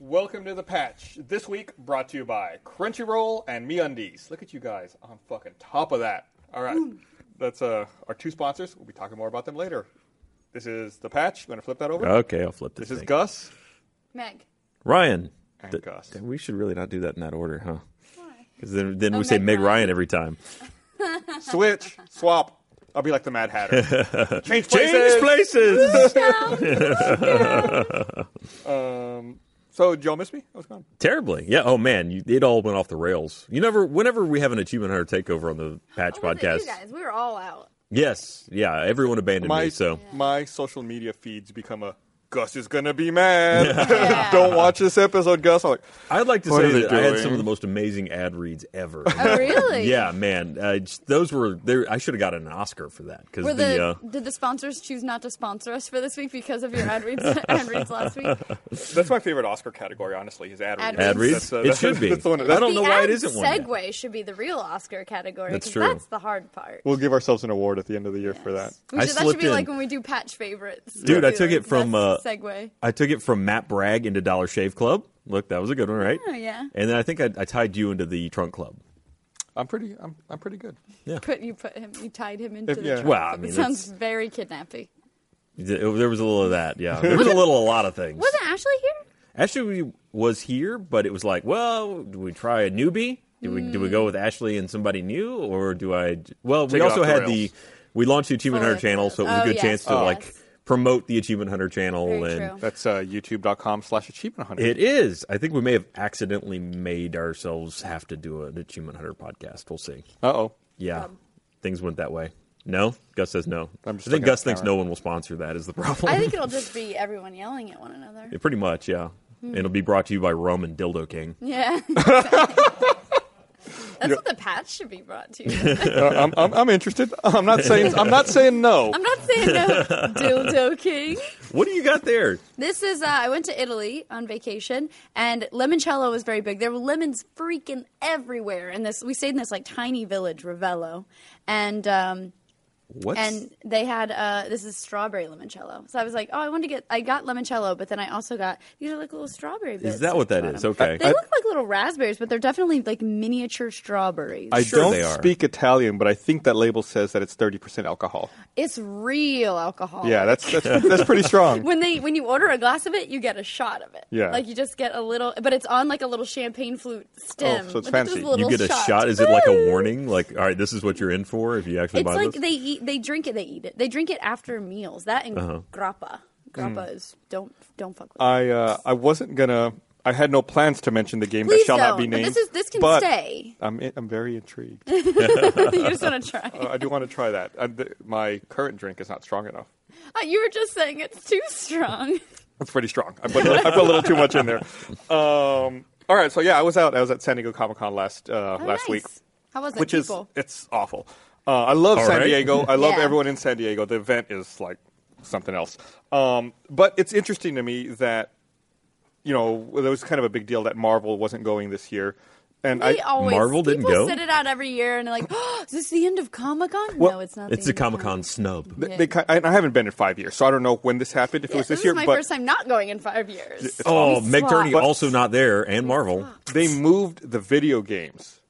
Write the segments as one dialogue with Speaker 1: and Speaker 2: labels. Speaker 1: Welcome to the patch. This week brought to you by Crunchyroll and MeUndies. Look at you guys on fucking top of that. All right, that's uh, our two sponsors. We'll be talking more about them later. This is the patch. I'm gonna flip that over.
Speaker 2: Okay, I'll flip this.
Speaker 1: This is
Speaker 2: thing.
Speaker 1: Gus.
Speaker 3: Meg.
Speaker 2: Ryan.
Speaker 1: And
Speaker 2: Th-
Speaker 1: Gus.
Speaker 2: th- we should really not do that in that order, huh?
Speaker 3: Why?
Speaker 2: Because then, then
Speaker 3: Oh,
Speaker 2: we say
Speaker 3: Meg
Speaker 2: Meg
Speaker 3: Ryan.
Speaker 2: Ryan every time.
Speaker 1: Switch, swap. I'll be like the Mad Hatter. Change places.
Speaker 2: Change places.
Speaker 1: Um, so, did y'all miss me? I was gone.
Speaker 2: Terribly. Yeah. Oh man, you, it all went off the rails. You never. Whenever we have an achievement hunter takeover on the Patch
Speaker 3: Oh, was it
Speaker 2: podcast.
Speaker 3: You guys, we were all out.
Speaker 2: Yes. Yeah. Everyone abandoned
Speaker 1: My
Speaker 2: me. So.
Speaker 1: my social media feeds become a Gus is gonna be mad.
Speaker 3: Yeah.
Speaker 1: Don't watch this episode, Gus. I'm like,
Speaker 2: I'd like to
Speaker 1: What
Speaker 2: say
Speaker 1: are they
Speaker 2: that I had some
Speaker 1: doing?
Speaker 2: of the most amazing ad reads ever.
Speaker 3: Oh, really?
Speaker 2: yeah, man. Uh, just- those were. There. I should have gotten an Oscar for that because
Speaker 3: Were
Speaker 2: the.
Speaker 3: the,
Speaker 2: uh,
Speaker 3: did the sponsors choose not to sponsor us for this week because of your ad reads, ad reads last week?
Speaker 1: that's my favorite Oscar category, honestly, is ad reads.
Speaker 3: Ad reads.
Speaker 2: Ad reads?
Speaker 1: That's, uh,
Speaker 2: It
Speaker 1: that's-
Speaker 2: should be.
Speaker 1: that's the one-
Speaker 2: I
Speaker 1: that's-
Speaker 2: don't
Speaker 3: the
Speaker 2: know why
Speaker 3: ad
Speaker 2: it isn't one yet.
Speaker 3: Segway should be the real Oscar category.
Speaker 2: That's
Speaker 3: 'cause
Speaker 2: true.
Speaker 3: That's the hard part.
Speaker 1: we'll give ourselves an award at the end of the year for that.
Speaker 3: We
Speaker 2: I
Speaker 3: should, that should
Speaker 2: slipped
Speaker 3: be like
Speaker 2: in.
Speaker 3: when we do patch favorites.
Speaker 2: Dude, I
Speaker 3: We'll do
Speaker 2: took
Speaker 3: the
Speaker 2: it from,
Speaker 3: best
Speaker 2: uh,
Speaker 3: Segway.
Speaker 2: I took it from Matt Bragg into Dollar Shave Club. Look, that was a good one, right?
Speaker 3: Oh, yeah.
Speaker 2: And then I think I, I tied you into the Trunk Club.
Speaker 1: I'm pretty. I'm, I'm pretty good.
Speaker 3: Put you put him, you tied him into
Speaker 1: If-
Speaker 3: the.
Speaker 1: yeah.
Speaker 3: trap.
Speaker 2: Well, I mean,
Speaker 3: it sounds
Speaker 2: that's-
Speaker 3: very kidnappy.
Speaker 2: Th- There was a little of that, yeah. There was a little, a lot of things.
Speaker 3: Wasn't Ashley here?
Speaker 2: Ashley we- was here, but it was like, well, do we try a newbie? Do we do we go with Ashley and somebody new, or do I? j- Well,
Speaker 1: Take
Speaker 2: we
Speaker 1: it
Speaker 2: also
Speaker 1: off the
Speaker 2: had
Speaker 1: rails.
Speaker 2: the we launched the Achievement
Speaker 3: Oh,
Speaker 2: Hunter
Speaker 3: yes,
Speaker 2: channel,
Speaker 3: yes.
Speaker 2: so it was a
Speaker 3: Oh,
Speaker 2: good
Speaker 3: yes,
Speaker 2: chance to
Speaker 3: yes.
Speaker 2: like promote the Achievement Hunter channel,
Speaker 3: Very
Speaker 2: and
Speaker 3: true.
Speaker 1: That's uh, youtube.com slash achievement hunter.
Speaker 2: it is. I think we may have accidentally made ourselves have to do an Achievement Hunter podcast. We'll see.
Speaker 1: Uh oh.
Speaker 2: Yeah,
Speaker 3: Um,
Speaker 2: things went that way. No, Gus says no.
Speaker 1: I'm just
Speaker 2: I
Speaker 1: looking
Speaker 2: think
Speaker 1: at
Speaker 2: Gus
Speaker 1: the
Speaker 2: thinks
Speaker 1: camera.
Speaker 2: no one will sponsor that. Is the problem?
Speaker 3: I think it'll just be everyone yelling at one another.
Speaker 2: Pretty much, yeah.
Speaker 3: Hmm.
Speaker 2: It'll be brought to you by Rum and Dildo King.
Speaker 3: Yeah. That's what the patch should be brought to. you.
Speaker 1: Uh, I'm, I'm, I'm interested. I'm not saying. I'm not saying no.
Speaker 3: I'm not saying no, dildo king.
Speaker 2: What do you got there?
Speaker 3: This is uh, I went to Italy on vacation, and limoncello was very big. There were lemons freaking everywhere. In this, we stayed in this like tiny village, Ravello, and um,
Speaker 2: What's
Speaker 3: and they had uh, this is strawberry limoncello. So I was like, oh, I wanted to get. I got limoncello, but then I also got these are like little strawberry. Bits
Speaker 2: Is that what that
Speaker 3: on
Speaker 2: is?
Speaker 3: them.
Speaker 2: Okay.
Speaker 3: They look like little raspberries, but they're definitely like miniature strawberries.
Speaker 1: I
Speaker 2: Sure
Speaker 1: don't
Speaker 2: they are.
Speaker 1: speak Italian, but I think that label says that it's 30% alcohol.
Speaker 3: it's real alcohol.
Speaker 1: Yeah, that's that's, that's pretty strong.
Speaker 3: when they when you order a glass of it, you get a shot of it.
Speaker 1: Yeah.
Speaker 3: like you just get a little, but it's on like a little champagne flute stem.
Speaker 1: Oh, so it's
Speaker 3: with
Speaker 1: fancy.
Speaker 3: just
Speaker 1: You
Speaker 3: little
Speaker 2: you get a
Speaker 3: shots.
Speaker 2: shot? Is it like
Speaker 3: Woo!
Speaker 2: a warning? Like, all right, this is what you're in for if you actually
Speaker 3: It's
Speaker 2: buy
Speaker 3: like
Speaker 2: this.
Speaker 3: they eat, they drink it, they eat it, they drink it after meals. That and grappa. Grappa is don't don't fuck with. it.
Speaker 1: Uh-huh. I uh, I wasn't gonna. I had no plans to mention the game that
Speaker 3: Please
Speaker 1: shall
Speaker 3: don't.
Speaker 1: not be
Speaker 3: But
Speaker 1: named.
Speaker 3: this is this can
Speaker 1: but
Speaker 3: stay.
Speaker 1: I'm in- I'm very intrigued.
Speaker 3: you just want to try.
Speaker 1: Uh, I do want to try that. Uh, th- my current drink is not strong enough.
Speaker 3: Oh, you were just saying it's too strong.
Speaker 1: It's pretty strong. I put, a little- I put a little too much in there. Um, all right, so yeah, I was out. I was at San Diego Comic Con last uh,
Speaker 3: Oh,
Speaker 1: last
Speaker 3: nice.
Speaker 1: week,
Speaker 3: How was it,
Speaker 1: which is
Speaker 3: people?
Speaker 1: it's awful. Uh, I love
Speaker 2: All
Speaker 1: San
Speaker 2: right.
Speaker 1: Diego. I love
Speaker 3: Yeah.
Speaker 1: everyone in San Diego. The event is like something else. Um, but it's interesting to me that you know there was kind of a big deal that Marvel wasn't going this year, and
Speaker 3: They
Speaker 1: I
Speaker 3: always
Speaker 2: Marvel didn't
Speaker 3: people
Speaker 2: go?
Speaker 3: Sit it out every year, and they're like, oh, "Is this the end of Comic Con?"
Speaker 1: Well,
Speaker 3: no, it's not.
Speaker 2: it's a
Speaker 3: the end of
Speaker 2: Comic Con snub.
Speaker 1: They, they, ki- I I haven't been in five years, so I don't know when this happened. If it
Speaker 3: Yeah,
Speaker 1: was
Speaker 3: this
Speaker 1: this,
Speaker 3: is
Speaker 1: year,
Speaker 3: my
Speaker 1: but
Speaker 3: first time not going in five years.
Speaker 2: Oh,
Speaker 3: We
Speaker 2: Meg
Speaker 3: swapped.
Speaker 2: Turney also not there, and Marvel.
Speaker 1: they moved the video games.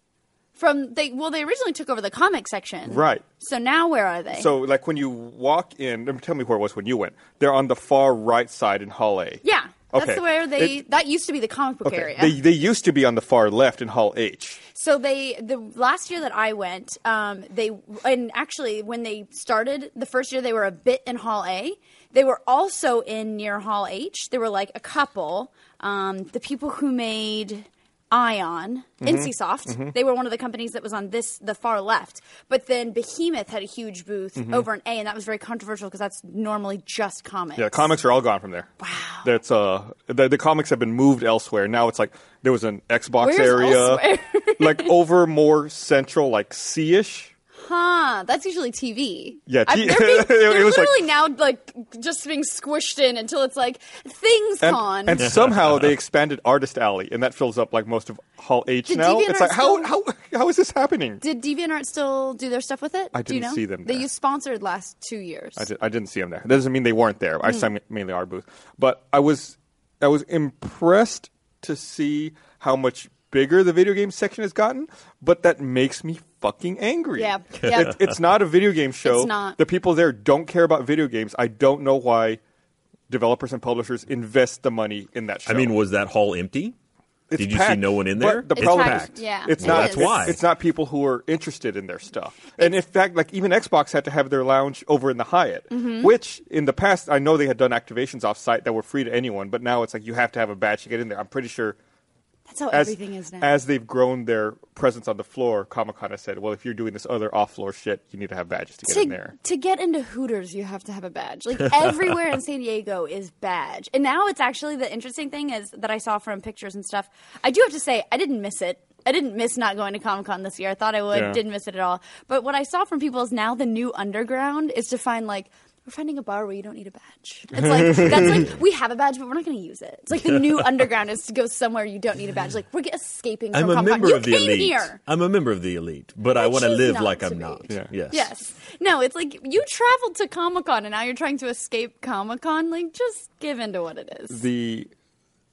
Speaker 3: from they well they originally took over the comic section,
Speaker 1: Right.
Speaker 3: So now where are they?
Speaker 1: So, like when you walk in, um, tell me where it was when you went. They're on the far right side in Hall A.
Speaker 3: yeah, that's
Speaker 1: Okay.
Speaker 3: where they
Speaker 1: It-
Speaker 3: that used to be the comic book
Speaker 1: Okay.
Speaker 3: area.
Speaker 1: They, they used to be on the far left in Hall H.
Speaker 3: So they the last year that I went, um, they and actually when they started the first year they were a bit in Hall A. They were also in near Hall H. There were like a couple. Um, the people who made Ion, NCSoft, they were one of the companies that was on this the far left. But then Behemoth had a huge booth over in A, and that was very controversial because that's normally just comics.
Speaker 1: Yeah, comics are all gone from there. Wow. That's uh, the, the comics have been moved elsewhere. Now it's like there was an Xbox
Speaker 3: Where's
Speaker 1: area,
Speaker 3: elsewhere?
Speaker 1: like over more central, like C ish.
Speaker 3: Huh? That's usually TV.
Speaker 1: Yeah,
Speaker 3: I've-
Speaker 1: T-
Speaker 3: they're being-
Speaker 1: it
Speaker 3: they're
Speaker 1: was like-
Speaker 3: literally now like just being squished in until it's like things
Speaker 1: And,
Speaker 3: con.
Speaker 1: and somehow they expanded Artist Alley, and that fills up like most of Hall H
Speaker 3: Did
Speaker 1: now. It's
Speaker 3: DeviantArt
Speaker 1: like how,
Speaker 3: still-
Speaker 1: how how is this happening?
Speaker 3: Did DeviantArt still do their stuff with it?
Speaker 1: I
Speaker 3: Do you
Speaker 1: didn't
Speaker 3: know?
Speaker 1: see them
Speaker 3: They
Speaker 1: there.
Speaker 3: used sponsored last two years.
Speaker 1: I, did, I didn't see him
Speaker 3: Hmm.
Speaker 1: there. That doesn't mean they weren't there. I saw mainly our booth, but I was I was impressed to see how much bigger the video game section has gotten, but that makes me fucking angry.
Speaker 3: Yeah. Yeah.
Speaker 1: It, it's not a video game show.
Speaker 3: It's not.
Speaker 1: The people there don't care about video games. I don't know why developers and publishers invest the money in that show.
Speaker 2: I mean, was that hall empty?
Speaker 1: It's
Speaker 2: Did you see
Speaker 1: packed,
Speaker 2: no one in
Speaker 1: but
Speaker 2: there?
Speaker 1: The
Speaker 3: It's
Speaker 1: problem
Speaker 3: packed,
Speaker 1: is,
Speaker 3: yeah.
Speaker 1: it's
Speaker 3: It
Speaker 1: not.
Speaker 3: is. That's
Speaker 2: why.
Speaker 1: It's not people who are interested in their stuff. And in fact, like even Xbox had to have their lounge over in the Hyatt,
Speaker 3: Mm-hmm.
Speaker 1: which in the past I know they had done activations off-site that were free to anyone, but now it's like you have to have a badge to get in there. I'm pretty sure
Speaker 3: That's how
Speaker 1: as
Speaker 3: everything is now.
Speaker 1: as they've grown their presence on the floor, Comic Con has said, well, if you're doing this other off-floor shit, you need to have badges to get
Speaker 3: to,
Speaker 1: in there.
Speaker 3: to get into Hooters, you have to have a badge. Like everywhere in San Diego is badge. And now it's actually the interesting thing is that I saw from pictures and stuff. I do have to say I didn't miss it. I didn't miss not going to Comic Con this year. I thought I would.
Speaker 1: Yeah.
Speaker 3: Didn't miss it at all. But what I saw from people is now the new underground is to find like. We're finding a bar where you don't need a badge. It's like that's like we have a badge, but we're not going to use it. It's like the new underground is to go somewhere you don't need a badge. Like we're escaping.
Speaker 2: I'm
Speaker 3: from
Speaker 2: a
Speaker 3: Comic-Con.
Speaker 2: member
Speaker 3: You
Speaker 2: of the
Speaker 3: came
Speaker 2: elite.
Speaker 3: Here.
Speaker 2: I'm a member of the elite, but I
Speaker 3: I
Speaker 2: want to
Speaker 3: choose
Speaker 2: live
Speaker 3: not
Speaker 2: like
Speaker 3: to
Speaker 2: I'm
Speaker 3: be.
Speaker 2: not.
Speaker 1: Yeah.
Speaker 2: Yes.
Speaker 3: Yes. No, it's like you traveled to Comic Con and now you're trying to escape Comic Con. Like, just give into what it is.
Speaker 1: the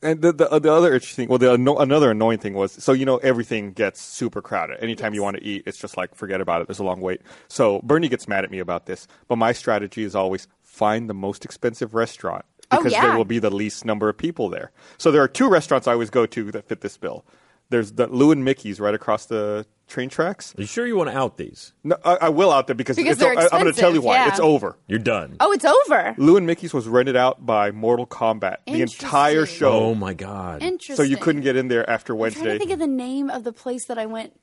Speaker 1: and the, uh, the the other interesting well the anno- another annoying thing was so you know everything gets super crowded anytime you want to eat it's just like forget about it there's a long wait so bernie gets mad at me about this but my strategy is always find the most expensive restaurant
Speaker 3: Oh,
Speaker 1: because
Speaker 3: yeah.
Speaker 1: there will be the least number of people there so there are two restaurants i always go to that fit this bill there's the lou and mickey's right across the train tracks
Speaker 2: Are you sure you want to out these?
Speaker 1: no, I, I will out there because,
Speaker 3: Because
Speaker 1: it's o-
Speaker 3: they're
Speaker 1: I- i'm going to tell you
Speaker 3: expensive,
Speaker 1: why
Speaker 3: yeah.
Speaker 1: it's over
Speaker 2: You're done.
Speaker 3: Oh, it's over.
Speaker 1: lou and mickey's was rented out by mortal kombat the entire
Speaker 3: Interesting.
Speaker 1: show
Speaker 2: Oh my God.
Speaker 3: Interesting.
Speaker 1: so you couldn't get in there after
Speaker 3: I'm trying
Speaker 1: Wednesday.
Speaker 3: to think of the name of the place that I went.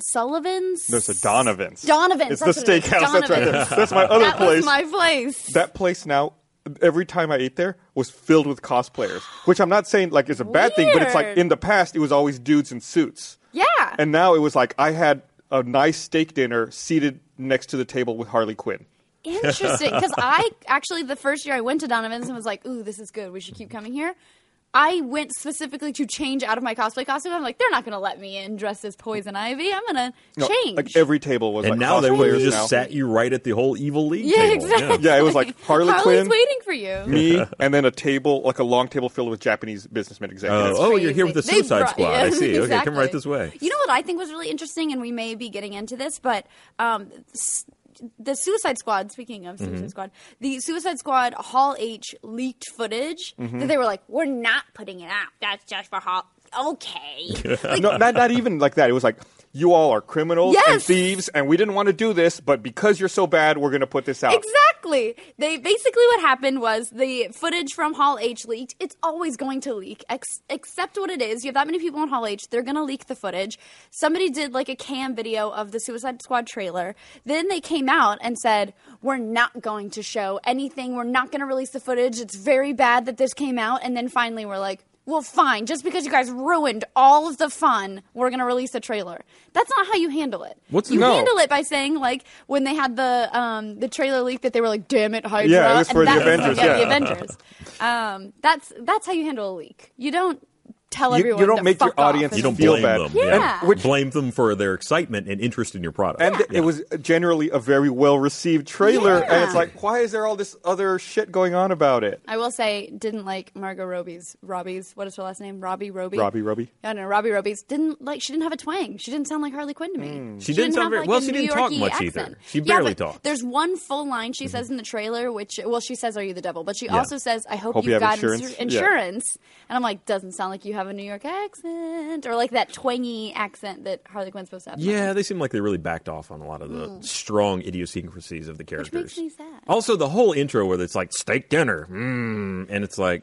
Speaker 3: Sullivan's.
Speaker 1: There's a Donovan's.
Speaker 3: Donovan's,
Speaker 1: It's
Speaker 3: that's
Speaker 1: the
Speaker 3: what it is,
Speaker 1: steakhouse. That's right. There.
Speaker 3: Donovan's.
Speaker 1: That's my other
Speaker 3: that
Speaker 1: place.
Speaker 3: was my place.
Speaker 1: that place now. Every time I ate there was filled with cosplayers, which I'm not saying like is a bad thing, but it's like
Speaker 3: Weird.
Speaker 1: in the past it was always dudes in suits,
Speaker 3: yeah.
Speaker 1: and now it was like I had a nice steak dinner seated next to the table with Harley Quinn.
Speaker 3: Interesting. Because I actually, the first year I went to Donovan's and was like, ooh, this is good. We should keep coming here. I went specifically to change out of my cosplay costume. I'm like, they're not going to let me in dressed as Poison Ivy. I'm going to
Speaker 1: No,
Speaker 3: change.
Speaker 1: Like every table was
Speaker 2: and
Speaker 1: like
Speaker 2: now they would have
Speaker 1: cosplayers
Speaker 2: just
Speaker 1: now.
Speaker 2: sat you right at the whole evil league
Speaker 3: Yeah,
Speaker 2: table.
Speaker 3: exactly.
Speaker 1: Yeah, it was like Harley
Speaker 3: Harley's
Speaker 1: Quinn.
Speaker 3: waiting for you.
Speaker 1: me and then a table like a long table filled with Japanese businessmen
Speaker 2: Oh,
Speaker 1: executives.
Speaker 2: oh, you're here with the
Speaker 3: Crazy. They
Speaker 2: Suicide
Speaker 3: brought-
Speaker 2: Squad.
Speaker 3: yeah,
Speaker 2: I see. Okay,
Speaker 3: exactly.
Speaker 2: come right this way.
Speaker 3: You know what I think was really interesting, and we may be getting into this, but um, s- the Suicide Squad. Speaking
Speaker 2: Mm-hmm.
Speaker 3: of Suicide Squad, the Suicide Squad Hall H leaked footage
Speaker 2: Mm-hmm.
Speaker 3: that they were like, "We're not putting it out. That's just for Hall." Okay. like,
Speaker 1: no, not, not even like that. It was like, you all are criminals and
Speaker 3: Yes!
Speaker 1: thieves, and we didn't want to do this, but because you're so bad, we're going to put this out.
Speaker 3: Exactly. They basically what happened was the footage from Hall H leaked. It's always going to leak, ex- except what it is. You have that many people in Hall H, they're going to leak the footage. Somebody did like a cam video of the Suicide Squad trailer. Then they came out and said, "We're not going to show anything. We're not going to release the footage. It's very bad that this came out." And then finally, we're like. Well, fine. Just because you guys ruined all of the fun, we're going to release a trailer. That's not how you handle it.
Speaker 2: What's-
Speaker 3: you
Speaker 1: No.
Speaker 3: handle it by saying like when they had the um, the trailer leak that they were like, "Damn it, Hydra!"
Speaker 1: Yeah, it was for the
Speaker 3: that's-
Speaker 1: Avengers,
Speaker 3: Yeah, the
Speaker 1: yeah.
Speaker 3: Avengers. Um, that's that's how you handle a leak. You don't tell
Speaker 1: You- you
Speaker 3: everyone.
Speaker 1: don't
Speaker 3: to
Speaker 1: make your
Speaker 3: fuck off
Speaker 1: audience
Speaker 3: and-
Speaker 2: You don't
Speaker 1: Feel
Speaker 2: blame
Speaker 1: bad.
Speaker 2: them.
Speaker 3: Yeah.
Speaker 1: which-
Speaker 2: blame them for their excitement and interest in your product.
Speaker 1: And
Speaker 2: Yeah.
Speaker 1: it was generally a very well received trailer, and it's
Speaker 3: Yeah.
Speaker 1: like, why is there all this other shit going on about it?
Speaker 3: I will say, didn't like Margot Robbie's Robbie's. What is her last name? Robbie Robbie.
Speaker 1: Robbie Robbie.
Speaker 3: I don't know. Robbie Robbie's didn't like. She didn't have a twang. She didn't sound like Harley Quinn to me.
Speaker 2: Hmm. She didn't sound
Speaker 3: have,
Speaker 2: very-
Speaker 3: like,
Speaker 2: well,
Speaker 3: a
Speaker 2: she
Speaker 3: New
Speaker 2: didn't talk
Speaker 3: York-y
Speaker 2: much either.
Speaker 3: accent.
Speaker 2: She
Speaker 3: Yeah,
Speaker 2: barely
Speaker 3: but
Speaker 2: talked. Mm-hmm.
Speaker 3: There's one full line she says in the trailer, which well, she says, "Are you the devil?" But she
Speaker 2: Yeah.
Speaker 3: also says, "I hope,
Speaker 1: Hope you
Speaker 3: you've
Speaker 1: have
Speaker 3: got
Speaker 1: insurance."
Speaker 3: insur-
Speaker 1: Yeah.
Speaker 3: insurance." And I'm like, doesn't sound like you have a New York accent or like that twangy accent that Harley Quinn's supposed to have.
Speaker 2: Yeah, they seem like they really backed off on a lot of the strong idiosyncrasies of the characters.
Speaker 3: Mm. makes me sad.
Speaker 2: Also, the whole intro where it's like steak dinner, mm, and it's like,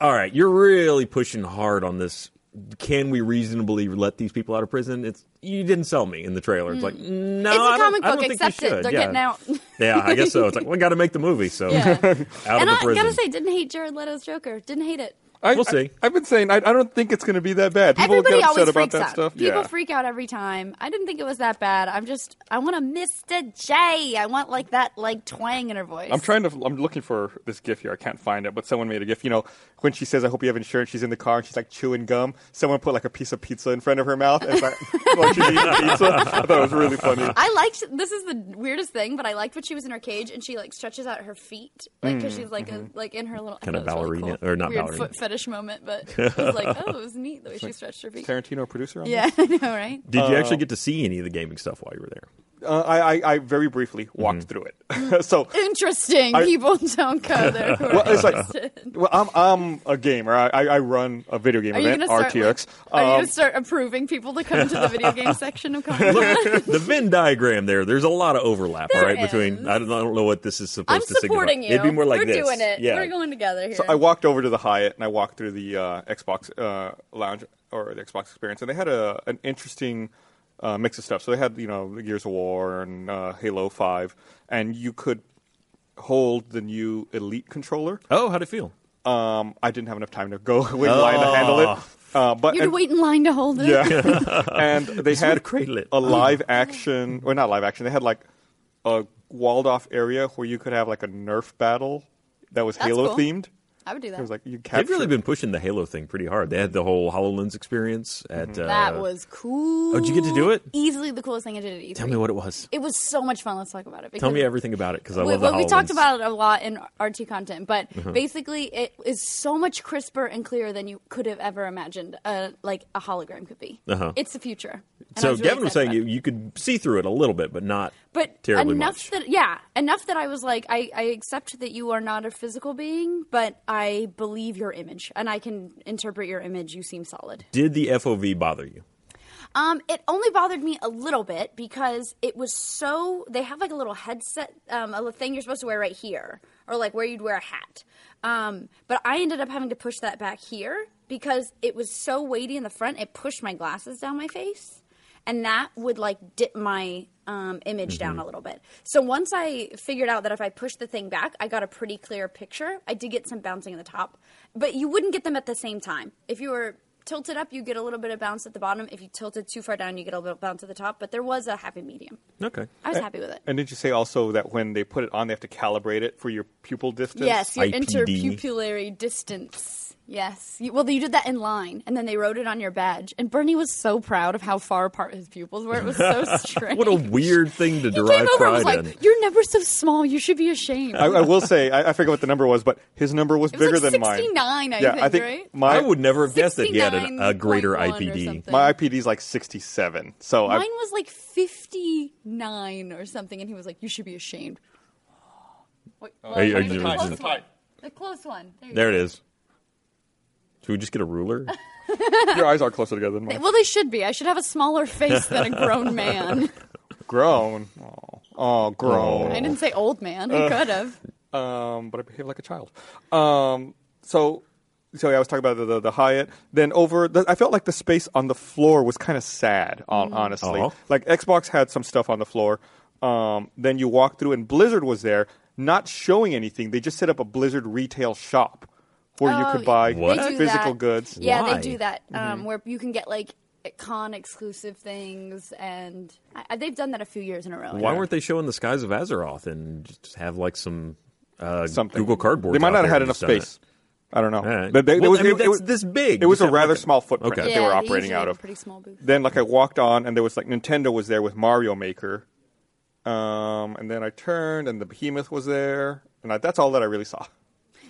Speaker 2: all right, you're really pushing hard on this. Can we reasonably let these people out of prison? It's you didn't sell me in the trailer. It's like no,
Speaker 3: Mm. It's a
Speaker 2: I don't-
Speaker 3: comic
Speaker 2: I don't
Speaker 3: book,
Speaker 2: think you
Speaker 3: accept it.
Speaker 2: should.
Speaker 3: They're
Speaker 2: yeah.
Speaker 3: getting out.
Speaker 2: yeah, I guess so. It's like we got to make the movie, so
Speaker 3: Yeah.
Speaker 2: out of
Speaker 3: and
Speaker 2: the
Speaker 3: I
Speaker 2: prison.
Speaker 3: gotta say, didn't hate Jared Leto's Joker. Didn't hate it.
Speaker 1: I,
Speaker 2: We'll see.
Speaker 1: I, have been saying, I, I don't think it's going to be that bad. People
Speaker 3: Everybody
Speaker 1: get upset
Speaker 3: always
Speaker 1: about
Speaker 3: freaks
Speaker 1: that
Speaker 3: out.
Speaker 1: stuff.
Speaker 3: People
Speaker 1: yeah.
Speaker 3: freak out every time. I didn't think it was that bad. I'm just I want a Mr. J. I want like that like twang in her voice.
Speaker 1: I'm trying to. I'm looking for this GIF here. I can't find it, but someone made a GIF. You know, when she says, "I hope you have insurance," she's in the car and she's like chewing gum. Someone put like a piece of pizza in front of her mouth, and it's like, like she's eating pizza. I thought it was really funny.
Speaker 3: I liked this is the weirdest thing, but I liked when she was in her
Speaker 1: Mm,
Speaker 3: cage and she like stretches out her feet like because she's like a, like in her little I
Speaker 1: mm-hmm.
Speaker 2: Kinda
Speaker 3: thought it was really
Speaker 2: ballerina-
Speaker 3: cool.
Speaker 2: or not
Speaker 3: Weird
Speaker 2: ballerina.
Speaker 3: foot British moment, but it was like, oh, it was neat the way she stretched her feet.
Speaker 1: Tarantino producer on
Speaker 3: Yeah, I know, right?
Speaker 2: Did you actually get to see any of the gaming stuff while you were there?
Speaker 1: this? Uh, I, I, I very briefly walked through it. so
Speaker 3: Interesting.
Speaker 1: I-
Speaker 3: People don't go there. who are
Speaker 1: Well, it's like-
Speaker 3: interested.
Speaker 1: well, I'm, I'm a gamer. I, I I run a video game
Speaker 3: Are you
Speaker 1: event,
Speaker 3: gonna start?
Speaker 1: RTX.
Speaker 3: like- are you
Speaker 1: Um,
Speaker 3: gonna start approving people to come into the video game section of Comic Con?
Speaker 2: the Venn diagram there. There's a lot of overlap,
Speaker 3: There
Speaker 2: all right? Between
Speaker 3: is.
Speaker 2: I don't, I don't know what this is supposed
Speaker 3: I'm
Speaker 2: to
Speaker 3: supporting
Speaker 2: signify.
Speaker 3: you.
Speaker 2: It'd be more like
Speaker 3: We're
Speaker 2: this.
Speaker 3: doing it.
Speaker 2: Yeah.
Speaker 3: We're going together here.
Speaker 1: So I walked over to the Hyatt and I walked through the uh, Xbox uh, lounge or the Xbox experience, and they had a an interesting uh, mix of stuff. So they had you know the Gears of War and uh, Halo Five, and you could hold the new Elite controller.
Speaker 2: oh, how'd it feel?
Speaker 1: Um, I didn't have enough time to go in line to handle it, uh, but
Speaker 3: you had to
Speaker 1: and-
Speaker 3: wait in line to hold it.
Speaker 1: yeah, and they
Speaker 2: where
Speaker 1: had
Speaker 2: to cradle it.
Speaker 1: a live action, or not live action. They had like a walled off area where you could have like a Nerf battle that was
Speaker 3: That's
Speaker 1: Halo
Speaker 3: cool.
Speaker 1: themed.
Speaker 3: I would do that.
Speaker 1: It was like you captured.
Speaker 2: They've really been pushing the Halo thing pretty hard. They had the whole Hololens experience
Speaker 1: Mm-hmm.
Speaker 2: at. Uh,
Speaker 3: that was cool.
Speaker 2: Oh, did you get to do it?
Speaker 3: Easily the coolest thing I did at E3.
Speaker 2: Tell me what it was.
Speaker 3: It was so much fun. Let's talk about it.
Speaker 2: Tell me
Speaker 3: because-
Speaker 2: everything about it because I
Speaker 3: we,
Speaker 2: love the
Speaker 3: well, we talked
Speaker 2: HoloLens.
Speaker 3: about it a lot in RT content, but
Speaker 2: Uh-huh.
Speaker 3: basically, it is so much crisper and clearer than you could have ever imagined. Uh, like a hologram could be.
Speaker 2: Uh-huh.
Speaker 3: It's the future. And I
Speaker 2: So
Speaker 3: was really
Speaker 2: Gavin was
Speaker 3: excited
Speaker 2: saying
Speaker 3: about
Speaker 2: you,
Speaker 3: it.
Speaker 2: you could see through it a little bit, but not
Speaker 3: but
Speaker 2: terribly
Speaker 3: enough
Speaker 2: much.
Speaker 3: that yeah, enough that I was like, I, I accept that you are not a physical being, but I believe your image, and I can interpret your image. You seem solid.
Speaker 2: Did the FOV bother you?
Speaker 3: Um, it only bothered me a little bit because it was so. They have like a little headset, um, a little thing you're supposed to wear right here, or like where you'd wear a hat. Um, but I ended up having to push that back here because it was so weighty in the front. It pushed my glasses down my face, and that would like dip my um, image
Speaker 2: Mm-hmm.
Speaker 3: down a little bit. So once I figured out that if I pushed the thing back, I got a pretty clear picture. I did get some bouncing at the top, but you wouldn't get them at the same time if you were tilted up, you get a little bit of bounce at the bottom. If you tilt it too far down, you get a little bit of bounce at the top. But there was a happy medium.
Speaker 2: Okay.
Speaker 3: I was happy with
Speaker 2: eh,
Speaker 3: it.
Speaker 1: And did you say also that when they put it on, they have to calibrate it for your pupil distance?
Speaker 3: Yes, your
Speaker 2: IPD.
Speaker 3: interpupillary distance. Yes. You, well, you did that in line, and then they wrote it on your badge. And Bernie was so proud of how far apart his pupils were. It was so strange.
Speaker 2: What a weird thing to
Speaker 3: He
Speaker 2: derive
Speaker 3: came over and was
Speaker 2: pride
Speaker 3: like,
Speaker 2: in.
Speaker 3: "Your number's so small. You should be ashamed."
Speaker 1: I, I will say, I, I forget what the number was, but his number was,
Speaker 3: was
Speaker 1: bigger
Speaker 3: like
Speaker 1: than
Speaker 3: 69,
Speaker 1: mine.
Speaker 3: I
Speaker 1: yeah,
Speaker 3: think,
Speaker 1: I think
Speaker 3: right?
Speaker 1: my
Speaker 2: I would never have guessed that he had an, a
Speaker 3: 69.1
Speaker 2: greater
Speaker 3: or
Speaker 2: IPD.
Speaker 3: something.
Speaker 1: my IPD is like sixty-seven. So
Speaker 3: Mine
Speaker 1: I,
Speaker 3: was like 59 or something, and he was like, "You should be ashamed." Wait, well,
Speaker 2: Are you-
Speaker 3: I
Speaker 2: are
Speaker 3: mean,
Speaker 2: you-
Speaker 3: the
Speaker 2: are you-
Speaker 3: close
Speaker 1: Tight.
Speaker 3: one. The close one. There you
Speaker 2: There it is. Should we just get a ruler?
Speaker 1: your eyes are closer together than mine.
Speaker 3: Well, they should be. I should have a smaller face than a grown man.
Speaker 1: grown. Oh, oh grown.
Speaker 3: I didn't say old man.
Speaker 1: Uh,
Speaker 3: I could have.
Speaker 1: um, but I behave like a child. Um, so, so yeah, I was talking about the, the, the Hyatt. Then over, the, I felt like the space on the floor was kind of sad, hon- honestly.
Speaker 2: Uh-huh.
Speaker 1: Like Xbox had some stuff on the floor. Um, then you walk through, and Blizzard was there, not showing anything. They just set up a Blizzard retail shop where you could buy
Speaker 2: What?
Speaker 3: Oh, They do
Speaker 1: physical
Speaker 3: that.
Speaker 1: goods. Mm-hmm.
Speaker 3: Yeah,
Speaker 2: Why?
Speaker 3: they do that. Um, Where you can get like con exclusive things, and I, I- they've done that a few years in a row.
Speaker 2: Why weren't they showing the skies of Azeroth and just have like some uh,
Speaker 1: Something.
Speaker 2: Google Cardboard?
Speaker 1: They might
Speaker 2: out
Speaker 1: not
Speaker 2: there
Speaker 1: have had
Speaker 2: and
Speaker 1: enough
Speaker 2: just done it?
Speaker 1: space. I don't know.
Speaker 2: All right.
Speaker 1: They- they-
Speaker 2: Well,
Speaker 1: it was-
Speaker 2: I mean,
Speaker 1: it-
Speaker 2: that's
Speaker 1: it-
Speaker 2: this big.
Speaker 1: It was
Speaker 2: Just
Speaker 1: a
Speaker 2: have,
Speaker 1: rather
Speaker 2: like,
Speaker 1: small footprint
Speaker 2: Okay.
Speaker 1: that
Speaker 3: Yeah,
Speaker 1: they were
Speaker 3: they
Speaker 1: operating
Speaker 3: usually
Speaker 1: out
Speaker 3: have a
Speaker 1: of.
Speaker 3: pretty small booth.
Speaker 1: Then like I walked on and there was like Nintendo was there with Mario Maker, um, and then I turned and the Behemoth was there, and I, that's all that I really saw.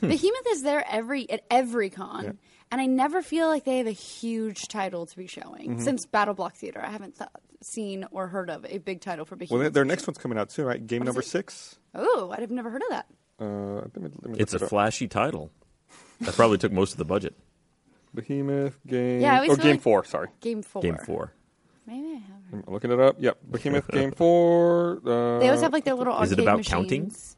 Speaker 2: Hmm.
Speaker 3: Behemoth is there every at every con, and I never feel like they have a huge title to be showing
Speaker 2: Mm-hmm.
Speaker 3: since Battle Block Theater. I haven't th- seen or heard of a big title for
Speaker 1: Well,
Speaker 3: Behemoth.
Speaker 1: their- their next one's coming out soon, right? Game number six.
Speaker 3: oh, I'd have never heard of that.
Speaker 1: Uh, let me, let me
Speaker 2: It's a
Speaker 1: look it up.
Speaker 2: flashy title. That probably took most of the budget.
Speaker 1: Behemoth game.
Speaker 3: Yeah, I always
Speaker 1: or
Speaker 3: feel
Speaker 1: game
Speaker 3: like-
Speaker 1: four. Sorry,
Speaker 3: Game four.
Speaker 2: Game four.
Speaker 3: Maybe I have. Heard.
Speaker 1: I'm looking it up. Yep, Behemoth game four. Uh,
Speaker 3: They always have like their little arcade
Speaker 2: Is it about counting?
Speaker 3: machines.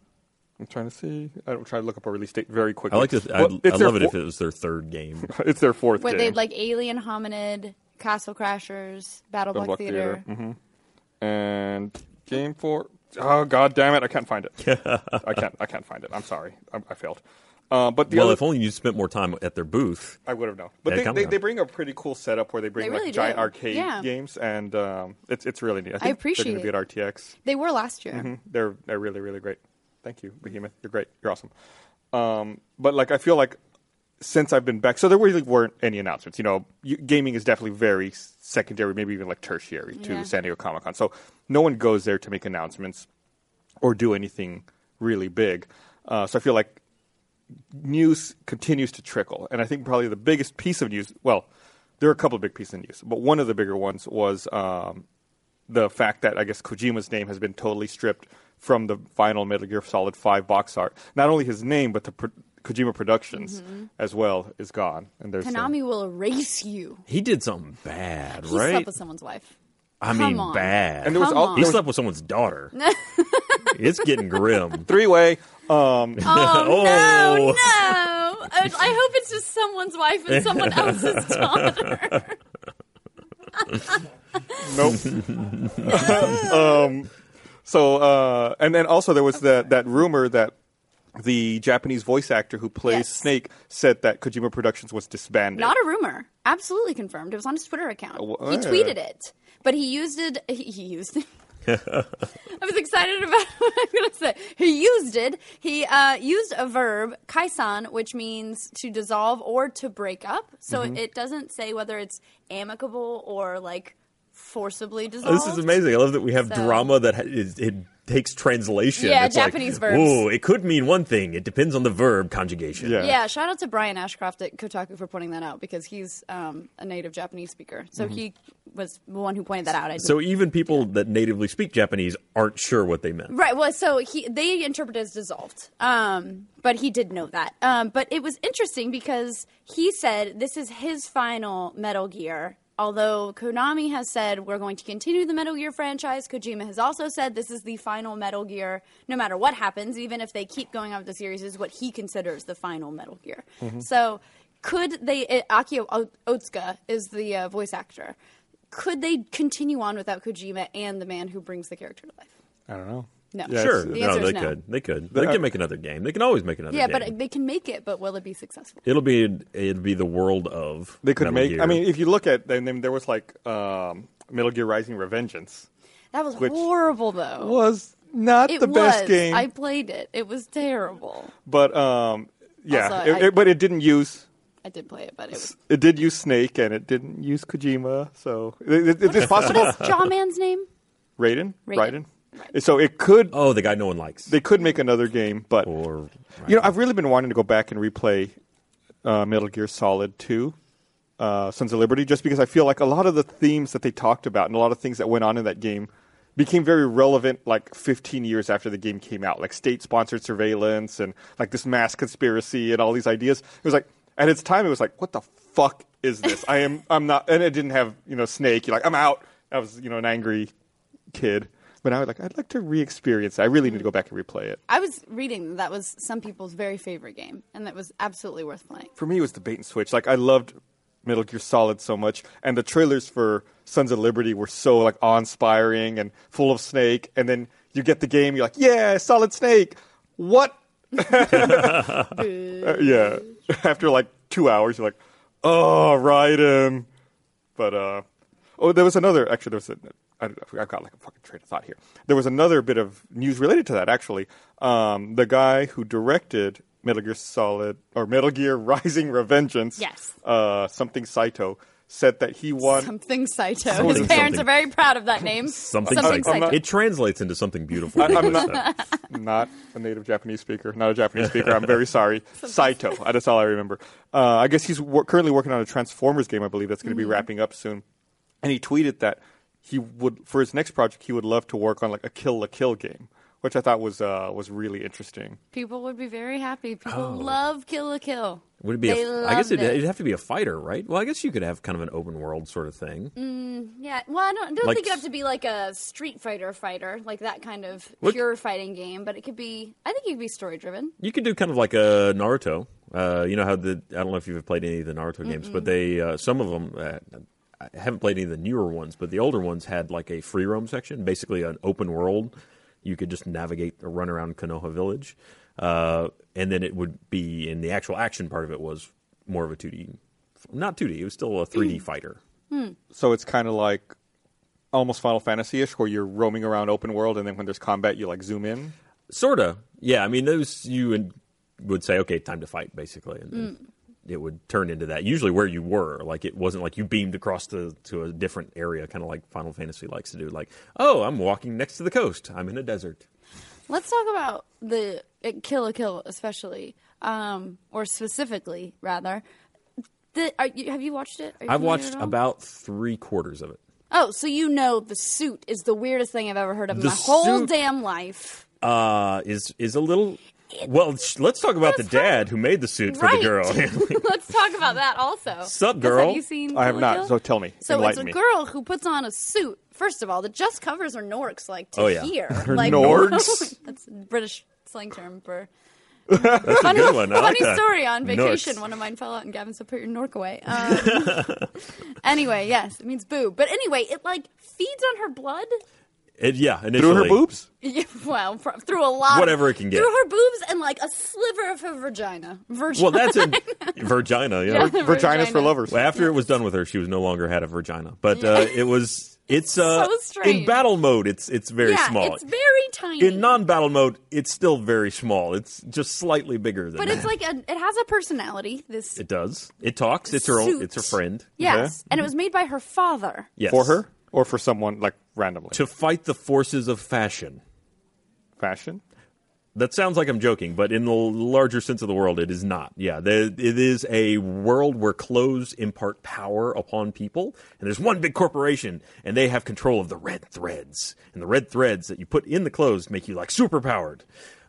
Speaker 1: I'm trying to see. I'm trying to look up a release date very quickly.
Speaker 2: I like to.
Speaker 1: Well,
Speaker 2: I'd- I
Speaker 1: it's their
Speaker 2: love it if
Speaker 1: four-
Speaker 2: it was their third game.
Speaker 1: it's their fourth
Speaker 3: Where
Speaker 1: game.
Speaker 3: they'd like Alien Hominid, Castle Crashers, Battle Block,
Speaker 1: Block
Speaker 3: Theater.
Speaker 1: Theater.
Speaker 2: Mm-hmm.
Speaker 1: and game four. Oh god damn it! I can't find it. I can't. I can't find it. I'm sorry. I, I failed. Uh, but the
Speaker 2: well,
Speaker 1: other,
Speaker 2: if only you spent more time at their booth.
Speaker 1: I would have known.
Speaker 2: Yeah,
Speaker 1: But
Speaker 2: come
Speaker 1: they, they,
Speaker 2: on.
Speaker 1: they bring a pretty cool setup where they bring
Speaker 3: They really
Speaker 1: like giant
Speaker 3: do.
Speaker 1: arcade
Speaker 3: Yeah.
Speaker 1: games, and um, it's it's really neat. I, think
Speaker 3: appreciate
Speaker 1: they're going to be at RTX.
Speaker 3: They were last year.
Speaker 2: Mm-hmm.
Speaker 1: Mm-hmm. They're they're really really great. Thank you, Behemoth. You're great. You're awesome. Um, but like I feel like since I've been back, so there really weren't any announcements. You know, you, gaming is definitely very s- secondary, maybe even like tertiary to
Speaker 3: Yeah.
Speaker 1: San Diego Comic Con. So no one goes there to make announcements or do anything really big. Uh, so I feel like news continues to trickle, and I think probably the biggest piece of news. Well, there are a couple of big pieces of news, but one of the bigger ones was um, the fact that I guess Kojima's name has been totally stripped from the final Metal Gear Solid Five box art. Not only his name, but the pro- Kojima Productions as well is gone, and there's uh,
Speaker 3: Mm-hmm. Konami will erase you.
Speaker 2: He did something bad,
Speaker 3: He
Speaker 2: right?
Speaker 3: slept with someone's wife.
Speaker 2: I
Speaker 3: Come
Speaker 2: mean,
Speaker 3: on.
Speaker 2: bad.
Speaker 1: and there was
Speaker 3: Come
Speaker 1: all
Speaker 3: on.
Speaker 2: he
Speaker 1: there was
Speaker 2: slept with someone's daughter. it's getting grim.
Speaker 1: three way. Um,
Speaker 3: Oh,
Speaker 2: Oh.
Speaker 3: no, no! I I hope it's just someone's wife and someone else's daughter.
Speaker 1: Nope. um, so, uh, and then also there was that that rumor that the Japanese voice actor who plays
Speaker 3: Yes.
Speaker 1: Snake said that Kojima Productions was disbanded.
Speaker 3: Not a rumor. Absolutely confirmed. It was on his Twitter account.
Speaker 1: wha-
Speaker 2: Oh,
Speaker 3: He tweeted it, but he used it. He, he used it. I was excited about what I'm going to say. He used it. He uh, used a verb, kaisan, which means to dissolve or to break up. So
Speaker 2: Mm-hmm.
Speaker 3: it, it doesn't say whether it's amicable or like forcibly
Speaker 2: Oh,
Speaker 3: dissolved.
Speaker 2: This is amazing. I love that we have
Speaker 3: So-
Speaker 2: drama that ha- is, it takes translation.
Speaker 3: Yeah,
Speaker 2: It's like,
Speaker 3: Japanese verbs.
Speaker 2: Whoa, it could mean one thing. It depends on the verb conjugation.
Speaker 1: Yeah.
Speaker 3: Yeah, shout out to Brian Ashcroft at Kotaku for pointing that out because he's um, a native Japanese speaker. So
Speaker 2: Mm-hmm.
Speaker 3: he was the one who pointed that out. I
Speaker 2: So even people that natively speak Japanese aren't sure what they meant.
Speaker 3: Right. Well, so he they interpret it as dissolved, um, but he did know that. Um, but it was interesting because he said this is his final Metal Gear. Although Konami has said we're going to continue the Metal Gear franchise, Kojima has also said this is the final Metal Gear. No matter what happens, even if they keep going on with the series, is what he considers the final Metal Gear. So, could they? Uh, Akio O- Otsuka is the uh, voice actor. Could they continue on without Kojima and the man who brings the character to life?
Speaker 1: I don't know.
Speaker 3: No.
Speaker 1: Yeah,
Speaker 2: Sure.
Speaker 1: it's-
Speaker 3: The
Speaker 2: no,
Speaker 3: answer
Speaker 2: they
Speaker 3: is no.
Speaker 2: could. They could. They could make another game. They can always make another
Speaker 3: Yeah,
Speaker 2: game.
Speaker 3: but they can make it, but will it be successful?
Speaker 2: it'll be it'll be the world of
Speaker 1: They could
Speaker 2: Metal
Speaker 1: make.
Speaker 2: Gear.
Speaker 1: I mean, if you look at, then then there was like um, Metal Gear Rising: Revengeance
Speaker 3: That was
Speaker 1: Which-
Speaker 3: horrible, though.
Speaker 1: was not
Speaker 3: it
Speaker 1: the
Speaker 3: was.
Speaker 1: best game,
Speaker 3: I played it. It was terrible.
Speaker 1: but um, yeah,
Speaker 3: Also,
Speaker 1: it,
Speaker 3: I-
Speaker 1: it- but it didn't use.
Speaker 3: I did play it, but it was.
Speaker 1: It did use Snake, and it didn't use Kojima. So, it, it, it's possible.
Speaker 3: What's Jawman's name?
Speaker 1: Raiden, Raiden.
Speaker 3: Raiden.
Speaker 1: So it could.
Speaker 2: oh, the guy no one likes.
Speaker 1: They could make another game, but
Speaker 2: or
Speaker 1: You know, I've really been wanting to go back and replay uh, Metal Gear Solid 2, uh, Sons of Liberty, just because I feel like a lot of the themes that they talked about and a lot of things that went on in that game became very relevant like 15 years after the game came out, like state sponsored surveillance and like this mass conspiracy and all these ideas. It was like, at its time, it was like, what the fuck is this? I am, I'm not, and it didn't have, you know, Snake. You're like, I'm out. I was, you know, an angry kid. But I was like, I'd like to re experience it. I really need to go back and replay it.
Speaker 3: I was reading that that was some people's very favorite game, and that was absolutely worth playing.
Speaker 1: for me it was the bait and switch. Like I loved Metal Gear Solid so much, and the trailers for Sons of Liberty were so like awe-inspiring and full of Snake. And then you get the game, you're like, yeah, Solid Snake. What? Uh, yeah. After like two hours, you're like, oh, Raiden. But uh, oh, there was another. Actually, there was. A, I don't know, I've got like a fucking train of thought here. There was another bit of news related to that. Actually, um, the guy who directed Metal Gear Solid or Metal Gear Rising: Revengeance,
Speaker 3: Yes.
Speaker 1: uh, something Saito said that he won.
Speaker 3: Something Saito.
Speaker 2: Something,
Speaker 3: His parents
Speaker 2: something.
Speaker 3: are very proud of that name.
Speaker 2: something,
Speaker 3: Something
Speaker 2: psycho.
Speaker 1: I'm not-
Speaker 3: Saito.
Speaker 2: it translates into something beautiful.
Speaker 1: I, I'm
Speaker 2: So-
Speaker 1: not, not a native Japanese speaker, not a Japanese speaker. I'm very sorry. Saito. uh, That's all I remember. Uh, I guess he's wor- currently working on a Transformers game, I believe, that's going
Speaker 3: Mm-hmm.
Speaker 1: to be wrapping up soon. And he tweeted that he would, for his next project, he would love to work on like a Kill la Kill game, which I thought was uh, was really interesting.
Speaker 3: People would be very happy. People love Kill a Kill.
Speaker 2: Oh. Would it be?
Speaker 3: They
Speaker 2: A, I guess
Speaker 3: loved
Speaker 2: it'd,
Speaker 3: it.
Speaker 2: it'd have to be a fighter, right? Well, I guess you could have kind of an open world sort of thing.
Speaker 3: Yeah, well, I don't, don't
Speaker 2: Like-
Speaker 3: think you have to be like a Street Fighter fighter, like that kind of
Speaker 2: What-
Speaker 3: pure fighting game. But it could be. I think it could be story driven.
Speaker 2: You could do kind of like a Naruto. Uh, you know how the I don't know if you've played any of the Naruto games, but they uh, some of them. Uh, I haven't played any of the newer ones, but the older ones had like a free roam section, basically an open world. You could just navigate or run around Konoha Village, uh, and then it would be. And the actual action part of it was more of a two D, not two D. It was still a three D fighter.
Speaker 1: So it's kind of like almost Final Fantasy ish, where you're roaming around open world, and then when there's combat, you like zoom in.
Speaker 2: Sort of. Yeah. I mean, those you would- would say, okay, time to fight, basically. And
Speaker 3: Mm.
Speaker 2: then it would turn into that. Usually where you were. Like, it wasn't like you beamed across to, to a different area, kind of like Final Fantasy likes to do. Like, oh, I'm walking next to the coast. I'm in a desert.
Speaker 3: Let's talk about the uh, Kill a Kill, especially. um, or specifically rather. The, are you, have you watched it? Are you
Speaker 2: I've
Speaker 3: familiar
Speaker 2: watched
Speaker 3: at all?
Speaker 2: about three quarters of it.
Speaker 3: Oh, so you know the suit is the weirdest thing I've ever heard of in
Speaker 2: The
Speaker 3: my whole
Speaker 2: suit-
Speaker 3: damn life.
Speaker 2: Uh, is is a little. Well, sh- let's talk about the dad who made the suit for
Speaker 3: Right.
Speaker 2: the girl.
Speaker 3: Let's talk about that also.
Speaker 2: Sup,
Speaker 3: 'Cause
Speaker 2: girl?
Speaker 3: Have you seen?
Speaker 1: I have
Speaker 3: Coolio?
Speaker 1: not, so tell me.
Speaker 3: So it's
Speaker 1: Enlighten
Speaker 3: a
Speaker 1: me.
Speaker 3: girl who puts on a suit. First of all, that just covers her Norks like to
Speaker 2: Oh, yeah.
Speaker 3: here.
Speaker 2: Her
Speaker 3: like,
Speaker 1: Norks?
Speaker 3: that's a British slang term for.
Speaker 2: That's a good one. I like
Speaker 3: Funny
Speaker 2: that.
Speaker 3: story on vacation.
Speaker 2: Norse.
Speaker 3: One of mine fell out, and Gavin said, "Put your Nork away." Um, anyway, yes, it means boob. But anyway, it like feeds on her blood.
Speaker 2: It- yeah,
Speaker 1: Through her
Speaker 2: initially.
Speaker 1: boobs?
Speaker 3: Yeah, well, fr- through a lot.
Speaker 2: Whatever it can get.
Speaker 3: Through her boobs and like a sliver of her vagina. Virgin.
Speaker 2: Well, that's a vagina. Yeah.
Speaker 3: Yeah.
Speaker 1: Vaginas for
Speaker 3: Vagina.
Speaker 1: lovers.
Speaker 2: Well, after it was done with her, she was no longer had a vagina. But uh, it was it's uh,
Speaker 3: So strange.
Speaker 2: in battle mode. It's it's very
Speaker 3: yeah,
Speaker 2: small.
Speaker 3: it's very tiny.
Speaker 2: in non-battle mode, it's still very small. It's just slightly bigger than.
Speaker 3: but it's like a, it has a personality. This
Speaker 2: it does. It talks. It's her own.
Speaker 3: suit.
Speaker 2: It's her friend.
Speaker 3: Yes, and it was made by her father.
Speaker 2: Yes.
Speaker 1: For her or for someone, like randomly?
Speaker 2: to fight the forces of fashion.
Speaker 1: Fashion?
Speaker 2: That sounds like I'm joking, but in the larger sense of the world, it is not. Yeah, there, it is a world where clothes impart power upon people, and there's one big corporation, and they have control of the red threads, and the red threads that you put in the clothes make you like super powered.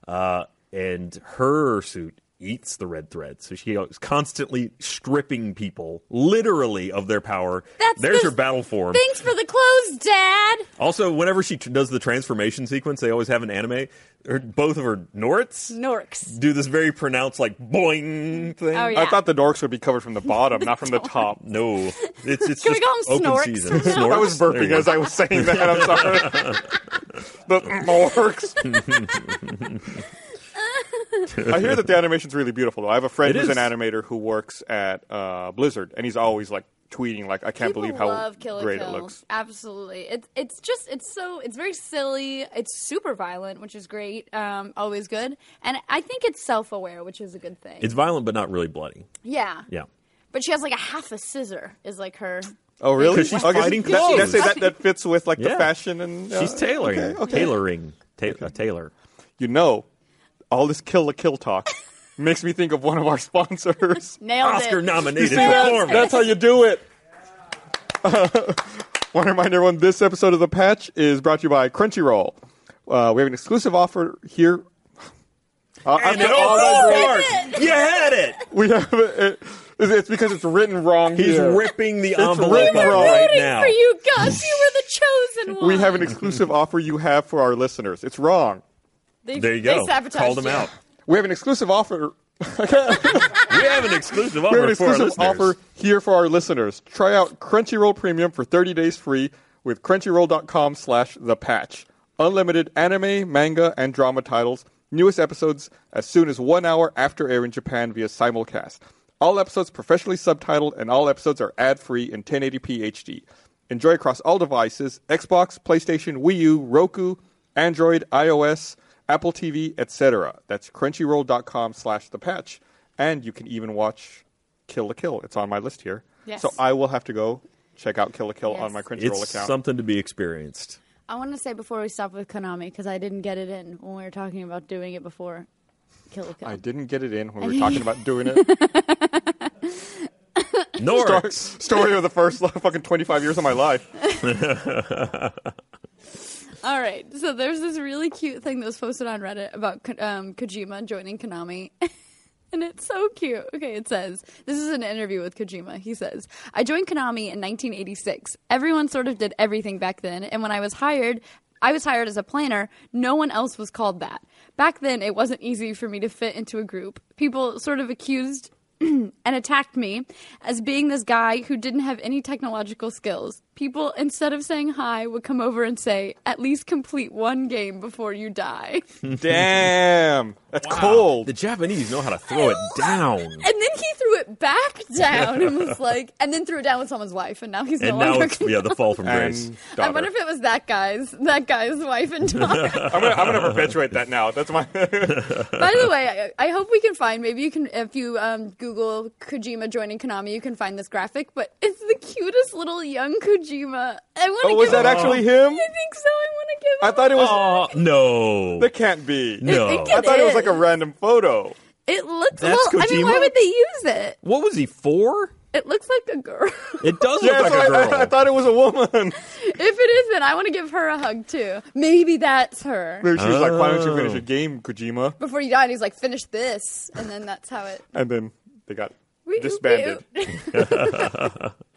Speaker 2: Uh, and her suit eats the red threads, so she is constantly stripping people literally of their power.
Speaker 3: That's
Speaker 2: there's
Speaker 3: the-
Speaker 2: her battle form.
Speaker 3: Thanks for the clothes, Dad.
Speaker 2: Also, whenever she tr- does the transformation sequence, they always have an anime. Her, both of her Norts
Speaker 3: Norks.
Speaker 2: do this very pronounced, like boing thing.
Speaker 3: Oh, yeah.
Speaker 1: I thought the dorks would be covered from the bottom, not from the top.
Speaker 2: No, it's it's
Speaker 3: Can we
Speaker 2: just
Speaker 3: call 'em
Speaker 2: open
Speaker 3: snorks
Speaker 2: season.
Speaker 3: from now on?
Speaker 1: I was
Speaker 2: Snorks? There you
Speaker 1: burping as
Speaker 2: go.
Speaker 1: I was saying that. I'm sorry. the dorks. I hear that the animation's really beautiful. Though I have a friend
Speaker 2: It
Speaker 1: who's
Speaker 2: is.
Speaker 1: an animator who works at uh, Blizzard, and he's always like tweeting, like, "I can't
Speaker 3: People
Speaker 1: believe how
Speaker 3: love Kill la
Speaker 1: great
Speaker 3: Kill.
Speaker 1: it looks."
Speaker 3: Absolutely. It's it's just it's so it's very silly. It's super violent, which is great. Um, always good. And I think it's self aware, which is a good thing.
Speaker 2: It's violent, but not really bloody.
Speaker 3: yeah.
Speaker 2: Yeah,
Speaker 3: But she has like a half a scissor is like her
Speaker 1: Oh, really?
Speaker 2: 'Cause she's
Speaker 1: I guess
Speaker 2: fighting
Speaker 1: that,
Speaker 2: clothes.
Speaker 1: That, that, that fits with like the
Speaker 2: Yeah.
Speaker 1: fashion and uh,
Speaker 2: she's tailoring, tailoring, ta- uh, tailor.
Speaker 1: You know, all this kill the kill talk makes me think of one of our sponsors.
Speaker 3: nailed
Speaker 2: Oscar
Speaker 3: it.
Speaker 2: nominated
Speaker 1: See that?
Speaker 2: performance.
Speaker 1: That's how you do it. Want to remind everyone this episode of The Patch is brought to you by Crunchyroll. Uh, we have an exclusive offer here. Uh, I
Speaker 2: And
Speaker 1: said
Speaker 2: it
Speaker 1: all that
Speaker 2: was
Speaker 1: great-
Speaker 2: dark. You had it.
Speaker 1: we have it, it's because it's written wrong
Speaker 2: He's
Speaker 1: here.
Speaker 2: ripping the envelope
Speaker 1: ripping
Speaker 2: up
Speaker 1: wrong.
Speaker 2: right
Speaker 3: Rooting
Speaker 2: now.
Speaker 3: for you, Gus. You were the chosen one.
Speaker 1: we have an exclusive offer you have for our listeners. It's wrong.
Speaker 3: They,
Speaker 2: There you
Speaker 3: they
Speaker 2: go.
Speaker 3: sabotaged
Speaker 2: Called him
Speaker 3: you.
Speaker 2: out.
Speaker 1: We have an exclusive offer
Speaker 2: We have an exclusive
Speaker 1: We have an
Speaker 2: offer for our
Speaker 1: exclusive
Speaker 2: listeners.
Speaker 1: offer here for our listeners. Try out Crunchyroll Premium for 30 days free with crunchyroll.com slash the patch. Unlimited anime, manga, and drama titles. Newest episodes as soon as one hour after air in Japan via simulcast. All episodes professionally subtitled and all episodes are ad-free in 1080p HD. Enjoy across all devices, Xbox, PlayStation, Wii U, Roku, Android, iOS, Apple TV, etc. That's crunchyroll.com slash the patch. And you can even watch Kill the Kill. It's on my list here.
Speaker 3: Yes.
Speaker 1: So I will have to go check out Kill the Kill
Speaker 3: Yes.
Speaker 1: on my Crunchyroll
Speaker 2: It's
Speaker 1: account.
Speaker 2: something to be experienced.
Speaker 3: I want to say before we stop with Konami because I didn't get it in when we were talking about doing it before Kill la Kill.
Speaker 1: I didn't get it in when we were talking about doing it.
Speaker 2: Norks.
Speaker 1: Story of the first like, fucking 25 years of my life.
Speaker 3: All right, so there's this really cute thing that was posted on Reddit about Ko- um, Kojima joining Konami. And it's so cute. Okay, it says this is an interview with Kojima. He says, I joined Konami in 1986. Everyone sort of did everything back then, and when I was hired, I was hired as a planner. No one else was called that. Back then, it wasn't easy for me to fit into a group. People sort of accused and attacked me as being this guy who didn't have any technological skills. People, instead of saying hi, would come over and say, At least complete one game before you die.
Speaker 1: Damn. That's
Speaker 2: Wow.
Speaker 1: cold.
Speaker 2: The Japanese know how to throw it down.
Speaker 3: And then he threw it back down and was like, and then threw it down with someone's wife, and now he's no
Speaker 2: And now
Speaker 3: longer.
Speaker 2: it's yeah, the fall from grace.
Speaker 1: and
Speaker 3: I
Speaker 1: daughter.
Speaker 3: wonder if it was that guy's that guy's wife and daughter.
Speaker 1: I'm gonna, I'm gonna perpetuate that now. That's my
Speaker 3: Oh By the way, I, I hope we can find. Maybe you can, if you um, Google Kojima joining Konami, you can find this graphic. But it's the cutest little young Kojima. I want to.
Speaker 1: Oh, was
Speaker 3: give
Speaker 1: that
Speaker 3: him-
Speaker 1: actually him?
Speaker 3: I think so. I want to give.
Speaker 1: I
Speaker 3: him-
Speaker 1: thought it was
Speaker 2: Oh no!
Speaker 1: that can't be.
Speaker 2: No.
Speaker 3: It- it
Speaker 1: I
Speaker 3: can-
Speaker 1: thought it was like a random photo.
Speaker 3: It looks
Speaker 2: That's
Speaker 3: a little. I mean,
Speaker 2: Kojima?
Speaker 3: why would they use it?
Speaker 2: What was he four?
Speaker 3: It looks like a girl.
Speaker 2: It does
Speaker 1: Yeah,
Speaker 2: look
Speaker 1: so
Speaker 2: like a
Speaker 1: I-
Speaker 2: girl.
Speaker 1: I, I thought it was a woman.
Speaker 3: if it isn't, I want to give her a hug too. Maybe that's her.
Speaker 1: Maybe she was like, "Why don't you
Speaker 2: Oh.
Speaker 1: finish your game, Kojima?"
Speaker 3: Before he died, he's like, "Finish this," and then that's how it.
Speaker 1: And then they got
Speaker 3: We-
Speaker 1: disbanded.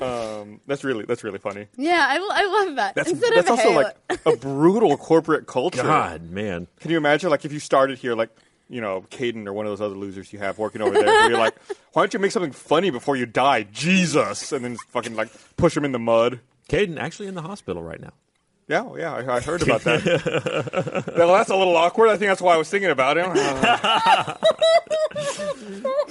Speaker 1: um, that's really that's really funny.
Speaker 3: Yeah, I, lo- I love that.
Speaker 1: That's
Speaker 3: Instead
Speaker 1: that's
Speaker 3: of
Speaker 1: also
Speaker 3: hey,
Speaker 1: like a brutal corporate culture.
Speaker 2: God, man.
Speaker 1: Can you imagine, like, if you started here, like, you know, Caden or one of those other losers you have working over there, where you're like, why don't you make something funny before you die? Jesus! And then just fucking, like, push him in the mud.
Speaker 2: Caden actually in the hospital right now.
Speaker 1: Yeah, oh, yeah, I, I heard about that. well, that's a little awkward. I think that's why I was thinking about him. Uh,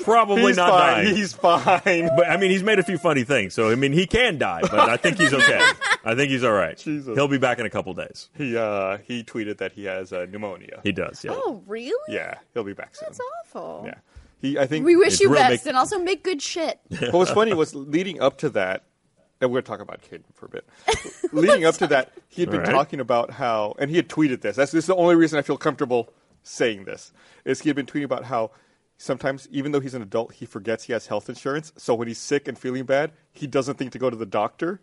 Speaker 2: Probably
Speaker 1: he's
Speaker 2: not
Speaker 1: fine.
Speaker 2: dying.
Speaker 1: He's fine.
Speaker 2: But I mean, he's made a few funny things, so I mean, he can die, but I think he's okay. I think he's all right.
Speaker 1: Jesus.
Speaker 2: He'll be back in a couple days.
Speaker 1: He uh, he tweeted that he has uh, pneumonia.
Speaker 2: He does. Yeah.
Speaker 3: oh really?
Speaker 1: yeah, he'll be back soon.
Speaker 3: that's awful.
Speaker 1: Yeah, he. I think
Speaker 3: We wish
Speaker 2: It's
Speaker 3: you
Speaker 2: real
Speaker 3: best,
Speaker 2: big-
Speaker 3: and also make good shit.
Speaker 1: What was funny was leading up to that, and we're going to talk about Caden for a bit. leading up to that, he had been
Speaker 2: All right.
Speaker 1: talking about how, and he had tweeted this. That's, this is the only reason I feel comfortable saying this, is he had been tweeting about how sometimes, even though he's an adult, he forgets he has health insurance. So when he's sick and feeling bad, he doesn't think to go to the doctor.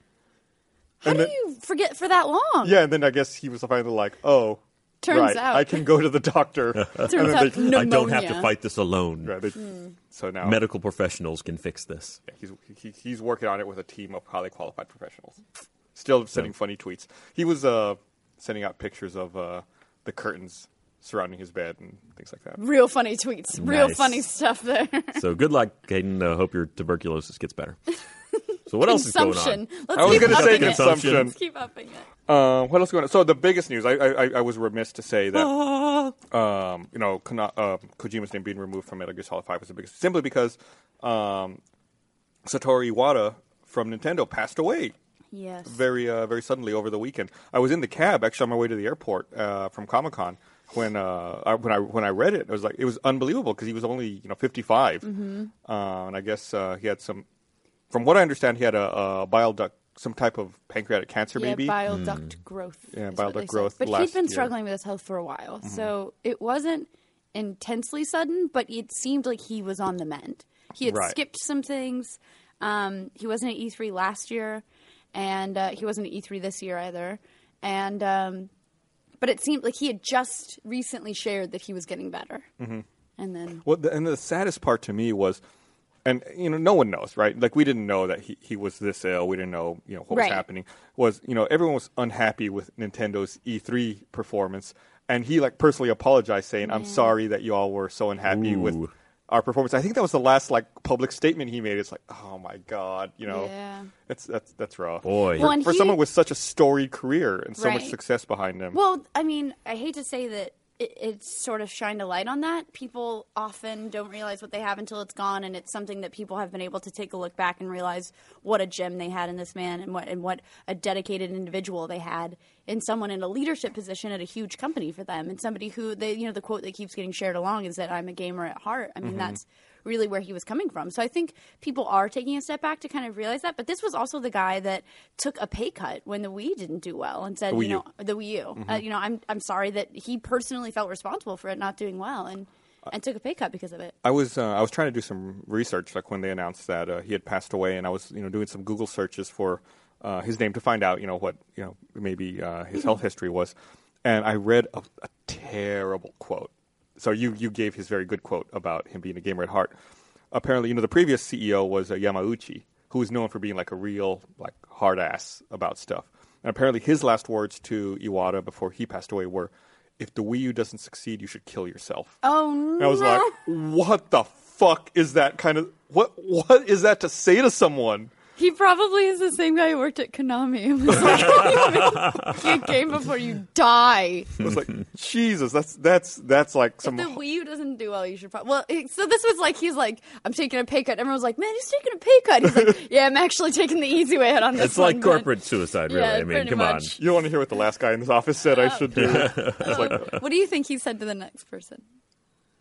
Speaker 3: How
Speaker 1: And
Speaker 3: do
Speaker 1: then-
Speaker 3: you forget for that long?
Speaker 1: Yeah, and then I guess he was finally like, oh,
Speaker 3: Turns
Speaker 1: right,
Speaker 3: out.
Speaker 1: I can go to the doctor.
Speaker 3: Turns out pneumonia.
Speaker 2: I don't have to fight this alone.
Speaker 1: Right, they- So now
Speaker 2: Medical professionals can fix this.
Speaker 1: Yeah, he's he, he's working on it with a team of highly qualified professionals. Still sending funny tweets. He was uh, sending out pictures of uh, the curtains surrounding his bed and things like that.
Speaker 3: Real funny tweets. Real
Speaker 2: Nice.
Speaker 3: funny stuff there.
Speaker 2: So good luck, Caden. Uh, hope your tuberculosis gets better. So what else is going on?
Speaker 3: Consumption. Let's
Speaker 1: I was
Speaker 3: keep
Speaker 1: going to say
Speaker 3: upping it.
Speaker 2: consumption.
Speaker 1: consumption.
Speaker 3: Let's keep upping it.
Speaker 1: Um, what else is going on? So the biggest news. I, I I- I was remiss to say that um, you know Kona, uh, Kojima's name being removed from Metal Gear Solid Five was the biggest, simply because um, Satoru Iwata from Nintendo passed away
Speaker 3: Yes.
Speaker 1: very uh, very suddenly over the weekend. I was in the cab actually on my way to the airport uh, from Comic Con when uh, I, when I when I read it. It was like it was unbelievable because he was only you know 55,
Speaker 3: Mm-hmm.
Speaker 1: uh, and I guess uh, he had some. From what I understand, he had a, a bile duct, some type of pancreatic cancer,
Speaker 3: yeah,
Speaker 1: maybe.
Speaker 3: bile duct growth.
Speaker 1: Yeah,
Speaker 3: is
Speaker 1: bile
Speaker 3: what they
Speaker 1: duct
Speaker 3: said.
Speaker 1: growth
Speaker 3: But
Speaker 1: last
Speaker 3: he'd been
Speaker 1: year. Mm-hmm.
Speaker 3: struggling with his health for a while, so it wasn't intensely sudden, but it seemed like he was on the mend. He had
Speaker 1: Right.
Speaker 3: skipped some things. Um, he wasn't at E3 last year, and uh, he wasn't at E3 this year either. And um, but it seemed like he had just recently shared that he was getting better, mm-hmm. and then
Speaker 1: Well, the, and the saddest part to me was, and you know, no one knows, right? Like we didn't know that he, he was this ill. We didn't know, you know, what
Speaker 3: Right.
Speaker 1: was happening. Was you know, everyone was unhappy with Nintendo's E3 performance, and he like personally apologized, saying, "I'm sorry that you all were so unhappy with
Speaker 2: Ooh.
Speaker 1: our performance." I think that was the last like public statement he made. It's like, oh my god, you know,
Speaker 3: Yeah.
Speaker 1: that's that's that's rough.
Speaker 2: Boy.
Speaker 1: for,
Speaker 3: Well, and
Speaker 1: for
Speaker 3: he-
Speaker 1: someone with such a storied career and so much
Speaker 3: Right.
Speaker 1: success behind him.
Speaker 3: Well, I mean, I hate to say that it, it sort of shined a light on that. People often don't realize what they have until it's gone, and it's something that people have been able to take a look back and realize what a gem they had in this man, and what and what a dedicated individual they had in someone in a leadership position at a huge company for them, and somebody who they you know the quote that keeps getting shared along is that I'm a gamer at heart. I mean, that's really where he was coming from. So I think people are taking a step back to kind of realize that. But this was also the guy that took a pay cut when the Wii didn't do well and said,
Speaker 1: Wii
Speaker 3: you
Speaker 1: U.
Speaker 3: know, the Wii U. Uh,
Speaker 2: Mm-hmm.
Speaker 3: you know, I'm I'm sorry that he personally felt responsible for it not doing well and and took a pay cut because of it.
Speaker 1: I was uh, I was trying to do some research, like when they announced that uh, he had passed away, and I was you know doing some Google searches for uh, his name to find out you know what you know maybe uh, his health history was, and I read a, a terrible quote. So you you gave his very good quote about him being a gamer at heart. Apparently, you know the previous CEO was uh, Yamauchi, who was known for being like a real like hard ass about stuff. And apparently, his last words to Iwata before he passed away were, "If the Wii U doesn't succeed, you should kill yourself."
Speaker 3: Oh
Speaker 1: And I was like, what the fuck is that kind of what what is that to say to someone?
Speaker 3: he probably is the same guy who worked at Konami. He was like, you game before you die.
Speaker 1: It was like Jesus, that's that's that's like
Speaker 3: If
Speaker 1: some
Speaker 3: the Wii U doesn't do well, you should probably. Well, it- so this was like he's like, I'm taking a pay cut. Everyone's like, man, he's taking a pay cut. He's like, yeah, I'm actually taking the easy way out on this.
Speaker 2: It's like
Speaker 3: one,
Speaker 2: corporate suicide, really.
Speaker 3: Yeah,
Speaker 2: I mean,
Speaker 3: pretty
Speaker 2: come
Speaker 3: much.
Speaker 1: you don't want to hear what the last guy in this office said I should do.
Speaker 3: but- Um, what do you think he said to the next person?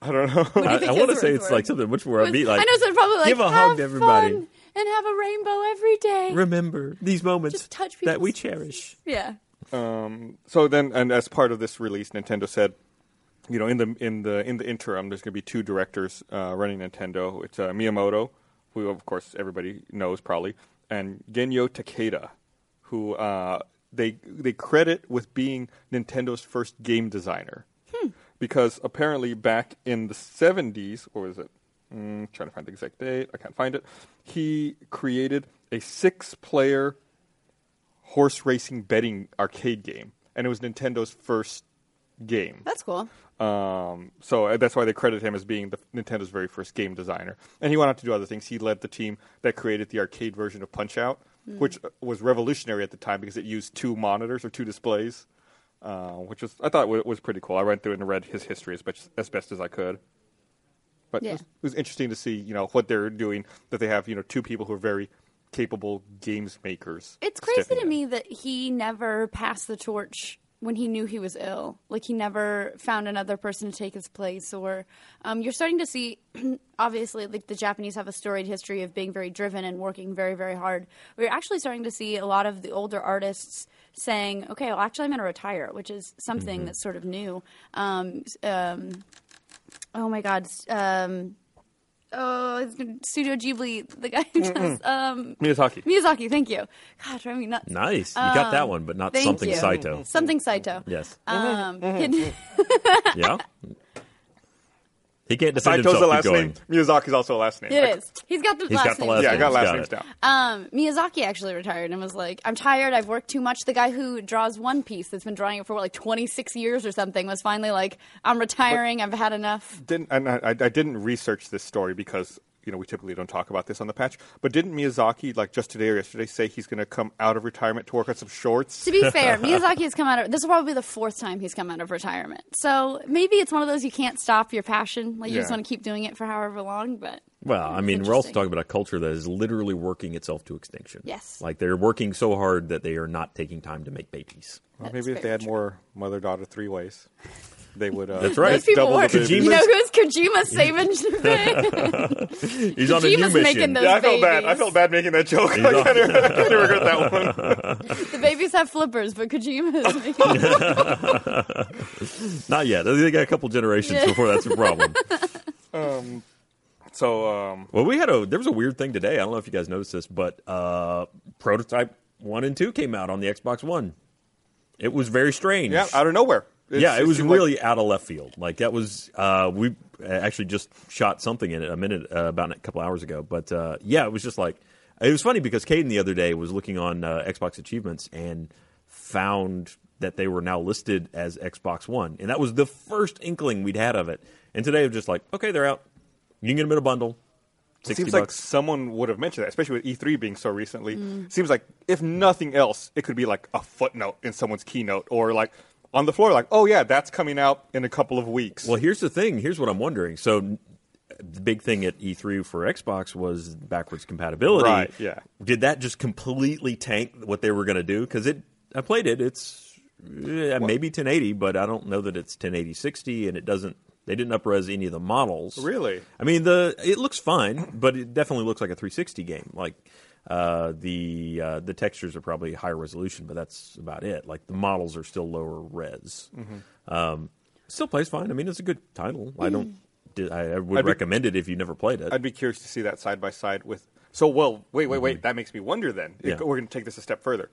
Speaker 1: I don't know.
Speaker 3: do
Speaker 2: on.
Speaker 3: you
Speaker 2: I,
Speaker 3: think
Speaker 2: I want to
Speaker 3: his
Speaker 2: say
Speaker 3: words
Speaker 2: it's
Speaker 3: were?
Speaker 2: like something much more upbeat. Like
Speaker 3: I know, so probably like
Speaker 2: give a
Speaker 3: have
Speaker 2: hug to everybody.
Speaker 3: fun and have a rainbow every day.
Speaker 2: Remember these moments
Speaker 3: Just touch
Speaker 2: that we
Speaker 3: people's
Speaker 2: cherish.
Speaker 3: yeah.
Speaker 1: So then and as part of this release Nintendo said you know, in the in the in the interim, there's going to be two directors uh, running Nintendo. It's uh, Miyamoto, who of course everybody knows probably, and Genyo Takeda, who uh, they they credit with being Nintendo's first game designer, because apparently back in the 70s, or was it? Mm, trying to find the exact date. I can't find it. He created a six-player horse racing betting arcade game, and it was Nintendo's first game.
Speaker 3: That's cool.
Speaker 1: Um, so uh, that's why they credit him as being the, Nintendo's very first game designer. And he went on to do other things. He led the team that created the arcade version of Punch Out,
Speaker 3: Hmm.
Speaker 1: which uh, was revolutionary at the time because it used two monitors or two displays, uh, which was I thought w- was pretty cool. I went through and read his history as best as, best as I could. But
Speaker 3: Yeah.
Speaker 1: it, was, it was interesting to see, you know, what they're doing. That they have, you know, two people who are very capable games makers.
Speaker 3: It's crazy
Speaker 1: stepping
Speaker 3: to
Speaker 1: in.
Speaker 3: me that he never passed the torch when he knew he was ill. Like he never found another person to take his place. Or um, you're starting to see, obviously, like the Japanese have a storied history of being very driven and working very, very hard. We're actually starting to see a lot of the older artists saying, "Okay, well, actually, I'm going to retire," which is something that's sort of new. Um, s- um, oh my God. s- Um, Oh, it's been Studio Ghibli, the guy who does um,
Speaker 1: Miyazaki.
Speaker 3: Miyazaki, thank you. God, driving me nuts.
Speaker 2: Nice. You got that one, but not
Speaker 3: Um, thank
Speaker 2: something
Speaker 3: you.
Speaker 2: Saito.
Speaker 3: Something Saito.
Speaker 2: Yes.
Speaker 3: Um, hidden-
Speaker 2: yeah. He can't defend
Speaker 1: Saito's
Speaker 2: himself.
Speaker 1: a
Speaker 2: Keep
Speaker 1: last
Speaker 2: going.
Speaker 1: name. Miyazaki's also a last name. I-
Speaker 3: it is. He's got the
Speaker 2: He's
Speaker 3: last
Speaker 2: got the
Speaker 3: name.
Speaker 2: last
Speaker 1: Yeah, I got
Speaker 2: names,
Speaker 1: last
Speaker 2: got
Speaker 1: names
Speaker 2: it.
Speaker 1: down.
Speaker 3: Um, Miyazaki actually retired and was like, I'm tired. I've worked too much. The guy who draws One Piece that's been drawing it for what, like 26 years or something was finally like, I'm retiring. I've had enough.
Speaker 1: didn't and I, I didn't research this story because you know we typically don't talk about this on the patch. But didn't Miyazaki like just today or yesterday say he's going to come out of retirement to work on some shorts?
Speaker 3: To be fair, Miyazaki has come out of this will probably be the fourth time he's come out of retirement. So maybe it's one of those you can't stop your passion. Like you just
Speaker 1: Yeah.
Speaker 3: want to keep doing it for however long. But
Speaker 2: Well, I
Speaker 3: It's
Speaker 2: mean, we're also
Speaker 3: interesting.
Speaker 2: talking about a culture that is literally working itself to extinction.
Speaker 3: Yes.
Speaker 2: Like they're working so hard that they are not taking time to make babies.
Speaker 1: Well,
Speaker 3: That's
Speaker 1: maybe if they
Speaker 3: very
Speaker 1: had
Speaker 3: true.
Speaker 1: more mother daughter three ways, they would. Uh,
Speaker 2: That's right.
Speaker 3: those people
Speaker 1: double the
Speaker 3: were.
Speaker 1: babies.
Speaker 3: You know who's Kojima saving?
Speaker 2: He's on a new
Speaker 3: Kojima's making
Speaker 2: mission.
Speaker 3: those
Speaker 1: Yeah, I felt bad. I
Speaker 3: babies.
Speaker 1: felt bad making that joke. I kind of regret that one.
Speaker 3: The babies have flippers, but Kojima is making
Speaker 2: Not yet. They got a couple generations
Speaker 3: Yeah.
Speaker 2: before that's a problem.
Speaker 1: So um,
Speaker 2: well, we had a there was a weird thing today. I don't know if you guys noticed this, but uh, prototype one and two came out on the Xbox One. It was very strange.
Speaker 1: yeah, out of nowhere. It's-
Speaker 2: yeah, it was
Speaker 1: seemed like-
Speaker 2: really out of left field. Like that was uh, we actually just shot something in it a minute uh, about a couple hours ago. But uh, yeah, it was just like it was funny because Caden the other day was looking on uh, Xbox achievements and found that they were now listed as Xbox One, and that was the first inkling we'd had of it. And today it was just like, okay, they're out. You can get them in a bundle.
Speaker 1: It
Speaker 2: Sixty
Speaker 1: seems like
Speaker 2: bucks.
Speaker 1: someone would have mentioned that, especially with E3 being so recently. Seems like if nothing else, it could be like a footnote in someone's keynote or like on the floor, like, oh yeah, that's coming out in a couple of weeks.
Speaker 2: Well, here's the thing. Here's what I'm wondering. So, n- the big thing at E3 for Xbox was backwards compatibility.
Speaker 1: Right, yeah.
Speaker 2: Did that just completely tank what they were going to do? Because it, I played it. It's eh, maybe 1080, but I don't know that it's 1080 60, and it doesn't. They didn't upres any of the models.
Speaker 1: Really?
Speaker 2: I mean, the it looks fine, but it definitely looks like a 360 game. Like uh, the uh, the textures are probably higher resolution, but that's about it. Like the models are still lower res.
Speaker 1: Mm-hmm.
Speaker 2: Um, still plays fine. I mean, it's a good title. I don't. di- I I would
Speaker 1: I'd be-
Speaker 2: recommend it if you never played it.
Speaker 1: I'd be curious to see that side by side with. So, well, wait, wait, wait. That makes me wonder. Then
Speaker 2: Mm-hmm. Yeah.
Speaker 1: If- we're going to take this a step further.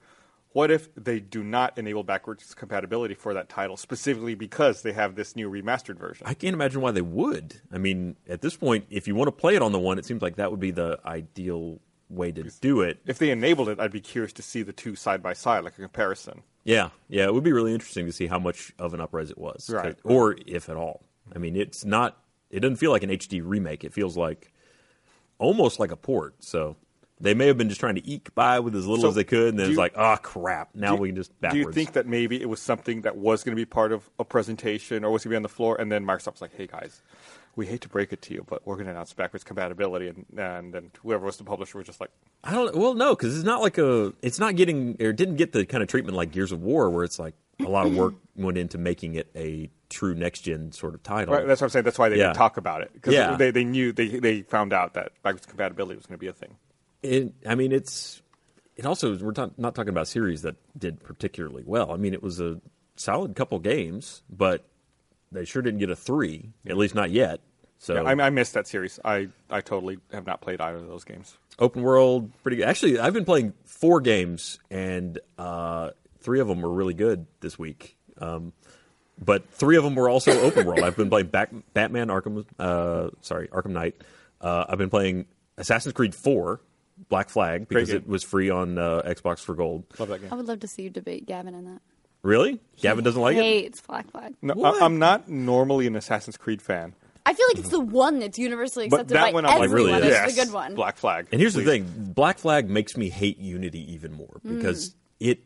Speaker 1: What if they do not enable backwards compatibility for that title specifically because they have this new remastered version?
Speaker 2: I can't imagine why they would. I mean, at this point, if you want to play it on the one, it seems like that would be the ideal way to do it.
Speaker 1: if they enabled it, I'd be curious to see the two side by side, like a comparison.
Speaker 2: Yeah, yeah, it would be really interesting to see how much of an upres it was,
Speaker 1: Right.
Speaker 2: Or if at all. I mean, it's not. It doesn't feel like an HD remake. It feels like almost like a port. So they may have been just trying to eke by with as little
Speaker 1: So
Speaker 2: as they could, and then
Speaker 1: do
Speaker 2: it's
Speaker 1: you-
Speaker 2: like, ah, crap. Now
Speaker 1: Do-
Speaker 2: we can just
Speaker 1: Do you
Speaker 2: backwards.
Speaker 1: think that maybe it was something that was going to be part of a presentation or was going to be on the floor, and then Microsoft's like, "Hey guys, we hate to break it to you, but we're going to announce backwards compatibility," and, and then whoever was the publisher was just like,
Speaker 2: I don't. Well, no, because it's not like a. It's not getting or it didn't get the kind of treatment like Gears of War, where it's like a lot of work went into making it a true next gen sort of title.
Speaker 1: Right, that's what I'm saying. That's why they
Speaker 2: Yeah.
Speaker 1: didn't talk about it because
Speaker 2: Yeah.
Speaker 1: they, they knew they they found out that backwards compatibility was going to be a thing.
Speaker 2: it, I mean, it's it also we're ta- not talking about series that did particularly well. I mean, it was a solid couple games, but They sure didn't get a three, at least not yet. So
Speaker 1: I, I missed that series. I, I totally have not played either of those games.
Speaker 2: open world, pretty good. Actually, I've been playing four games, and uh, three of them were really good this week. Um, but three of them were also open world. I've been playing Back- Batman Arkham, uh, sorry, Arkham Knight. Uh, I've been playing Assassin's Creed Four, Black Flag, because
Speaker 1: game.
Speaker 2: it was free on uh, Xbox for Gold.
Speaker 1: Love that game.
Speaker 4: I would love to see you debate Gavin in that.
Speaker 2: Really,
Speaker 1: Oh,
Speaker 2: Gavin doesn't like it.
Speaker 4: Hates Black Flag.
Speaker 1: No,
Speaker 2: What?
Speaker 1: I, am not normally an Assassin's Creed fan,
Speaker 3: I feel like it's the one that's universally
Speaker 1: but
Speaker 3: accepted
Speaker 1: that
Speaker 3: by
Speaker 1: one I'm
Speaker 3: everyone.
Speaker 1: like
Speaker 2: really
Speaker 1: really
Speaker 2: is.
Speaker 1: yes,
Speaker 3: it's the good one.
Speaker 1: Black Flag.
Speaker 2: And here's
Speaker 1: please.
Speaker 2: the thing: Black Flag makes me hate Unity even more because it.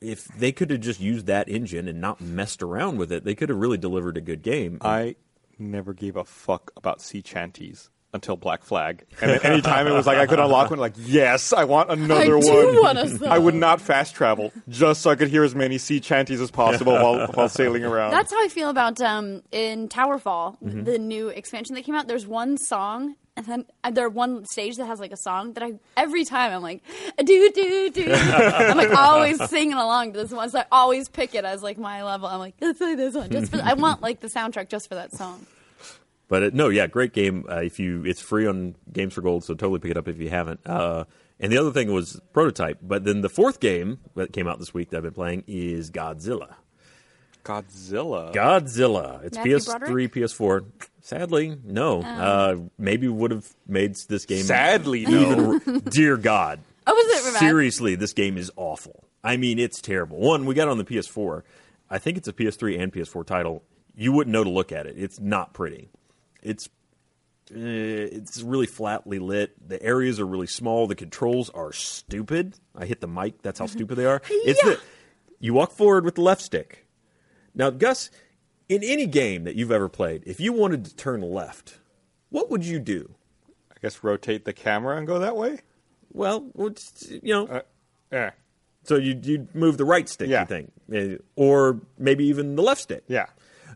Speaker 2: If they could have just used that engine and not messed around with it, they could have really delivered a good game.
Speaker 1: I never gave a fuck about sea chanties until Black Flag, and then anytime it was like I could unlock one, like yes, I want another
Speaker 4: I
Speaker 1: one.
Speaker 4: do want us
Speaker 1: I would not fast travel just so I could hear as many sea chanties as possible while while sailing around.
Speaker 3: That's how I feel about um, in Towerfall,
Speaker 2: Mm-hmm.
Speaker 3: the new expansion that came out. There's one song, and then uh, there one stage that has like a song that I every time I'm like, do do do. I'm like always singing along to this one, so I always pick it as like my level. I'm like, let's play this one just for. I want like the soundtrack just for that song.
Speaker 2: But it, no, yeah, great game. Uh, if you, it's free on Games for Gold, so totally pick it up if you haven't. Uh, and the other thing was Prototype. But then the fourth game that came out this week that I've been playing is Godzilla.
Speaker 1: Godzilla.
Speaker 2: Godzilla. It's
Speaker 3: Matthew
Speaker 2: PS3,
Speaker 3: Broderick? Oh.
Speaker 2: PS4. Sadly, no. Uh, maybe would have made this game.
Speaker 1: Sadly, no.
Speaker 2: even- dear God.
Speaker 3: Oh, was it bad?
Speaker 2: Seriously, this game is awful. I mean, it's terrible. One, we got it on the PS4. I think it's a PS3 and PS4 title. You wouldn't know to look at it. It's not pretty. It's uh, it's really flatly lit. The areas are really small. The controls are stupid. I hit the mic. That's how stupid they are. It's the, you walk forward with the left stick. Now, Gus, in any game that you've ever played, if you wanted to turn left, what would you do?
Speaker 1: I guess rotate the camera and go that way.
Speaker 2: Well, it's- you know,
Speaker 1: Yeah,
Speaker 2: so you you move the right stick,
Speaker 1: Yeah.
Speaker 2: you think, Uh, or maybe even the left stick.
Speaker 1: yeah.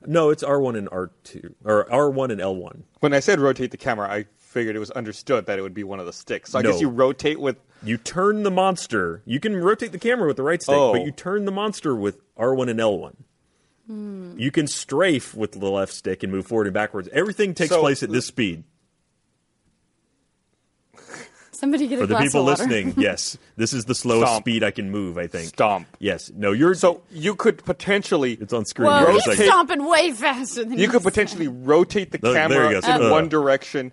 Speaker 2: No, it's R one and R two, or R one and L one.
Speaker 1: When I said rotate the camera, I figured it was understood that it would be one of the sticks. So I
Speaker 2: No.
Speaker 1: guess you rotate with.
Speaker 2: You turn the monster. You can rotate the camera with the right stick,
Speaker 1: Oh.
Speaker 2: but you turn the monster with R one and L one.
Speaker 4: Hmm.
Speaker 2: You can strafe with the left stick and move forward and backwards. Everything takes
Speaker 1: So-
Speaker 2: place at this speed.
Speaker 4: Somebody get a
Speaker 2: For the
Speaker 4: glass
Speaker 2: people
Speaker 4: of water.
Speaker 2: listening, yes, this is the slowest
Speaker 1: Stomp.
Speaker 2: speed I can move. I think.
Speaker 1: Stomp.
Speaker 2: Yes. No, you're
Speaker 1: So you could potentially.
Speaker 2: It's on screen.
Speaker 3: Whoa,
Speaker 2: You're
Speaker 3: he's
Speaker 2: just like-
Speaker 3: stomping way faster than
Speaker 1: you could
Speaker 3: he's-
Speaker 1: potentially rotate the
Speaker 2: There- there
Speaker 1: camera
Speaker 2: you go.
Speaker 1: in
Speaker 2: Uh.
Speaker 1: one direction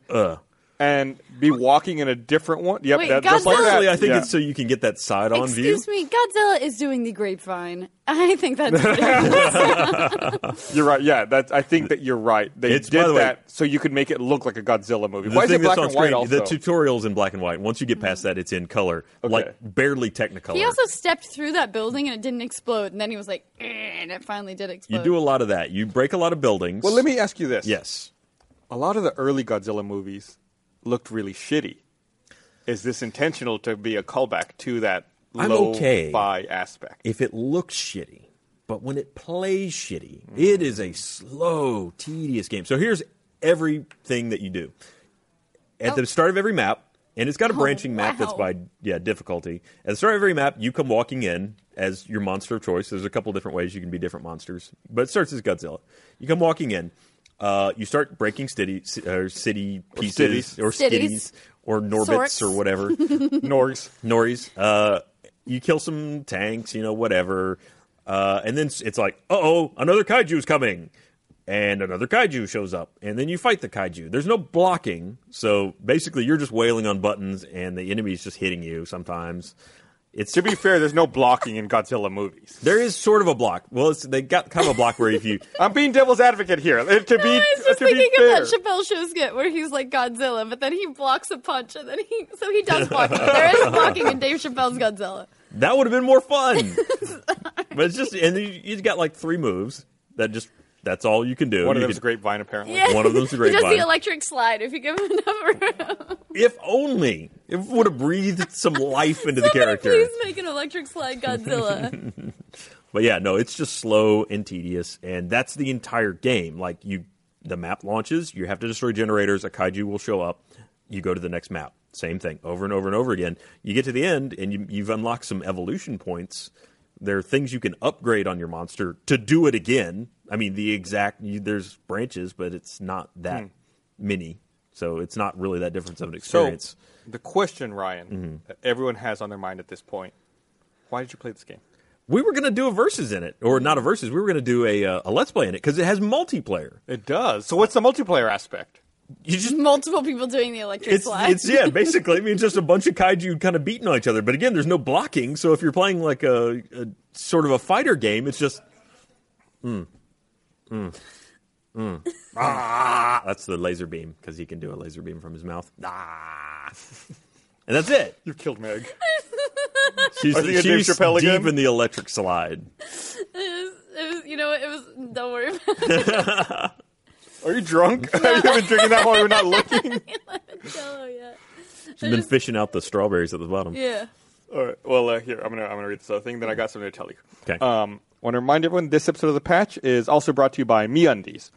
Speaker 1: and be walking in a different one. Yep,
Speaker 4: Wait,
Speaker 1: that, just like
Speaker 4: Godzilla-
Speaker 1: that.
Speaker 2: Actually, I think
Speaker 1: Yeah.
Speaker 2: it's so you can get that side on view.
Speaker 4: Excuse me, Godzilla is doing the grapevine. I think that's pretty
Speaker 1: you're right. Yeah, that's, I think that you're right. They
Speaker 2: It's- by
Speaker 1: did
Speaker 2: the
Speaker 1: that
Speaker 2: way-
Speaker 1: so you could make it look like a Godzilla movie.
Speaker 2: The
Speaker 1: Why is
Speaker 2: thing
Speaker 1: it black
Speaker 2: that's on
Speaker 1: and white?
Speaker 2: screen,
Speaker 1: Also,
Speaker 2: The tutorial's in black and white. Once you get past that, it's in color, like barely Technicolor.
Speaker 4: He also stepped through that building and it didn't explode, and then he was like, "Eh," and it finally did explode.
Speaker 2: you do a lot of that. You break a lot of buildings.
Speaker 1: well, let me ask you this.
Speaker 2: Yes,
Speaker 1: a lot of the early Godzilla movies looked really shitty. Is this intentional to be a callback to that
Speaker 2: I'm
Speaker 1: low
Speaker 2: okay.
Speaker 1: fi aspect?
Speaker 2: if it looks shitty, but when it plays shitty, it is a slow, tedious game. So here's everything that you do at the start of every map, and it's got a branching map that's
Speaker 4: wow.
Speaker 2: by yeah difficulty. At the start of every map, you come walking in as your monster of choice. There's a couple different ways you can be different monsters, but it starts as Godzilla. You come walking in. Uh, you start breaking city, ci- or city pieces
Speaker 1: stitties.
Speaker 2: or
Speaker 3: Stitties.
Speaker 2: skitties or norbits
Speaker 3: Sorts.
Speaker 2: or whatever.
Speaker 1: Norgs.
Speaker 2: Norries. Uh, you kill some tanks, you know, whatever. Uh, and then it's like, uh oh, another kaiju's coming. And another kaiju shows up. And then you fight the kaiju. There's no blocking. So basically, you're just wailing on buttons, and the enemy's just hitting you sometimes. It's
Speaker 1: To be fair, there's no blocking in Godzilla movies.
Speaker 2: There is sort of a block. Well, it's, they got kind of a block where if you.
Speaker 1: I'm being devil's advocate here. It- to be,
Speaker 4: I was just
Speaker 1: to be
Speaker 4: thinking
Speaker 1: fair.
Speaker 4: of that Chappelle show skit where he's like Godzilla, but then he blocks a punch, and then he so he does block. there is blocking in Dave Chappelle's Godzilla.
Speaker 2: That would have been more fun. but it's just. And you, you've got like three moves that just. That's all you can do.
Speaker 1: One of
Speaker 2: You
Speaker 1: them's
Speaker 2: can-
Speaker 1: grapevine, apparently.
Speaker 4: Yeah.
Speaker 2: One of them's a great
Speaker 4: he does
Speaker 2: vine.
Speaker 4: the electric slide if you give him enough room.
Speaker 2: If only it would have breathed some life into the character.
Speaker 4: Please make an electric slide Godzilla.
Speaker 2: But yeah, no, it's just slow and tedious, and that's the entire game. Like you, the map launches, you have to destroy generators. A kaiju will show up. You go to the next map. Same thing over and over and over again. You get to the end, and you, you've unlocked some evolution points. There are things you can upgrade on your monster to do it again. I mean, the exact you, there's branches, but it's not that many, so it's not really that difference of an
Speaker 1: So,
Speaker 2: experience.
Speaker 1: the question, Ryan, that everyone has on their mind at this point: Why did you play this game?
Speaker 2: we were going to do a versus in it, or not a versus. We were going to do a uh, a let's play in it because it has multiplayer.
Speaker 1: It does. So, what's the multiplayer aspect?
Speaker 2: You just
Speaker 4: Multiple people doing the electric
Speaker 2: it's
Speaker 4: slide.
Speaker 2: it's yeah, basically. I mean, just a bunch of kaiju kind of beating on each other. But again, there's no blocking. So if you're playing like a, a sort of a fighter game, it's just. Mm. Mm. Mm. mm. Ah, that's the laser beam because he can do a laser beam from his mouth. Ah, and that's it.
Speaker 1: You've killed Meg.
Speaker 2: She's,
Speaker 1: Are you gonna do
Speaker 2: she's deep
Speaker 1: Chappelle again?
Speaker 2: in the electric slide.
Speaker 4: It was- it was- you know, it was. Don't worry about it.
Speaker 1: Are you drunk? Have you been drinking that while we were not looking?
Speaker 4: Oh, yeah.
Speaker 2: She's been fishing out the strawberries at the bottom.
Speaker 4: Yeah.
Speaker 1: All right. Well, uh, here I'm gonna I'm gonna read this other thing. Then I got something to tell you.
Speaker 2: Okay.
Speaker 1: Um, want to remind everyone this episode of the Patch is also brought to you by MeUndies.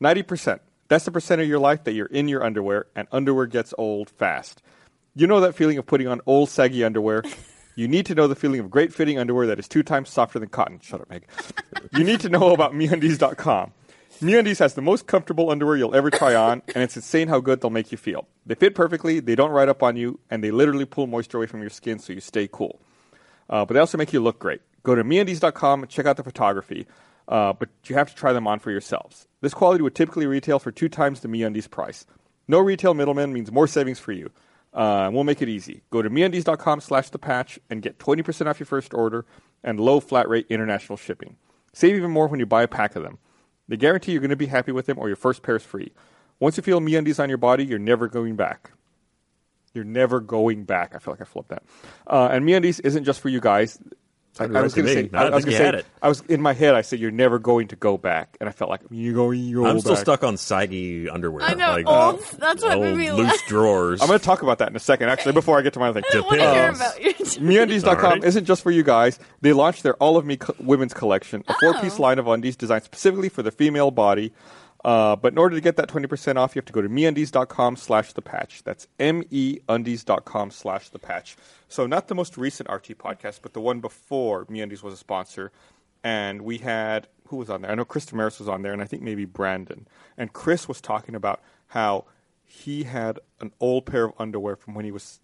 Speaker 1: Ninety percent. That's the percent of your life that you're in your underwear, and underwear gets old fast. You know that feeling of putting on old saggy underwear. You need to know the feeling of great fitting underwear that is two times softer than cotton. Shut up, Meg. you need to know about MeUndies.com. MeUndies has the most comfortable underwear you'll ever try on, and it's insane how good they'll make you feel. They fit perfectly, they don't ride up on you, and they literally pull moisture away from your skin so you stay cool. Uh, but they also make you look great. Go to meandies.com and check out the photography, uh, but you have to try them on for yourselves. This quality would typically retail for two times the MeUndies price. No retail middleman means more savings for you. Uh, and we'll make it easy. Go to meundies.com slash the patch and get 20% off your first order and low flat rate international shipping. Save even more when you buy a pack of them. They guarantee you're going to be happy with them or your first pair is free. Once you feel MeUndies on your body, you're never going back. You're never going back. I feel like I flipped that. Uh, and MeUndies isn't just for you guys. I,
Speaker 2: Sounded right to
Speaker 1: gonna
Speaker 2: me.
Speaker 1: say,
Speaker 2: I don't
Speaker 1: was
Speaker 2: think
Speaker 1: gonna
Speaker 2: you
Speaker 1: say,
Speaker 2: had it.
Speaker 1: I was in my head. I said, "You're never going to go back," and I felt like you're going. You go
Speaker 2: I'm still
Speaker 1: back."
Speaker 2: stuck on saggy underwear.
Speaker 4: I know.
Speaker 2: Like,
Speaker 4: old. that's what
Speaker 2: old
Speaker 4: made me
Speaker 2: loose
Speaker 4: laugh.
Speaker 2: drawers.
Speaker 1: I'm going to talk about that in a second, actually, before I get to my other
Speaker 4: I
Speaker 1: thing.
Speaker 4: want to hear
Speaker 2: Depends.
Speaker 4: about your.
Speaker 1: MeUndies.com
Speaker 2: All right.
Speaker 1: isn't just for you guys. They launched their All of Me co- women's collection, a four-piece line of undies designed specifically for the female body. Uh, but in order to get that 20% off, you have to go to MeUndies.com slash the patch. That's E M-E-Undies.com slash the patch. So not the most recent RT podcast, but the one before MeUndies was a sponsor. And we had, who was on there? I know Chris Damaris was on there, and I think maybe Brandon. And Chris was talking about how he had an old pair of underwear from when he was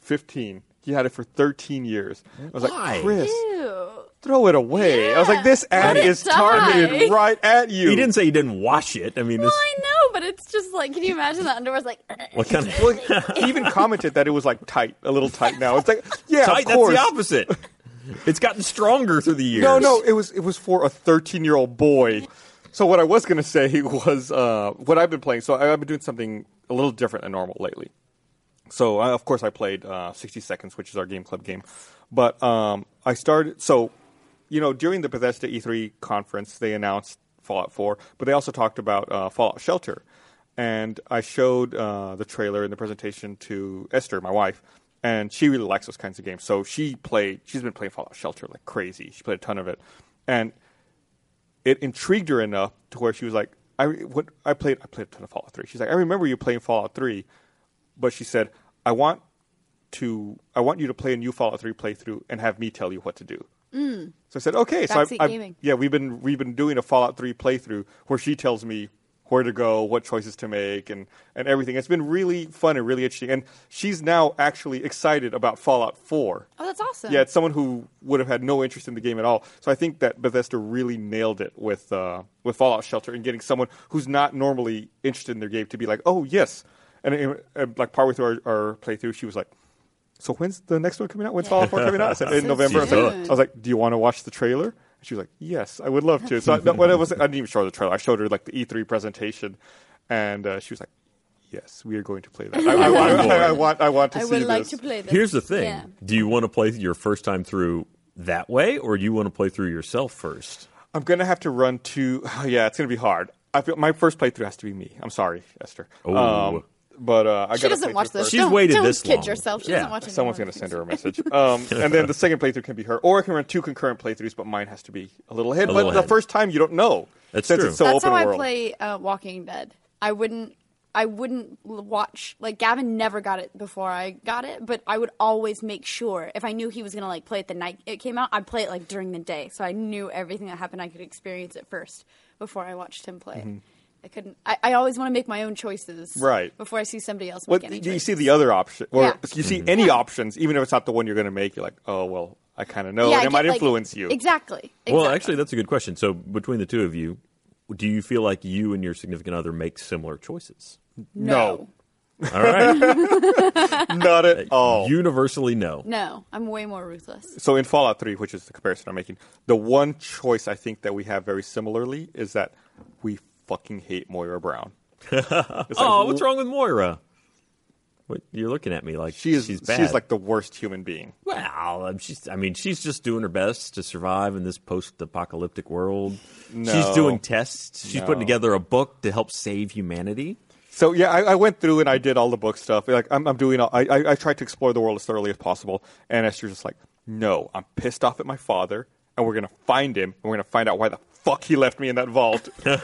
Speaker 1: 15. He had it for 13 years. I was
Speaker 2: Why?
Speaker 1: like, Chris,
Speaker 4: Ew.
Speaker 1: throw it away. I was like, this ad
Speaker 4: it
Speaker 1: is
Speaker 4: die.
Speaker 1: targeted right at you.
Speaker 2: he didn't say he didn't wash it. I mean,
Speaker 4: Well,
Speaker 2: this,
Speaker 4: I know, but it's just like, can you imagine that underwear's like?
Speaker 2: what kind of
Speaker 1: Well, he even commented that it was like tight, a little tight now. It's like, yeah,
Speaker 2: tight?
Speaker 1: of
Speaker 2: That's
Speaker 1: course.
Speaker 2: the opposite. It's gotten stronger through the years.
Speaker 1: No, no, it was it was for a 13 year old boy. So what I was gonna say was uh, what I've been playing. So I- I've been doing something a little different than normal lately. So I, of course I played uh, 60 Seconds, which is our game club game. But um, I started. So you know, during the Bethesda E3 conference, they announced Fallout 4, but they also talked about uh, Fallout Shelter. And I showed uh, the trailer and the presentation to Esther, my wife, and she really likes those kinds of games. So she played. She's been playing Fallout Shelter like crazy. She played a ton of it, and it intrigued her enough to where she was like, "I re- what I played. I played a ton of Fallout 3." She's like, "I remember you playing Fallout 3," but she said, "I want to. I want you to play a new Fallout 3 playthrough and have me tell you what to do." So I said, "Okay." so
Speaker 4: Mm. Backseat
Speaker 1: I, I,
Speaker 4: gaming.
Speaker 1: yeah, we've been we've been doing a Fallout 3 playthrough where she tells me where to go, what choices to make, and and everything. It's been really fun and really interesting. And she's now actually excited about Fallout 4.
Speaker 4: Oh, that's awesome.
Speaker 1: Yeah, it's someone who would have had no interest in the game at all. So I think that Bethesda really nailed it with uh, with Fallout Shelter and getting someone who's not normally interested in their game to be like, oh yes, and, and, and like partway through our, our playthrough, she was like. So when's the next one coming out? When's Fallout 4 coming out? I said in
Speaker 4: So
Speaker 1: November. I was, like,
Speaker 4: soon.
Speaker 1: I was like, "Do you want to watch the trailer?" And she was like, "Yes, I would love to." So I, no, when I was, I didn't even show her the trailer. I showed her like the E3 presentation, and uh, she was like, "Yes, we are going to play that. I, I, I, I, I want, I want to
Speaker 4: I
Speaker 1: see
Speaker 4: would
Speaker 1: this."
Speaker 4: like to play this.
Speaker 2: Here's the thing:
Speaker 4: Yeah.
Speaker 2: Do you want to play your first time through that way, or do you want to play through yourself first?
Speaker 1: I'm gonna have to run two. yeah, it's gonna be hard. I feel my first playthrough has to be me. I'm sorry, Esther.
Speaker 2: Ooh.
Speaker 1: but uh, I
Speaker 4: She
Speaker 1: gotta
Speaker 4: doesn't
Speaker 1: play
Speaker 4: watch
Speaker 1: through
Speaker 4: this.
Speaker 1: first.
Speaker 2: She's
Speaker 4: don't,
Speaker 2: waited
Speaker 4: don't
Speaker 2: this
Speaker 4: kid
Speaker 2: long.
Speaker 4: yourself. She
Speaker 2: Yeah.
Speaker 4: doesn't watch it.
Speaker 1: Someone's gonna send her a message, um, and then the second playthrough can be her, or I can run two concurrent playthroughs, but mine has to be a little ahead. but
Speaker 2: little
Speaker 1: the
Speaker 2: ahead.
Speaker 1: first time, you don't know.
Speaker 2: That's
Speaker 1: since
Speaker 2: true.
Speaker 1: It's so
Speaker 4: That's
Speaker 1: open
Speaker 4: how
Speaker 1: world.
Speaker 4: I play uh, Walking Dead. I wouldn't
Speaker 3: I wouldn't l- watch. Like Gavin never got it before I got it, but I would always make sure if I knew he was gonna like play it the night it came out, I'd play it like during the day, so I knew everything that happened. I could experience it first before I watched him play. I couldn't. I, I always want to make my own choices,
Speaker 1: Mm-hmm. Right.
Speaker 3: Before I see somebody else
Speaker 1: What
Speaker 3: make any
Speaker 1: do you
Speaker 3: choices.
Speaker 1: see the other option, or
Speaker 3: Yeah.
Speaker 1: you
Speaker 2: Mm-hmm.
Speaker 1: see any options, even if it's not the one you're going to make? You're like, oh well, I kind of know,
Speaker 3: Yeah, I
Speaker 1: and it
Speaker 3: get,
Speaker 1: might
Speaker 3: like-
Speaker 1: influence you.
Speaker 3: Exactly.
Speaker 2: Well,
Speaker 3: exactly.
Speaker 2: actually, that's a good question. So, between the two of you, do you feel like you and your significant other make similar choices?
Speaker 1: No,
Speaker 2: All right.
Speaker 1: not at all.
Speaker 2: Universally, no.
Speaker 3: No, I'm way more ruthless.
Speaker 1: so in Fallout 3, which is the comparison I'm making, the one choice I think that we have very similarly is that we fucking hate Moira Brown. It's like,
Speaker 2: Oh, what's wrong with Moira? What, you're looking at me like
Speaker 1: She is
Speaker 2: she's bad.
Speaker 1: she's like the worst human being.
Speaker 2: well, um, she's. I mean, she's just doing her best to survive in this post-apocalyptic world. She's
Speaker 1: No.
Speaker 2: doing tests. She's putting
Speaker 1: No.
Speaker 2: together a book to help save humanity.
Speaker 1: So yeah, I, I went through and I did all the book stuff. Like I'm, I'm doing, all, I, I I tried to explore the world as thoroughly as possible. And Esther's just like, no, I'm pissed off at my father, and we're gonna find him, and we're gonna find out why the fuck he left me in that vault. and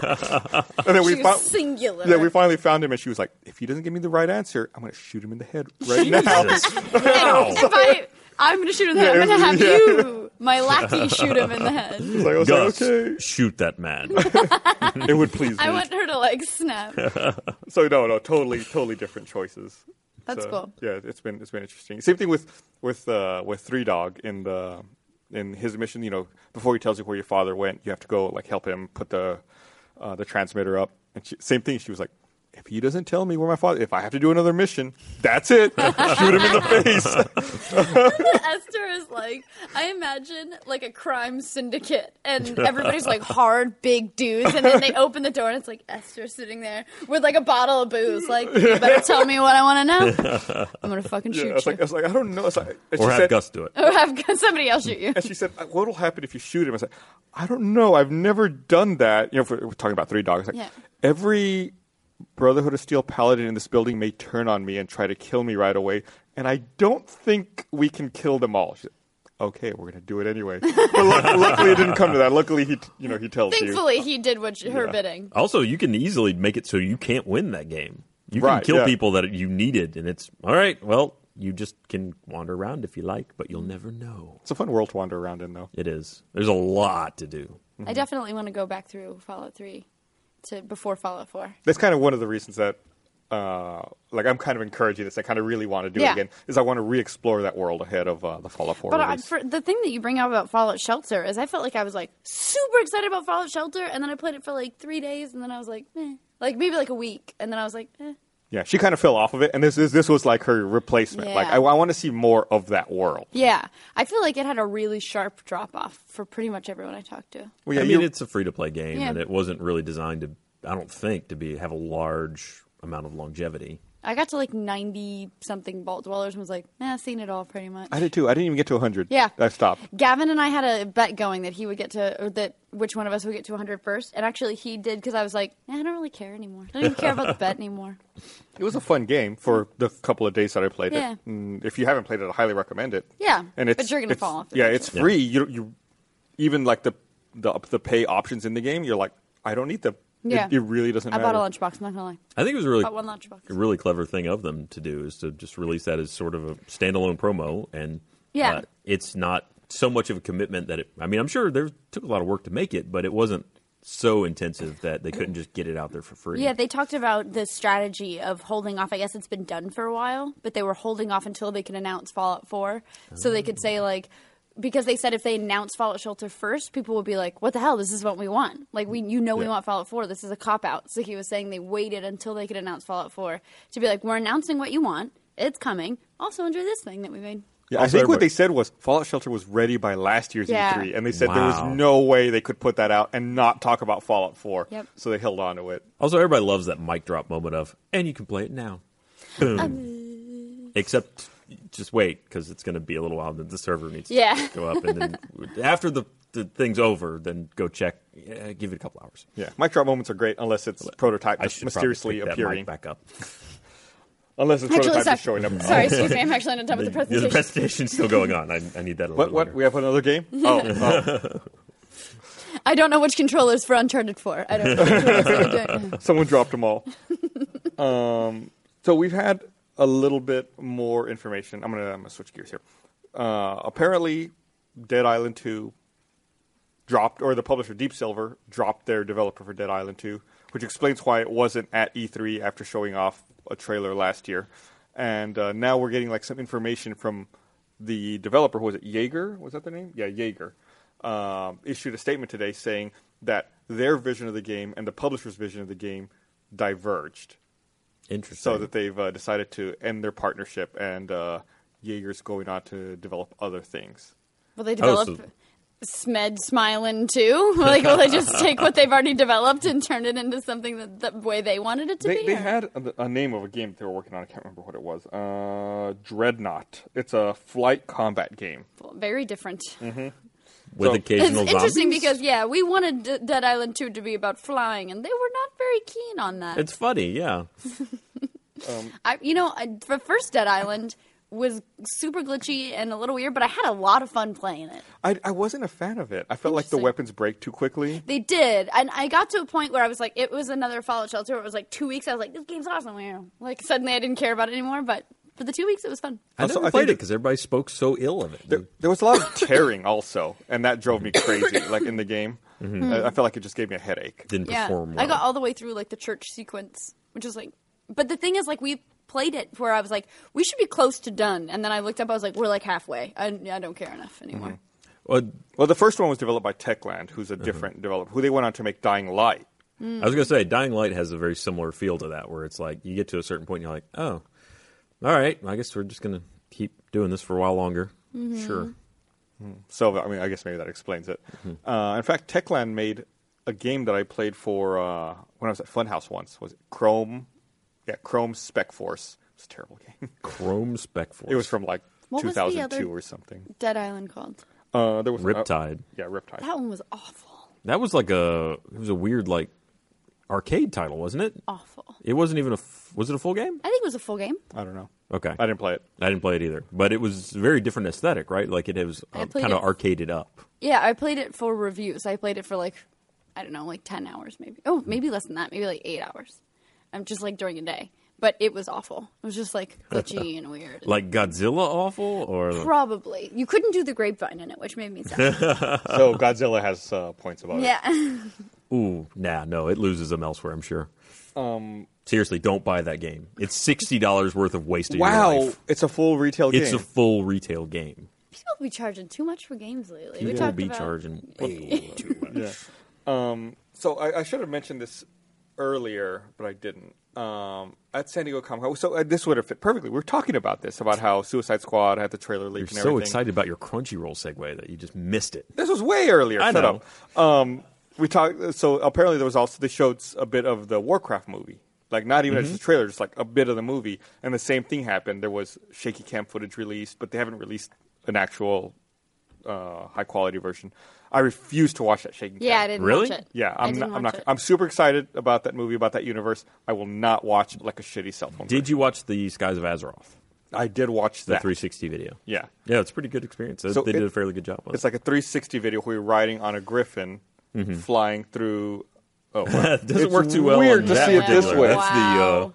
Speaker 1: then we
Speaker 5: She
Speaker 1: found,
Speaker 5: was singular.
Speaker 1: yeah, we finally found him, and she was like, if he doesn't give me the right answer, I'm gonna shoot him in the head right now.
Speaker 2: Wow.
Speaker 3: If I, I'm gonna shoot him in the head.
Speaker 1: Yeah,
Speaker 3: I'm gonna have
Speaker 1: yeah.
Speaker 3: you, my lackey, shoot him in the
Speaker 1: I
Speaker 3: head.
Speaker 1: was like, I was
Speaker 2: Gus,
Speaker 1: like, okay,
Speaker 2: shoot that man.
Speaker 1: it would please me.
Speaker 3: I want her to like snap.
Speaker 1: so no, no, totally, totally different choices.
Speaker 3: That's
Speaker 1: So,
Speaker 3: cool.
Speaker 1: Yeah, it's been it's been interesting. Same thing with with uh, with Three Dog in the in his mission. You know, before he tells you where your father went, you have to go like help him put the uh, the transmitter up. And she, same thing. She was like, if he doesn't tell me where my father, if I have to do another mission, that's it. Shoot him in the face.
Speaker 3: Esther is like, I imagine like a crime syndicate, and everybody's like hard, big dudes, and then they open the door, and it's like Esther sitting there with like a bottle of booze, like, you better tell me what I want to know. I'm gonna fucking
Speaker 1: Yeah, I
Speaker 3: shoot
Speaker 1: was like, I
Speaker 3: you,
Speaker 1: was like, I don't know. It's like- and she
Speaker 2: or have
Speaker 1: said-
Speaker 2: Gus do it.
Speaker 3: or have somebody else shoot you.
Speaker 1: And she said, uh, "What will happen if you shoot him?" I said, "I don't know. I've never done that." You know, if we're we're talking about three dogs. Like,
Speaker 3: Yeah.
Speaker 1: Every Brotherhood of Steel paladin in this building may turn on me and try to kill me right away, and I don't think we can kill them all. She said, "Okay, we're gonna do it anyway." But luck- luckily, it didn't come to that. Luckily, he t- you know he tells you.
Speaker 3: Thankfully, he did what her
Speaker 1: Yeah.
Speaker 3: bidding.
Speaker 2: Also, you can easily make it so you can't win that game. You can
Speaker 1: Right,
Speaker 2: kill
Speaker 1: yeah.
Speaker 2: people that you needed, and it's all right. Well, you just can wander around if you like, but you'll never know.
Speaker 1: It's a fun world to wander around in, though.
Speaker 2: It is. There's a lot to do.
Speaker 1: Mm-hmm.
Speaker 3: I definitely want to go back through Fallout 3 to before Fallout 4.
Speaker 1: That's kind of one of the reasons that. Uh, like I'm kind of encouraging this. I kind of really want to do it
Speaker 3: Yeah.
Speaker 1: again. Is I want to re-explore that world ahead of uh, the Fallout 4
Speaker 3: But I,
Speaker 1: release.
Speaker 3: for the thing that you bring up about Fallout Shelter is I felt like I was like super excited about Fallout Shelter, and then I played it for like three days, and then I was like, eh. like maybe like a week, and then I was like, eh.
Speaker 1: Yeah, she kind of fell off of it, and this is this was like her replacement.
Speaker 3: Yeah.
Speaker 1: Like, I, want to see more of that world.
Speaker 3: yeah. I feel like it had a really sharp drop off for pretty much everyone I talked to.
Speaker 1: Well, yeah,
Speaker 2: I mean,
Speaker 1: you-
Speaker 2: it's a free to play game,
Speaker 3: Yeah.
Speaker 2: and it wasn't really designed to. I don't think to be have a large amount of longevity.
Speaker 3: I got to like ninety something Vault dwellers and was like, nah, I've seen it all pretty much.
Speaker 1: I did too. I didn't even get to 100.
Speaker 3: Yeah.
Speaker 1: I stopped.
Speaker 3: Gavin and I had a bet going that he would get to, or that which one of us would get to 100 first. And actually, he did because I was like, "Eh, I don't really care anymore. I don't even care about the bet anymore.
Speaker 1: It was a fun game for the couple of days that I played
Speaker 3: Yeah.
Speaker 1: it. Mm, if you haven't played it, I highly recommend it.
Speaker 3: Yeah,
Speaker 1: and
Speaker 3: but
Speaker 1: it's
Speaker 3: you're gonna
Speaker 1: it's-
Speaker 3: fall off
Speaker 1: Yeah,
Speaker 3: eventually.
Speaker 1: it's free. You you even like the the the pay options in the game. You're like, I don't need them. It-
Speaker 3: Yeah.
Speaker 1: it, really doesn't.
Speaker 3: I
Speaker 1: matter.
Speaker 3: bought a lunchbox. I'm not gonna lie.
Speaker 2: I think it was a really
Speaker 3: Bought one lunchbox.
Speaker 2: a really clever thing of them to do is to just release that as sort of a standalone promo, and uh,
Speaker 3: Yeah.
Speaker 2: it's not so much of a commitment that it. I mean, I'm sure there took a lot of work to make it, but it wasn't so intensive that they couldn't just get it out there for free.
Speaker 5: Yeah, they talked about the strategy of holding off. I guess it's been done for a while, but they were holding off until they could announce Fallout 4. So they could say, like, because they said if they announced Fallout Shelter first, people would be like, what the hell? This is what we want. Like, we, you know, we
Speaker 2: Yeah.
Speaker 5: want Fallout 4. This is a cop out. So he was saying they waited until they could announce Fallout 4 to be like, we're announcing what you want. It's coming. Also, enjoy this thing that we made.
Speaker 1: Yeah, I
Speaker 2: Also,
Speaker 1: think what
Speaker 2: everybody-
Speaker 1: they said was Fallout Shelter was ready by last year's
Speaker 3: Yeah.
Speaker 1: E3, and they said there
Speaker 2: Wow.
Speaker 1: was no way they could put that out and not talk about Fallout 4.
Speaker 3: Yep.
Speaker 1: So they held on to it.
Speaker 2: Also, everybody loves that mic drop moment of, and you can play it now. Boom.
Speaker 3: Um,
Speaker 2: Except, just wait because it's going to be a little while. Then the server needs
Speaker 3: Yeah.
Speaker 2: to go up, and then after the, the thing's over, then go check. Uh, give it a couple hours.
Speaker 1: Yeah, mic drop moments are great unless it's prototype
Speaker 2: I
Speaker 1: just
Speaker 2: should
Speaker 1: mysteriously
Speaker 2: probably pick
Speaker 1: appearing.
Speaker 2: that mic back up.
Speaker 1: Unless it's
Speaker 3: Actually,
Speaker 1: prototype
Speaker 3: sorry.
Speaker 1: just showing up.
Speaker 3: Sorry, excuse me. I'm actually not done with the
Speaker 2: The, the
Speaker 3: presentation.
Speaker 2: presentation's still going on. I, I need that a
Speaker 1: What?
Speaker 2: little
Speaker 1: What? We have another game? Oh, oh.
Speaker 3: I don't know which controllers for Uncharted 4. I don't know.
Speaker 1: someone dropped them all. Um, so we've had a little bit more information. I'm gonna, I'm gonna switch gears here. Uh, apparently, Dead Island 2 dropped, or the publisher Deep Silver dropped their developer for Dead Island 2, which explains why it wasn't at E3 after showing off a trailer last year. And uh, now we're getting like some information from the developer. Who was it? Jaeger? Was that the name? Yeah, Jaeger. Um, issued a statement today saying that their vision of the game and the publisher's vision of the game diverged
Speaker 2: Interesting.
Speaker 1: so that they've uh, decided to end their partnership and uh, Jaeger's going on to develop other things.
Speaker 3: Will they
Speaker 2: Oh,
Speaker 3: develop
Speaker 2: so-
Speaker 3: Smed Smiling too? Like, will they just take what they've already developed and turn it into something that the way they wanted it to
Speaker 1: They,
Speaker 3: be?
Speaker 1: they
Speaker 3: or-
Speaker 1: had a, a name of a game that they were working on. I can't remember what it was. Uh, Dreadnought. It's a flight combat game.
Speaker 3: very different.
Speaker 2: with
Speaker 1: so-
Speaker 3: It's
Speaker 2: occasional
Speaker 3: interesting
Speaker 2: Mhm. zombies?
Speaker 3: because yeah, we wanted D- Dead Island 2 to be about flying, and they were not very keen on that.
Speaker 2: it's funny. Yeah.
Speaker 3: I, you know, I, the first Dead Island was super glitchy and a little weird, but I had a lot of fun playing it.
Speaker 1: I, I wasn't a fan of it. I felt like the
Speaker 3: Interesting.
Speaker 1: weapons break too quickly.
Speaker 3: They did, and I got to a point where I was like, it was another Fallout Shelter. It was like two weeks. I was like, this game's awesome. Wow. Like suddenly, I didn't care about it anymore. But for the two weeks, it was fun.
Speaker 2: I
Speaker 1: Also,
Speaker 2: never
Speaker 1: I think
Speaker 2: played it
Speaker 1: that-
Speaker 2: because everybody spoke so ill of it.
Speaker 1: There, there was a lot of tearing also, and that drove me crazy. like in the game,
Speaker 3: Mm-hmm.
Speaker 1: I, I felt like it just gave me a headache.
Speaker 2: Didn't perform well.
Speaker 3: I got all the way through like the church sequence, which was like. But the thing is, like we played it where I was like, we should be close to done, and then I looked up. I was like, we're like halfway. I, I don't care enough anymore.
Speaker 2: Well,
Speaker 1: Well, the first one was developed by Techland, who's a
Speaker 3: Mm-hmm.
Speaker 1: different developer, who they went on to make Dying Light.
Speaker 2: I was gonna say, Dying Light has a very similar feel to that, where it's like you get to a certain point, and you're like, oh, all right, I guess we're just gonna keep doing this for a while longer.
Speaker 3: Mm-hmm.
Speaker 2: Sure.
Speaker 1: So I mean, I guess maybe that explains it.
Speaker 2: Mm-hmm.
Speaker 1: Uh, in fact, Techland made a game that I played for uh, when I was at Funhouse once. Was it Chrome? Yeah, Chrome Spec Force. It's a terrible game.
Speaker 2: Chrome Spec Force.
Speaker 1: it was from like
Speaker 3: What was the
Speaker 1: 2002
Speaker 3: other-
Speaker 1: or something.
Speaker 3: Dead Island called.
Speaker 1: Uh, there was
Speaker 2: Riptide.
Speaker 1: yeah, Riptide.
Speaker 3: That one was awful,
Speaker 2: That was like a it was a weird like arcade title, wasn't it?
Speaker 3: awful.
Speaker 2: It wasn't even a f- was it a full game?
Speaker 3: I think it was a full game.
Speaker 1: I don't know.
Speaker 2: Okay,
Speaker 1: I didn't play it.
Speaker 2: I didn't play it either, but it was a very different aesthetic, right? Like it was
Speaker 3: I played
Speaker 2: kind of
Speaker 3: it-
Speaker 2: arcaded up.
Speaker 3: Yeah, I played it for reviews. I played it for like, I don't know, like 10 hours maybe. Oh, maybe less than that. Maybe like eight hours. I'm just like during a day. But it was awful. It was just like glitchy and weird.
Speaker 2: Like uh, Godzilla awful or
Speaker 3: Probably. You couldn't do the grapevine in it, which made me sad.
Speaker 1: So Godzilla has uh, points about it.
Speaker 3: yeah.
Speaker 2: Ooh, nah, no, it loses them elsewhere, I'm sure.
Speaker 1: Um,
Speaker 2: Seriously, don't buy that game. It's sixty dollars worth of wasted your
Speaker 1: Wow,
Speaker 2: life.
Speaker 1: it's a full retail
Speaker 2: It's
Speaker 1: game.
Speaker 2: a full retail game.
Speaker 3: People be charging too much for games lately. we
Speaker 2: People
Speaker 3: talked
Speaker 2: be
Speaker 3: about
Speaker 2: charging way too much.
Speaker 1: So I, I should have mentioned this earlier, but I didn't. Um, at San Diego Comic Con, so uh, this would have fit perfectly. We were talking about this about how Suicide Squad had the trailer leak and
Speaker 2: You're so
Speaker 1: everything.
Speaker 2: excited about your Crunchyroll segue that you just missed it.
Speaker 1: This was way earlier.
Speaker 2: I
Speaker 1: Shut
Speaker 2: know.
Speaker 1: up. Um, we talked. So apparently there was also they showed s- a bit of the Warcraft movie. Like not even
Speaker 2: Mm-hmm.
Speaker 1: just a trailer, just like a bit of the movie, and the same thing happened. There was shaky cam footage released, but they haven't released an actual uh, high quality version. I refuse to watch that shaky
Speaker 3: Yeah,
Speaker 1: cam.
Speaker 3: I didn't
Speaker 2: Really?
Speaker 3: watch it.
Speaker 1: Yeah,
Speaker 3: I
Speaker 1: I'm
Speaker 3: didn't
Speaker 1: not, I'm
Speaker 3: watch
Speaker 1: not.
Speaker 3: it.
Speaker 1: I'm super excited about that movie, about that universe. I will not watch like a shitty cell phone.
Speaker 2: Did you watch the Skies of Azeroth,
Speaker 1: I did watch
Speaker 2: the
Speaker 1: that.
Speaker 2: 360 video?
Speaker 1: Yeah.
Speaker 2: yeah, it's a pretty good experience. They-
Speaker 1: So
Speaker 2: they
Speaker 1: it-
Speaker 2: did a fairly good job on
Speaker 1: It's
Speaker 2: it.
Speaker 1: like a 360 video where you're riding on a griffin, flying through. Oh, wow.
Speaker 2: It Mm-hmm. doesn't
Speaker 1: it's
Speaker 2: work too well.
Speaker 1: weird
Speaker 2: on
Speaker 1: to
Speaker 2: that
Speaker 1: see it this
Speaker 2: particular-
Speaker 1: way.
Speaker 2: That's the uh,
Speaker 3: Wow.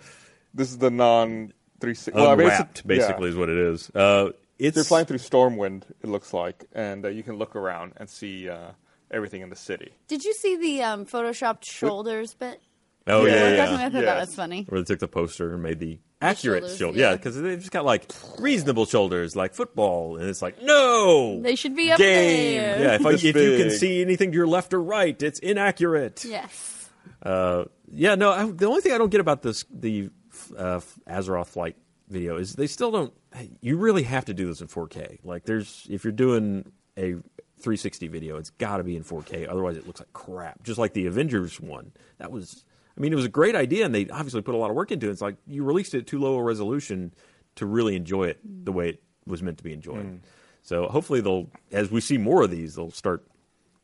Speaker 1: this is the non 360.
Speaker 2: Um,
Speaker 1: Well, I mean, it's-
Speaker 2: unwrapped, basically,
Speaker 1: Yeah.
Speaker 2: is what it is. Uh, it's
Speaker 1: They're flying through Stormwind. It looks like, and uh, you can look around and see uh, everything in the city.
Speaker 3: Did you see the um, photoshopped shoulders bit?
Speaker 2: Oh yeah,
Speaker 1: Yeah.
Speaker 2: yeah.
Speaker 3: I thought
Speaker 1: Yeah.
Speaker 3: that was funny.
Speaker 2: Where they took the poster and made the accurate
Speaker 3: shoulders,
Speaker 2: shoulder.
Speaker 3: yeah.
Speaker 2: Yeah, because they've just got like reasonable shoulders, like football, and it's like no,
Speaker 3: They should be up
Speaker 2: game.
Speaker 3: there.
Speaker 2: Yeah, if, I,
Speaker 1: This
Speaker 2: if you can
Speaker 1: big.
Speaker 2: see anything to your left or right, it's inaccurate.
Speaker 3: Yes.
Speaker 2: Uh, yeah, no. I, the only thing I don't get about this the uh, Azeroth flight video is they still don't. You really have to do this in 4K. Like, there's if you're doing a 360 video, it's got to be in 4K. Otherwise, it looks like crap. Just like the Avengers one. That was. I mean, it was a great idea, and they obviously put a lot of work into it. It's like you released it at too low a resolution to really enjoy it the way it was meant to be enjoyed. So hopefully they'll, as we see more of these, they'll start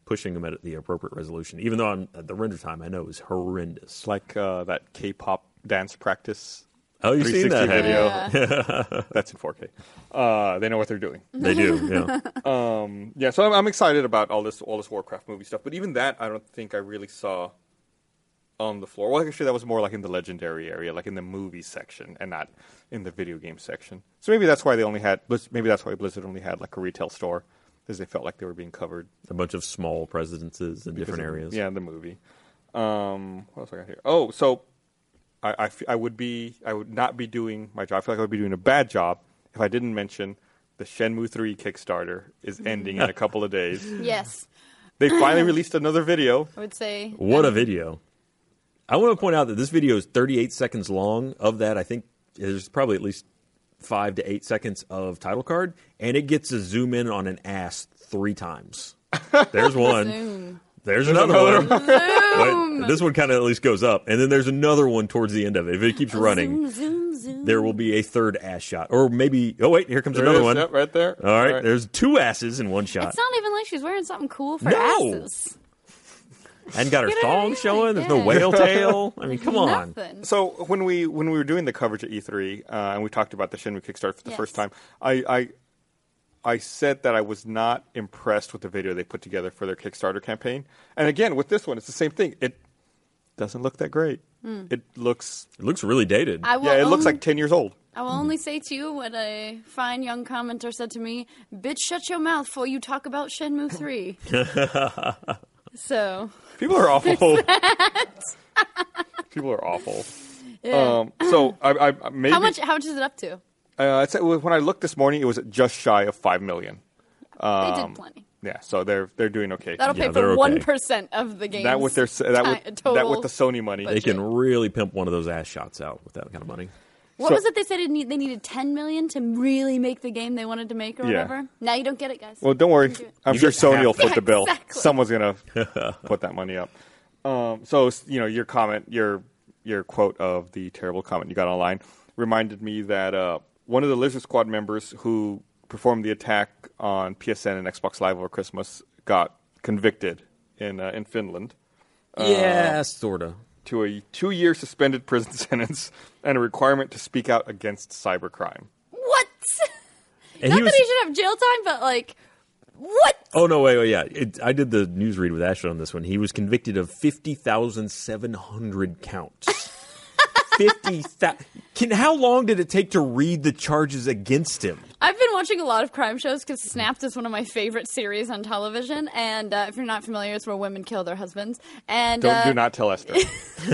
Speaker 2: pushing them at the appropriate resolution. Even though I'm, the render time I know is horrendous. Like,
Speaker 1: Like uh, that K-pop dance practice.
Speaker 2: oh, you've seen
Speaker 1: 360
Speaker 2: that haven't you?
Speaker 1: video. That's in 4K. Uh, they know what they're doing. Mm,
Speaker 2: They do. Yeah.
Speaker 1: Yeah, so I'm, I'm excited about all this all this Warcraft movie stuff, but even that I don't think I really saw on the floor. Well, actually, that was more like in the legendary area, like in the movie section, and not in the video game section. So maybe that's why they only had. Blizz- Maybe that's why Blizzard only had like a retail store, because they felt like they were being covered.
Speaker 2: a bunch of small presidences in different
Speaker 1: Because of-
Speaker 2: areas.
Speaker 1: Yeah, the movie. Um, what else I got here? Oh, so I, I f- I would be I would not be doing my job. I feel like I would be doing a bad job if I didn't mention the Shenmue Three Kickstarter is ending in a couple of days.
Speaker 3: Yes,
Speaker 1: They finally released another video.
Speaker 3: I would say.
Speaker 2: What a video! I want to point out that this video is 38 seconds long. Of that, I think there's probably at least five to eight seconds of title card, and it gets to zoom in on an ass three times. There's one. There's, another, one. But this one kind of at least goes up, and then there's another one towards the end of it. If it keeps running,
Speaker 3: Zoom, zoom, zoom.
Speaker 2: there will be a third ass shot, or maybe. Oh wait, here comes
Speaker 1: There it
Speaker 2: another
Speaker 1: is,
Speaker 2: one.
Speaker 1: yep, right there.
Speaker 2: All right, there's two asses in one shot,
Speaker 3: It's not even like she's wearing something cool for
Speaker 2: No.
Speaker 3: asses.
Speaker 2: and got her
Speaker 3: Get it
Speaker 2: thong
Speaker 3: out,
Speaker 2: showing. There's no
Speaker 3: yeah.
Speaker 2: whale tail. I mean, come on.
Speaker 3: Nothing.
Speaker 1: So when we when we were doing the coverage at E3 uh, and we talked about the Shenmue Kickstarter for the
Speaker 3: Yes.
Speaker 1: first time, I, I I said that I was not impressed with the video they put together for their Kickstarter campaign. And again, with this one, it's the same thing. It doesn't look that great.
Speaker 3: Hmm.
Speaker 1: It looks
Speaker 2: It looks really dated.
Speaker 3: I will
Speaker 1: yeah, it looks
Speaker 3: only-
Speaker 1: like ten years old.
Speaker 3: I will only say to you what a fine young commenter said to me: "Bitch, shut your mouth before you talk about Shenmue 3. so
Speaker 1: People are awful. People are awful. Um, so I, I maybe
Speaker 3: how much? How much is it up to?
Speaker 1: Uh, it's, when I looked this morning, it was just shy of five million.
Speaker 3: they
Speaker 1: Um,
Speaker 3: did plenty.
Speaker 1: Yeah, so they're they're doing okay.
Speaker 3: That'll
Speaker 2: Yeah,
Speaker 3: pay
Speaker 2: they're
Speaker 3: for
Speaker 2: okay.
Speaker 3: one of the game.
Speaker 1: that with their that with that with the Sony money.
Speaker 2: they
Speaker 3: budget.
Speaker 2: can really pimp one of those ass shots out with that kind of money.
Speaker 3: What
Speaker 1: So-
Speaker 3: was it they said? It need, they needed ten million to really make the game they wanted to make, or
Speaker 1: Yeah.
Speaker 3: whatever. Now you don't get it, guys.
Speaker 1: Well, don't worry. I'm
Speaker 2: You
Speaker 1: sure
Speaker 2: get
Speaker 1: Sony
Speaker 2: half.
Speaker 1: will foot
Speaker 3: Yeah,
Speaker 1: the bill.
Speaker 3: exactly.
Speaker 1: Someone's gonna put that money up. Um, so s- you know your comment, your your quote of the terrible comment you got online reminded me that uh, one of the Lizard Squad members who performed the attack on PSN and Xbox Live over Christmas got convicted in uh, in Finland Uh,
Speaker 2: yeah, sorta.
Speaker 1: to a two year suspended prison sentence and a requirement to speak out against cybercrime.
Speaker 3: what?
Speaker 2: And
Speaker 3: Not
Speaker 2: he was.
Speaker 3: that he should have jail time, but like, what?
Speaker 2: oh no, wait, wait, yeah. It, I did the news read with Ashley on this one. He was convicted of fifty thousand seven hundred counts. Fifty thousand. Can how long did it take to read the charges against him?
Speaker 3: I've been watching a lot of crime shows because Snapped is one of my favorite series on television. And uh, if you're not familiar, it's where women kill their husbands. And
Speaker 1: Don't
Speaker 3: uh,
Speaker 1: do not tell Esther.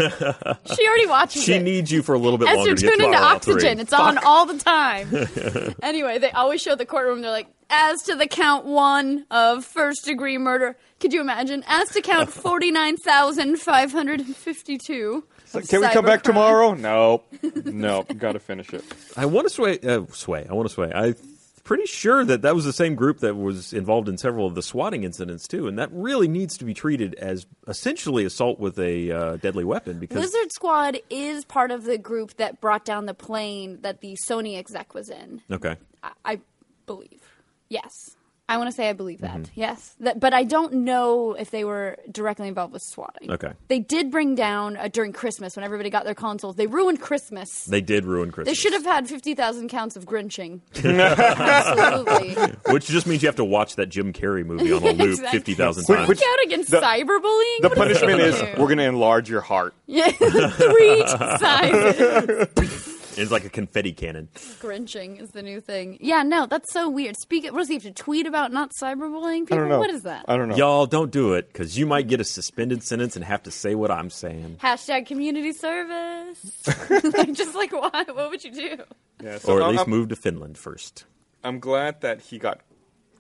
Speaker 3: she already watches
Speaker 2: She
Speaker 3: it.
Speaker 2: needs you for a little bit
Speaker 3: As
Speaker 2: longer
Speaker 3: you're
Speaker 2: to get
Speaker 3: tuning
Speaker 2: to
Speaker 3: to
Speaker 2: Fallout
Speaker 3: Oxygen,
Speaker 2: 3.
Speaker 3: it's on all the time. anyway, they always show the courtroom. They're like, as to the count one of first degree murder. Could you imagine? As to count forty nine thousand five hundred and fifty two.
Speaker 1: Like, Can we come back tomorrow? No, no, gotta finish it.
Speaker 2: I want to sway. Uh, sway. I want to sway. I'm pretty sure that that was the same group that was involved in several of the swatting incidents too, and that really needs to be treated as essentially assault with a uh, deadly weapon because
Speaker 3: Lizard Squad is part of the group that brought down the plane that the Sony exec was in.
Speaker 2: okay,
Speaker 3: I- I believe. Yes. I want to say I believe that.
Speaker 1: Mm-hmm.
Speaker 3: Yes. That, but I don't know if they were directly involved with swatting.
Speaker 2: Okay.
Speaker 3: They did bring down uh, during Christmas when everybody got their consoles. They ruined Christmas.
Speaker 2: they did ruin Christmas.
Speaker 3: They should have had 50,000 counts of grinching. Absolutely.
Speaker 2: which just means you have to watch that Jim Carrey movie on a loop
Speaker 3: Exactly.
Speaker 2: fifty thousand
Speaker 1: Which-
Speaker 2: times.
Speaker 1: which-
Speaker 3: Speak out against
Speaker 1: The-
Speaker 3: cyberbullying?
Speaker 1: The
Speaker 3: What does that
Speaker 1: punishment is
Speaker 3: do?
Speaker 1: we're gonna enlarge your heart.
Speaker 3: Yeah, three sizes.
Speaker 2: it's like a confetti cannon.
Speaker 3: Grinching is the new thing. Yeah, no, that's so weird. Speak. What does he have to tweet about not cyberbullying people?
Speaker 1: I don't know.
Speaker 3: What is that?
Speaker 1: I don't know.
Speaker 2: Y'all don't do it because you might get a suspended sentence and have to say what I'm saying.
Speaker 3: Hashtag community service. like, just like, why? What would you do?
Speaker 1: Yeah, so
Speaker 2: Or at
Speaker 1: I'm-
Speaker 2: least
Speaker 1: I'm,
Speaker 2: move to Finland first.
Speaker 1: I'm glad that he got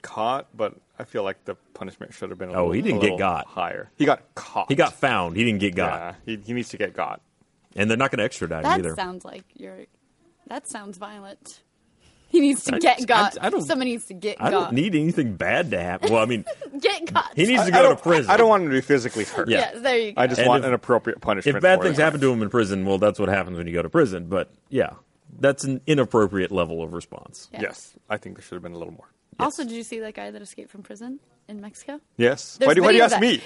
Speaker 1: caught, but I feel like the punishment should have been. A
Speaker 2: Oh,
Speaker 1: little,
Speaker 2: he
Speaker 1: a
Speaker 2: didn't get
Speaker 1: little
Speaker 2: got.
Speaker 1: higher. He got caught.
Speaker 2: He got found. He didn't get got,
Speaker 1: Yeah, he, he needs to get got.
Speaker 2: and they're not going to extradite him
Speaker 3: That
Speaker 2: either.
Speaker 3: sounds like you're. That sounds violent. He needs to
Speaker 2: I- I-
Speaker 3: get got.
Speaker 2: I don't-
Speaker 3: Someone needs to get
Speaker 2: I
Speaker 3: got.
Speaker 2: don't need anything bad to happen. Well, I mean,
Speaker 3: get got.
Speaker 2: he needs to
Speaker 1: I
Speaker 2: go to
Speaker 1: don't-
Speaker 2: prison.
Speaker 1: I don't want him to be physically hurt.
Speaker 2: Yeah.
Speaker 3: Yes, there you go.
Speaker 1: I just
Speaker 2: And
Speaker 1: want
Speaker 2: if-
Speaker 1: an appropriate punishment.
Speaker 2: if bad
Speaker 1: for
Speaker 2: things
Speaker 1: it.
Speaker 2: happen to him in prison, well, that's what happens when you go to prison. But yeah, that's an inappropriate level of response.
Speaker 3: Yeah.
Speaker 1: yes, I think there should have been a little more.
Speaker 3: Also, did you see that guy that escaped from prison in Mexico? Oh.
Speaker 1: Yes.
Speaker 3: There's
Speaker 1: Why do, why do you
Speaker 3: video
Speaker 1: ask
Speaker 3: of
Speaker 1: me?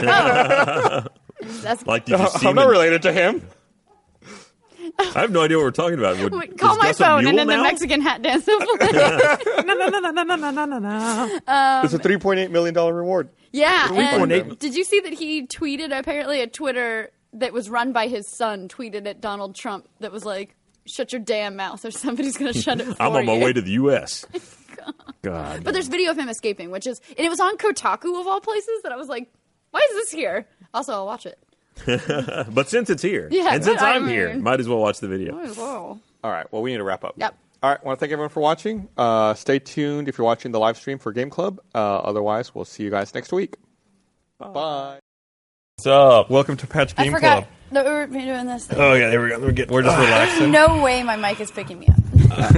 Speaker 3: that. Oh. That's
Speaker 2: Like, did you see?
Speaker 1: I'm
Speaker 2: him
Speaker 1: not
Speaker 2: in-
Speaker 1: related to him.
Speaker 2: I have no idea what we're talking about. Would,
Speaker 3: Wait, call
Speaker 2: is
Speaker 3: my
Speaker 2: Gus a
Speaker 3: phone and
Speaker 2: mule
Speaker 3: then the
Speaker 2: now?
Speaker 3: Mexican hat dance. Um,
Speaker 1: it's a 3.8 million dollar reward.
Speaker 3: yeah.
Speaker 1: Three point
Speaker 3: And
Speaker 1: eight.
Speaker 3: did you see that he tweeted apparently a Twitter that was run by his son tweeted at Donald Trump that was like, "Shut your damn mouth, or somebody's going to shut it."
Speaker 2: I'm
Speaker 3: for
Speaker 2: on my
Speaker 3: you."
Speaker 2: way to the U.S. God.
Speaker 3: But there's video of him escaping, which is and it was on Kotaku of all places that I was like, why is this here? Also, I'll watch it.
Speaker 2: But since it's here,
Speaker 3: Yeah,
Speaker 2: and since
Speaker 3: I
Speaker 2: I'm here,
Speaker 3: mean-
Speaker 2: might as well watch the video.
Speaker 3: Whoa.
Speaker 6: All right. Well, we need to wrap up.
Speaker 3: Yep.
Speaker 6: All right. Want to thank everyone for watching. Uh, stay tuned if you're watching the live stream for Game Club. Uh, otherwise, we'll see you guys next week. Bye.
Speaker 2: What's up?
Speaker 1: Welcome to Patch
Speaker 3: I
Speaker 1: Game
Speaker 3: forgot
Speaker 1: Club.
Speaker 3: that we were doing this.
Speaker 1: Oh yeah, there we go. We're, getting, we're just relaxing.
Speaker 3: No way my mic is picking me up.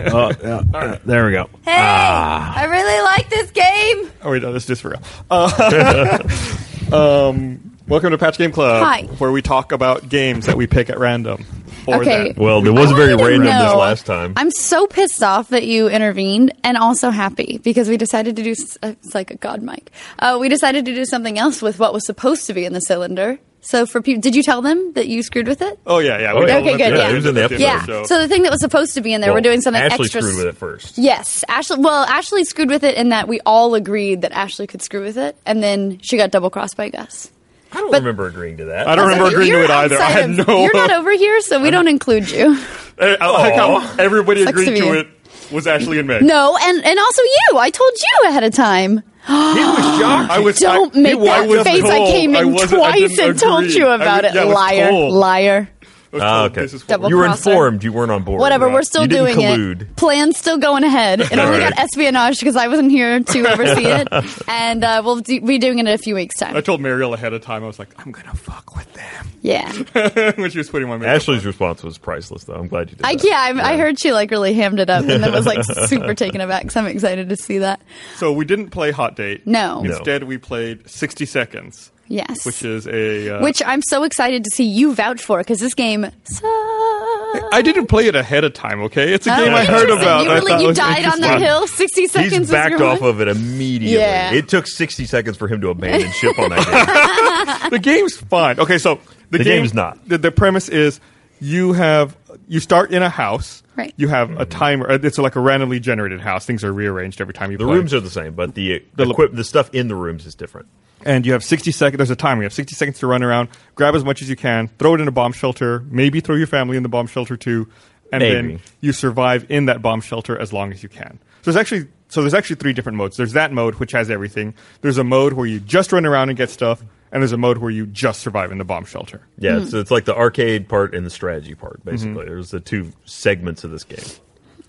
Speaker 1: Oh, yeah, yeah, there we go.
Speaker 3: Hey,
Speaker 2: Ah.
Speaker 3: I really like this game.
Speaker 1: Oh wait, no, this is just for real. Uh, um, welcome to Patch Game Club,
Speaker 3: Hi.
Speaker 1: where we talk about games that we pick at random. Or
Speaker 3: Okay.
Speaker 1: that-
Speaker 2: Well, there
Speaker 3: I
Speaker 2: was very
Speaker 3: wanted to
Speaker 2: random this
Speaker 3: know-
Speaker 2: last time.
Speaker 3: I'm so pissed off that you intervened, and also happy because we decided to do. s- uh, It's like a god mic. Uh, we decided to do something else with what was supposed to be in the cylinder. So for people, did you tell them that you screwed with it?
Speaker 1: oh yeah, yeah.
Speaker 2: Oh, yeah.
Speaker 3: Okay, good, yeah.
Speaker 2: It was in the episode.
Speaker 3: yeah.
Speaker 1: So,
Speaker 3: So the thing that was supposed to be in there, we're
Speaker 2: Well,
Speaker 3: doing something
Speaker 2: Ashley
Speaker 3: extra.
Speaker 2: screwed with it first.
Speaker 3: Yes, Ashley. Well, Ashley screwed with it in that we all agreed that Ashley could screw with it, and then she got double crossed by Gus.
Speaker 2: I don't
Speaker 3: But-
Speaker 2: remember agreeing to that.
Speaker 1: I don't remember agreeing
Speaker 3: You're
Speaker 1: to it either. I
Speaker 3: outside
Speaker 1: had
Speaker 3: of-
Speaker 1: no.
Speaker 3: You're not over here, so we don't include you.
Speaker 1: I, I like oh, how everybody
Speaker 3: Oh. Sucks
Speaker 1: agreed
Speaker 3: to
Speaker 1: to
Speaker 3: be
Speaker 1: it. Was Ashley and Meg?
Speaker 3: No, and and also you. I told you ahead of time.
Speaker 2: He was shocked.
Speaker 1: I was.
Speaker 3: Don't
Speaker 1: I,
Speaker 3: make
Speaker 1: I
Speaker 3: that
Speaker 1: was
Speaker 3: face. I
Speaker 1: told.
Speaker 3: came in
Speaker 1: wasn't- I
Speaker 3: twice
Speaker 1: didn't
Speaker 3: and told
Speaker 1: agree.
Speaker 3: you about
Speaker 1: I was-
Speaker 3: it,
Speaker 1: yeah, I was
Speaker 3: liar,
Speaker 1: told.
Speaker 3: liar.
Speaker 1: I was
Speaker 2: Ah,
Speaker 1: told
Speaker 2: okay.
Speaker 1: This is what
Speaker 3: Double
Speaker 2: you were
Speaker 3: crosser.
Speaker 2: informed. You weren't on board.
Speaker 3: Whatever, we're still
Speaker 2: you
Speaker 3: doing
Speaker 2: didn't collude.
Speaker 3: it. Plan's still going ahead. It only
Speaker 2: Alright.
Speaker 3: got espionage because I wasn't here to oversee it, and uh, we'll do, be doing it in a few weeks'
Speaker 1: I
Speaker 3: time.
Speaker 1: told Mariel ahead of time. I was like, I'm gonna fuck with them
Speaker 3: Yeah,
Speaker 1: when she was putting my makeup.
Speaker 2: Ashley's response was priceless, though. I'm glad you did.
Speaker 3: I,
Speaker 2: that.
Speaker 3: yeah, I, I heard she like really hammed it up, and then was like super taken aback. So I'm excited to see that.
Speaker 1: So we didn't play Hot Date.
Speaker 3: No. No.
Speaker 1: Instead, we played 60 Seconds,
Speaker 3: Yes,
Speaker 1: which is a. Uh,
Speaker 3: Which I'm so excited to see you vouch for because this game. sucks.
Speaker 1: I didn't play it ahead of time. Okay, it's a
Speaker 3: Oh,
Speaker 1: game I heard
Speaker 3: interesting.
Speaker 1: about.
Speaker 3: You,
Speaker 1: I
Speaker 3: really,
Speaker 1: thought
Speaker 3: you
Speaker 1: was
Speaker 3: died on the
Speaker 1: interesting.
Speaker 3: hill. Sixty seconds.
Speaker 2: He's
Speaker 3: was
Speaker 2: backed
Speaker 3: your
Speaker 2: off
Speaker 3: one?
Speaker 2: of it immediately.
Speaker 3: Yeah.
Speaker 2: It took 60 seconds for him to abandon ship on that game.
Speaker 1: the game's fine. Okay, so the,
Speaker 2: The
Speaker 1: game-
Speaker 2: game's not.
Speaker 1: The, the premise is you have you start in a house.
Speaker 3: Right.
Speaker 1: You have a timer. uh, It's like a randomly generated house. Things are rearranged every time you
Speaker 2: The
Speaker 1: play.
Speaker 2: rooms are the same, but the the,
Speaker 1: The-
Speaker 2: equip, the stuff in the rooms is different.
Speaker 1: and you have 60 seconds. There's a timer. You have 60 seconds to run around, grab as much as you can, throw it in a bomb shelter, maybe throw your family in the bomb shelter too, and
Speaker 2: Maybe.
Speaker 1: then you survive in that bomb shelter as long as you can. So there's actually so there's actually three different modes. There's that mode which has everything. There's a mode where you just run around and get stuff, and there's a mode where you just survive in the bomb shelter.
Speaker 2: Yeah,
Speaker 3: Hmm.
Speaker 2: so it's like the arcade part and the strategy
Speaker 1: Mm-hmm.
Speaker 2: part, basically. There's the two segments of this game.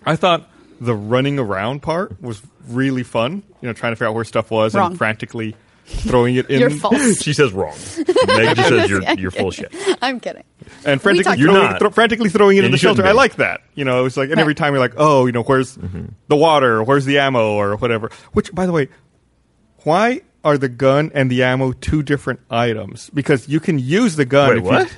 Speaker 1: I thought the running around part was really fun. You know, trying to figure out where stuff was
Speaker 3: Wrong.
Speaker 1: and frantically throwing it in.
Speaker 3: You're false.
Speaker 2: She says wrong. Meg just says you're, you're full shit.
Speaker 3: I'm kidding.
Speaker 1: and
Speaker 3: We
Speaker 1: frantically
Speaker 3: talked
Speaker 2: You're
Speaker 1: throwing,
Speaker 2: not.
Speaker 1: thro- frantically throwing it
Speaker 2: And
Speaker 1: in
Speaker 2: you
Speaker 1: the shelter.
Speaker 2: shouldn't
Speaker 1: I
Speaker 2: be. Mm-hmm.
Speaker 1: like that. You know, it's like, and every
Speaker 3: Right.
Speaker 1: time you're like, oh, you know, where's the water, or where's the ammo, or whatever. Which, by the way, why are the gun and the ammo two different items? Because you can use the gun.
Speaker 2: Wait,
Speaker 1: if you-
Speaker 2: what?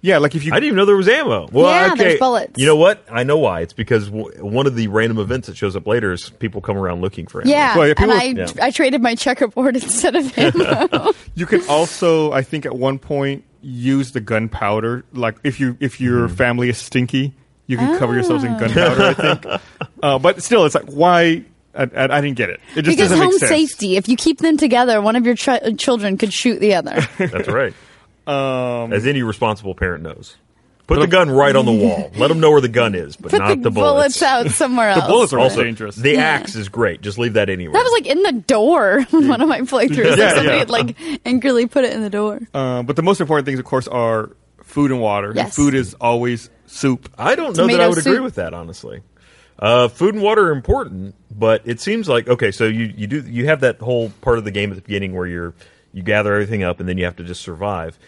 Speaker 1: yeah, like if you.
Speaker 2: I didn't even know there was ammo. Well,
Speaker 3: Yeah,
Speaker 2: okay.
Speaker 3: there's bullets.
Speaker 2: You know what? I know why. It's because w- one of the random events that shows up later is people come around looking for ammo.
Speaker 3: Yeah,
Speaker 1: Well, yeah, people-
Speaker 3: and I
Speaker 2: Yeah.
Speaker 3: I traded my checkerboard instead of him.
Speaker 1: You can also, I think, at one point use the gunpowder. Like if you if your
Speaker 3: Mm-hmm.
Speaker 1: family is stinky, you can cover yourselves
Speaker 3: Ah.
Speaker 1: in gunpowder. I think, uh, but still, it's like why. I, I, I didn't get it. It just
Speaker 3: because
Speaker 1: doesn't
Speaker 3: home
Speaker 1: make sense.
Speaker 3: safety. If you keep them together, one of your tri- children could shoot the other.
Speaker 2: That's right. Um, As any responsible parent knows. Put the gun right on the wall. Let them know where the gun is, but
Speaker 3: Put
Speaker 2: not
Speaker 3: the,
Speaker 2: the,
Speaker 3: bullets. out somewhere else.
Speaker 1: bullets are all-
Speaker 2: Also,
Speaker 1: Dangerous.
Speaker 2: The
Speaker 3: Yeah.
Speaker 2: axe is great. Just leave that anywhere.
Speaker 3: that was like in the door. in one of my playthroughs,
Speaker 1: Yeah,
Speaker 3: like somebody
Speaker 1: yeah.
Speaker 3: had like angrily put it in the door.
Speaker 1: Uh, but the most important things, of course, are food and water. And
Speaker 3: Yes.
Speaker 1: food is always soup.
Speaker 2: I don't know that I
Speaker 3: tomato
Speaker 2: would agree
Speaker 3: soup.
Speaker 2: with that honestly. Uh, food and water are important, but it seems like okay. So you, you do you have that whole part of the game at the beginning where you're you gather everything up and then you have to just survive.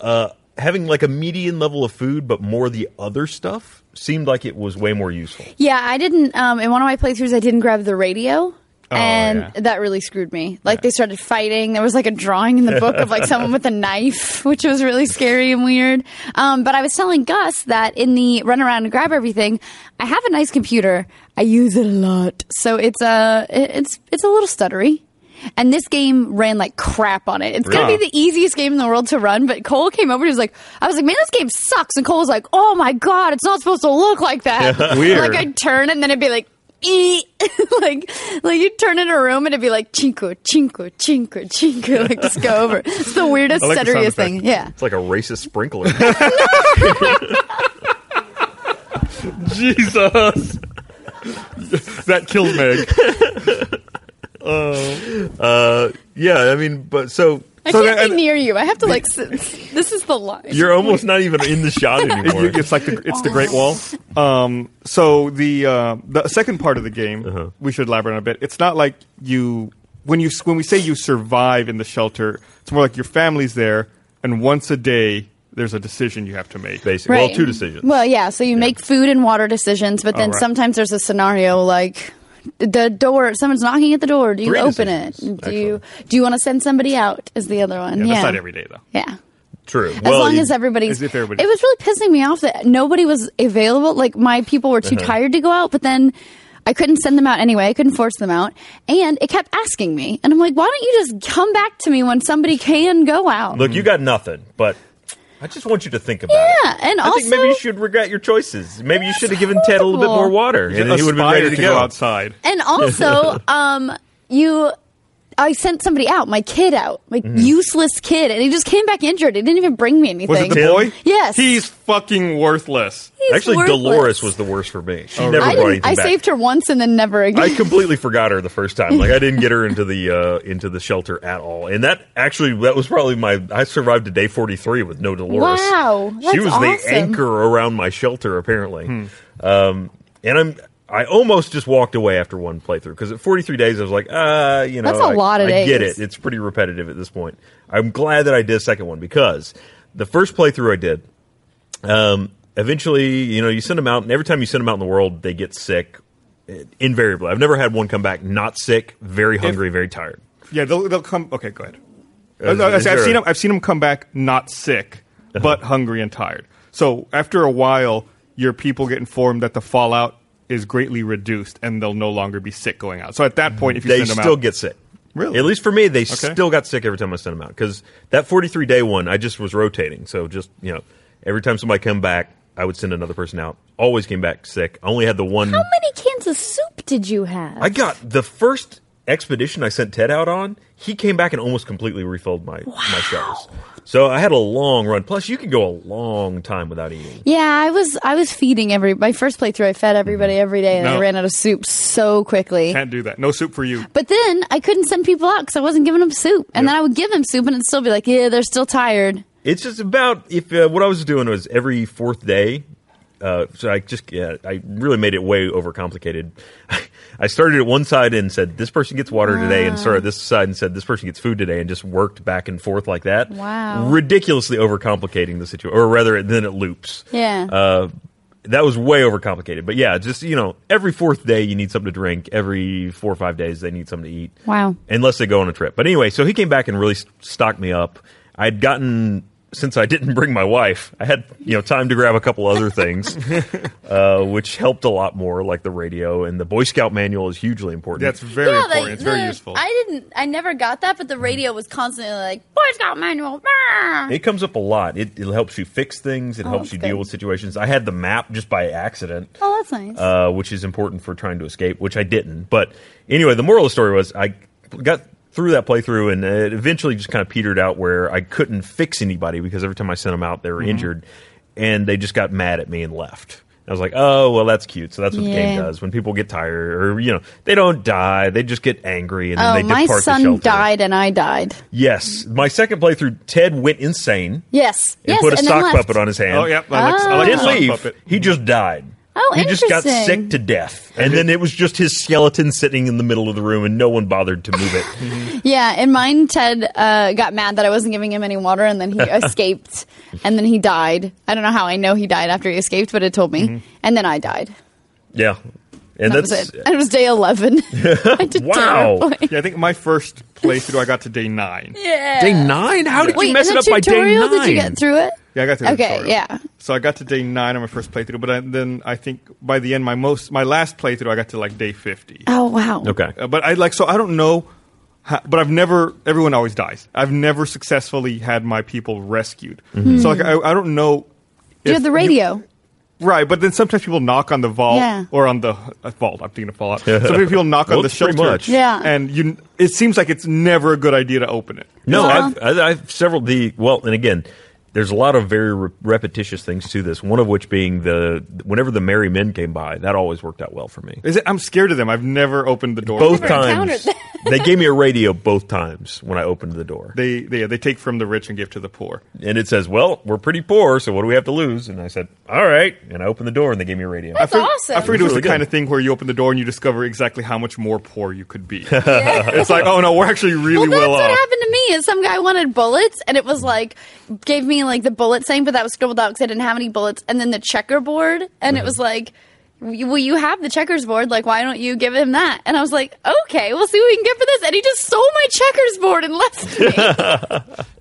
Speaker 2: Uh, having like a median level of food, but more the other stuff seemed like it was way more useful.
Speaker 3: Yeah, I didn't. Um, in one of my playthroughs, I didn't grab the radio. and
Speaker 1: Oh, yeah.
Speaker 3: that really screwed me. Like they started fighting. There was like a drawing in the book of like someone with a knife, which was really scary and weird. Um, but I was telling Gus that in the run around and grab everything, I have a nice computer. I use it a lot, so it's a it- it's it's a little stuttery. And this game ran like crap on it. It's gonna
Speaker 1: Really?
Speaker 3: be the easiest game in the world to run. But Cole came over. He was like, "I was like, man, this game sucks." And Cole was like, "Oh my god, it's not supposed to look like that."
Speaker 1: Weird.
Speaker 3: Like I'd turn and then it'd be like, "Ee," like like you'd turn in a room and it'd be like chinko chinko chinko chinko like just go over. It's the weirdest
Speaker 1: I like the sound
Speaker 3: stutteriest thing.
Speaker 1: effect.
Speaker 3: Yeah.
Speaker 2: It's like a racist sprinkler.
Speaker 1: Jesus. that killed Meg.
Speaker 2: uh, yeah, I mean, but so
Speaker 3: I
Speaker 1: So
Speaker 3: can't
Speaker 1: then-
Speaker 3: be near you. I have to like. Sit. This is the line.
Speaker 2: you're almost not even in the shot anymore.
Speaker 1: It- it's like the, it's the Great Wall. Um, so the uh, the second part of the game
Speaker 2: Uh-huh.
Speaker 1: we should elaborate on a bit. It's not like you when you when we say you survive in the shelter. It's more like your family's there, and once a day there's a decision you have to make.
Speaker 2: Basically, well, two decisions.
Speaker 3: Well, yeah. So you make food and water decisions, but then
Speaker 1: right.
Speaker 3: sometimes there's a scenario like the door. Someone's knocking at the door. Do you
Speaker 2: Three
Speaker 3: open
Speaker 2: decisions,
Speaker 3: it? Do you do you want to send somebody out? Is the other one?
Speaker 1: Yeah,
Speaker 3: Yeah.
Speaker 1: That's not every day though.
Speaker 3: Yeah.
Speaker 2: True.
Speaker 3: As long as everybody's,
Speaker 1: as if everybody-
Speaker 3: it was really pissing me off that nobody was available. Like my people were too
Speaker 2: Uh-huh.
Speaker 3: tired to go out, but then I couldn't send them out anyway. I couldn't force them out, and it kept asking me. And I'm like, why don't you just come back to me when somebody can go out?
Speaker 2: Look, you got nothing, but I just want you to think about it.
Speaker 3: yeah, and
Speaker 2: I
Speaker 3: also
Speaker 2: think maybe you should regret your choices. Maybe you should have given Ted a little bit more
Speaker 3: horrible.
Speaker 2: water, and he would have been
Speaker 1: Aspire
Speaker 2: ready to, go.
Speaker 1: outside.
Speaker 3: And also, um, you, I sent somebody out, my kid out, my
Speaker 2: Mm-hmm.
Speaker 3: useless kid, and he just came back injured. He didn't even bring me anything.
Speaker 1: Was it the
Speaker 2: Tim?
Speaker 1: boy?
Speaker 3: Yes.
Speaker 1: He's fucking worthless.
Speaker 3: He's
Speaker 2: Actually,
Speaker 3: worthless.
Speaker 2: Dolores was the worst for me. She never brought
Speaker 3: I, didn't,
Speaker 2: anything
Speaker 3: I
Speaker 2: back.
Speaker 3: saved her once and then never again.
Speaker 2: I completely forgot her the first time. Like I didn't get her into the uh, into the shelter at all. And that actually that was probably my I survived to day 43 with no Dolores.
Speaker 3: Wow,
Speaker 2: she
Speaker 3: that's
Speaker 2: was the
Speaker 3: awesome.
Speaker 2: anchor around my shelter apparently. Um, and I'm I almost just walked away after one playthrough because at 43 days I was like, uh, you know,
Speaker 3: That's a
Speaker 2: I-
Speaker 3: lot of
Speaker 2: I get it.
Speaker 3: days.
Speaker 2: It's pretty repetitive at this point. I'm glad that I did a second one because the first playthrough I did um, eventually, you know, you send them out, and every time you send them out in the world, they get sick. eh, Invariably, I've never had one come back not sick, very hungry, very tired.
Speaker 1: Yeah, they'll they'll come. Okay, go ahead.
Speaker 2: Uh,
Speaker 1: No, I- I've
Speaker 2: is there
Speaker 1: seen
Speaker 2: a-
Speaker 1: him. I've seen him come back not sick,
Speaker 2: Uh-huh.
Speaker 1: but hungry and tired. So after a while, your people get informed that the fallout is greatly reduced, and they'll no longer be sick going out. So at that point, if you
Speaker 2: They
Speaker 1: send them
Speaker 2: still
Speaker 1: out,
Speaker 2: get sick.
Speaker 1: Really?
Speaker 2: At least for me, they
Speaker 1: Okay.
Speaker 2: still got sick every time I sent them out because that 43 day one, I just was rotating. So just you know, every time somebody come back, I would send another person out. Always came back sick. I only had the one.
Speaker 3: How many cans of soup did you have?
Speaker 2: I got the first expedition I sent Ted out on. He came back and almost completely refilled my my shells. So I had a long run. Plus, you can go a long time without eating.
Speaker 3: yeah, I was I was feeding every my first playthrough. I fed everybody
Speaker 2: Mm-hmm.
Speaker 3: every day, and
Speaker 1: No.
Speaker 3: I ran out of soup so quickly.
Speaker 1: can't do that. No soup for you.
Speaker 3: But then I couldn't send people out because I wasn't giving them soup, and
Speaker 1: Yep.
Speaker 3: then I would give them soup, and it'd still be like, yeah, they're still tired.
Speaker 2: It's just about if uh, what I was doing was every fourth day. Uh, so I just yeah, I really made it way overcomplicated. I started at one side and said this person gets water today, and started at this side and said this person gets food today, and just worked back and forth like that.
Speaker 3: Wow.
Speaker 2: ridiculously overcomplicating the situation, or rather, it, then it loops.
Speaker 3: Yeah.
Speaker 2: Uh, that was way overcomplicated, but yeah, just you know, every fourth day you need something to drink. Every four or five days they need something to eat.
Speaker 3: Wow.
Speaker 2: Unless they go on a trip. But anyway, so he came back and really s- stocked me up. I'd gotten since I didn't bring my wife, I had you know time to grab a couple other things, uh, which helped a lot more, like the radio and the Boy Scout manual is hugely important.
Speaker 1: That's very
Speaker 7: Yeah,
Speaker 1: important.
Speaker 7: the-
Speaker 1: it's very
Speaker 7: the-
Speaker 1: useful.
Speaker 7: I didn't. I never got that, but
Speaker 2: Mm-hmm.
Speaker 7: the radio was constantly like Boy Scout manual. rah!"
Speaker 2: It comes up a lot. It, it helps you fix things. It helps
Speaker 3: Oh, that's
Speaker 2: you
Speaker 3: good.
Speaker 2: deal with situations. I had the map just by accident.
Speaker 3: Oh, that's nice.
Speaker 2: uh, which is important for trying to escape, which I didn't. But anyway, the moral of the story was I got through that playthrough and it eventually just kind of petered out where I couldn't fix anybody because every time I sent them out, they were
Speaker 3: Mm-hmm.
Speaker 2: injured and they just got mad at me and left. I was like, oh, well, that's cute. So that's what the game
Speaker 3: Yeah.
Speaker 2: does. When people get tired or, you know, they don't die, they just get angry and then
Speaker 3: oh,
Speaker 2: they
Speaker 3: my
Speaker 2: depart the
Speaker 3: son
Speaker 2: shelter.
Speaker 3: died, and I died.
Speaker 2: Yes. My second playthrough, Ted went insane
Speaker 3: Yes.
Speaker 2: and
Speaker 3: yes,
Speaker 2: put a
Speaker 3: and
Speaker 2: sock
Speaker 3: then left.
Speaker 2: puppet on his hand
Speaker 1: oh yeah, I like, I like the
Speaker 2: didn't
Speaker 1: sock
Speaker 2: leave.
Speaker 1: puppet.
Speaker 2: He just died.
Speaker 3: Oh,
Speaker 2: he just got
Speaker 3: interesting.
Speaker 2: sick to death, and then it was just his skeleton sitting in the middle of the room, and no one bothered to move it.
Speaker 3: Yeah, and mine, Ted uh, got mad that I wasn't giving him any water, and then he escaped, and then he died. I don't know how I know he died after he escaped, but it told me. And then I died.
Speaker 2: yeah, Mm-hmm. and
Speaker 3: And that
Speaker 2: that's
Speaker 3: was it. And it was day 11. I did
Speaker 2: Wow.
Speaker 3: terribly.
Speaker 1: Yeah, I think my first playthrough I got to day nine.
Speaker 2: day nine. How did
Speaker 3: Wait,
Speaker 2: you mess
Speaker 3: the
Speaker 2: it up by day
Speaker 3: tutorial,
Speaker 2: nine?
Speaker 3: did you get through it?
Speaker 1: Yeah, I got to the
Speaker 3: Okay,
Speaker 1: tutorial.
Speaker 3: yeah.
Speaker 1: So I got to day nine on my first playthrough, but I, then I think by the end, my most, my last playthrough, I got to like day fifty.
Speaker 3: Oh, wow.
Speaker 2: Okay,
Speaker 1: Uh, but I like so I don't know, how, but I've never. Everyone always dies. I've never successfully had my people rescued. So like I, I don't know.
Speaker 3: Mm-hmm. Do you
Speaker 1: if
Speaker 3: have the radio?
Speaker 1: Right, but then sometimes people knock on the vault
Speaker 3: Yeah.
Speaker 1: or on the uh, vault. I'm thinking of Fallout. Sometimes people knock on
Speaker 2: Well,
Speaker 1: the
Speaker 2: it's pretty
Speaker 1: shelter,
Speaker 2: much.
Speaker 3: Yeah.
Speaker 1: and you. It seems like it's never a good idea to open it.
Speaker 2: No,
Speaker 3: Well-
Speaker 2: I've, I've, I've several the well, and again, there's a lot of very re- repetitious things to this. One of which being the whenever the merry men came by, that always worked out well for me.
Speaker 1: Is it? I'm scared of them. I've never opened the door.
Speaker 2: Both
Speaker 1: for them.
Speaker 2: times they gave me a radio. Both times when I opened the door,
Speaker 1: they they they take from the rich and give to the poor.
Speaker 2: and it says, "Well, we're pretty poor, so what do we have to lose?" And I said, "All right," and I opened the door, and they gave me a radio.
Speaker 1: I figured,
Speaker 8: awesome.
Speaker 1: I figured it was
Speaker 2: Really
Speaker 1: the
Speaker 2: good.
Speaker 1: kind of thing where you open the door and you discover exactly how much more poor you could be. it's like, oh no, we're actually really
Speaker 3: Well, that's
Speaker 1: well,
Speaker 3: what
Speaker 2: uh,
Speaker 1: off.
Speaker 3: happened to me. Is some guy wanted bullets, and it was like gave me like the bullet thing, but that was scribbled out because I didn't have any bullets. And then the checkerboard, and
Speaker 2: Uh-huh.
Speaker 3: it was like, "Y- "Well, you have the checkers board. Like, why don't you give him that?" And I was like, "Okay, we'll see what we can get for this." And he just stole my checkers board and left me. and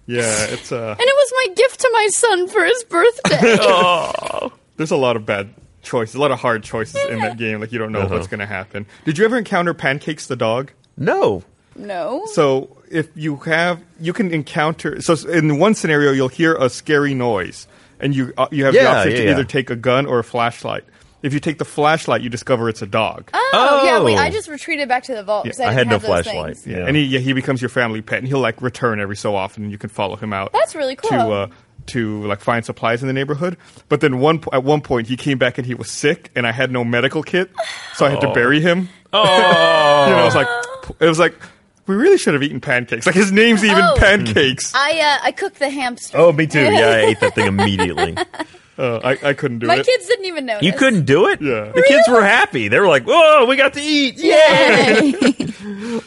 Speaker 1: Yeah, it's uh,
Speaker 3: it was my gift to my son for his birthday.
Speaker 2: Oh.
Speaker 1: there's a lot of bad choices, a lot of hard choices in that game. Like you don't know
Speaker 2: Uh-huh.
Speaker 1: what's going to happen. Did you ever encounter Pancakes the dog?
Speaker 2: No,
Speaker 3: no.
Speaker 1: So if you have, you can encounter. So s- in one scenario, you'll hear a scary noise, and you uh, you have the
Speaker 2: Yeah,
Speaker 1: option to
Speaker 2: yeah, yeah.
Speaker 1: either take a gun or a flashlight. If you take the flashlight, you discover it's a dog.
Speaker 3: Oh, yeah, wait, I just retreated back to the vault
Speaker 1: Yeah,
Speaker 3: because
Speaker 2: I
Speaker 3: I
Speaker 2: had
Speaker 3: didn't
Speaker 2: no
Speaker 3: have those
Speaker 2: flashlight.
Speaker 3: things.
Speaker 1: Yeah. And he, yeah, he becomes your family pet, and he'll like return every so often, and you can follow him out.
Speaker 3: That's really cool.
Speaker 1: To uh, to like find supplies in the neighborhood. But then one po- at one point, he came back and he was sick, and I had no medical kit, so I had to bury him. Oh, you know, it was like it was like we really should have eaten pancakes. Like his name's even
Speaker 3: Oh.
Speaker 1: pancakes.
Speaker 3: I uh, I cooked the hamster.
Speaker 2: oh, me too. Yeah, I ate that thing immediately.
Speaker 1: Uh, I I couldn't do
Speaker 3: my
Speaker 1: it.
Speaker 3: kids didn't even notice.
Speaker 2: You couldn't do it.
Speaker 1: Yeah.
Speaker 2: the kids were happy. They were like, "Whoa, we got to eat!"
Speaker 3: Yeah.
Speaker 1: I,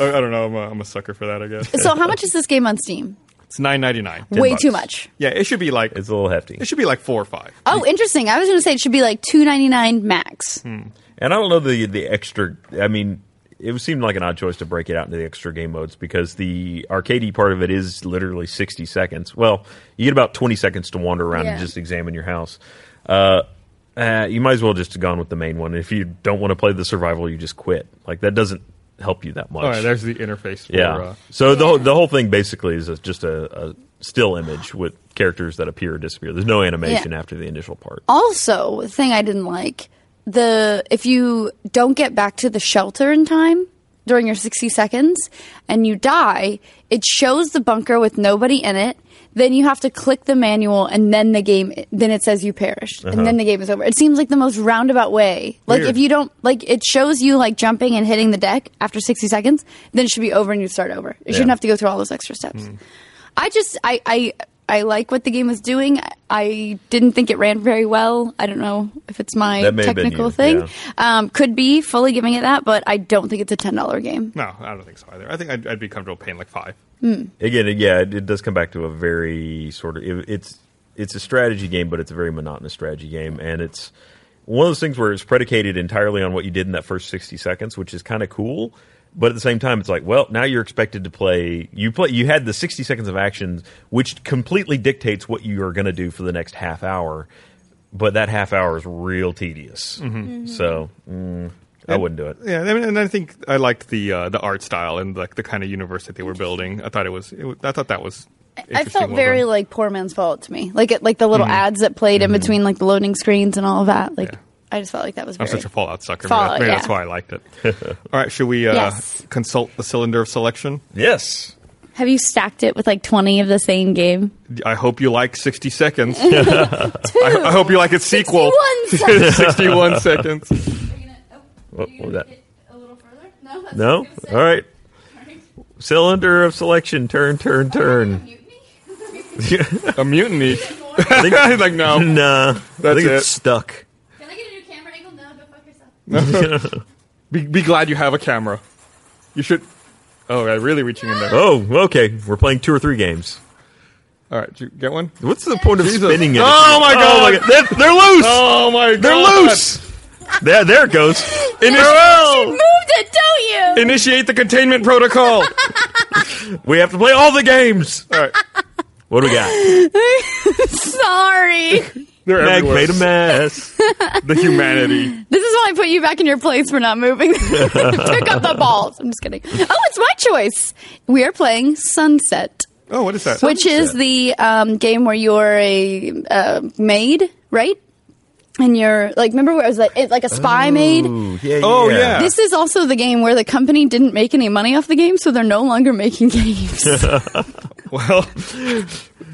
Speaker 1: I don't know. I'm a, I'm a sucker for that. I guess
Speaker 3: so how much is this game on Steam?
Speaker 1: it's nine ninety nine.
Speaker 3: Way
Speaker 2: bucks.
Speaker 3: too much.
Speaker 1: Yeah, it should be like
Speaker 2: It's a little hefty.
Speaker 1: it should be like four or five.
Speaker 3: Oh, interesting. I was going to say it should be like two ninety nine max.
Speaker 2: And I don't know the the extra. I mean, it seemed like an odd choice to break it out into the extra game modes because the arcadey part of it is literally sixty seconds. Well, you get about twenty seconds to wander around and
Speaker 3: Yeah.
Speaker 2: just examine your house. Uh, uh, you might as well just have gone with the main one. If you don't want to play the survival, you just quit. Like that doesn't help you that much.
Speaker 1: All right, there's the interface. For,
Speaker 2: yeah.
Speaker 1: Uh,
Speaker 2: so the whole, the whole thing basically is a, just a, a still image with characters that appear or disappear. There's no animation
Speaker 3: Yeah.
Speaker 2: after the initial part.
Speaker 3: Also, a thing I didn't like the if you don't get back to the shelter in time during your sixty seconds and you die, it shows the bunker with nobody in it. Then you have to click the manual, and then the game. Then it says you perished, and then the game is over. It seems like the most roundabout way. Like
Speaker 1: Weird.
Speaker 3: if you don't like, it shows you like jumping and hitting the deck after sixty seconds. Then it should be over, and you start over. You shouldn't have to go through all those extra steps. I just I I I like what the game was doing. I- I didn't think it ran very well. I don't know if it's my
Speaker 2: That may have been
Speaker 3: technical
Speaker 2: you,
Speaker 3: thing.
Speaker 2: yeah.
Speaker 3: Um, could be fully giving it that, but I don't think it's a ten dollar game.
Speaker 1: no, I don't think so either. I think I'd, I'd be comfortable paying like five.
Speaker 2: again, it- yeah, it, it does come back to a very sort of it, it's it's a strategy game, but it's a very monotonous strategy game, and it's one of those things where it's predicated entirely on what you did in that first sixty seconds, which is kind of cool. But at the same time, it's like, well, now you're expected to play. You play. You had the sixty seconds of action, which completely dictates what you are going to do for the next half hour. But that half hour is real tedious. So mm, I wouldn't do it.
Speaker 1: Yeah, I mean, and I think I liked the uh, the art style and like the kind of universe that they were building. I thought it was, it was I thought that was.
Speaker 3: I
Speaker 1: interesting,
Speaker 3: felt
Speaker 1: well
Speaker 3: very
Speaker 1: done.
Speaker 3: like poor man's fault to me. Like it, like the little
Speaker 2: Mm-hmm.
Speaker 3: ads that played in between like the loading screens and all of that. Like
Speaker 1: Yeah.
Speaker 3: I just felt like that was
Speaker 1: I'm
Speaker 3: very
Speaker 1: such a Fallout sucker.
Speaker 3: Fallout,
Speaker 1: maybe that- maybe
Speaker 3: yeah.
Speaker 1: that's why I liked it. All right, should we uh,
Speaker 3: Yes.
Speaker 1: consult the cylinder of selection?
Speaker 2: Yes.
Speaker 3: Have you stacked it with like twenty of the same game?
Speaker 1: I hope you like 60 seconds. I, I hope you like its sequel.
Speaker 3: 61
Speaker 1: 61 seconds.
Speaker 2: What, what was that?
Speaker 3: A little further? No.
Speaker 2: No? All right. Cylinder of selection. Turn, turn, turn.
Speaker 1: A mutiny.
Speaker 2: I think,
Speaker 1: He's like, no.
Speaker 2: nah. I
Speaker 1: That's
Speaker 2: think
Speaker 1: it.
Speaker 2: it's stuck.
Speaker 3: Can I get a new camera angle? No, don't fuck yourself.
Speaker 1: Be, be glad you have a camera. You should. Oh, I'm really reaching in there.
Speaker 2: Oh, okay. We're playing two or three games.
Speaker 1: All right, did you get one?
Speaker 2: What's the point of
Speaker 1: Jesus.
Speaker 2: spinning it?
Speaker 1: Oh, my God.
Speaker 2: They're, they're loose.
Speaker 1: Oh, my God.
Speaker 2: they're loose. There, there it goes.
Speaker 1: Initi-
Speaker 3: Moved it, don't you?
Speaker 1: initiate the containment protocol.
Speaker 2: We have to play all the games.
Speaker 1: All right.
Speaker 2: What do we got?
Speaker 3: Sorry.
Speaker 1: They're
Speaker 2: Meg
Speaker 1: everywhere.
Speaker 2: made a mess.
Speaker 1: the humanity.
Speaker 3: This is why I put you back in your place for not moving. Pick up the balls. I'm just kidding. Oh, it's my choice. We are playing Sunset,
Speaker 1: Oh, what is that?
Speaker 3: which is the um, game where you're a uh, maid, right? and you're like, remember where it was like, it, like a spy made?
Speaker 2: Ooh, yeah,
Speaker 1: Oh, yeah.
Speaker 3: This is also the game where the company didn't make any money off the game, so they're no longer making games.
Speaker 1: Well,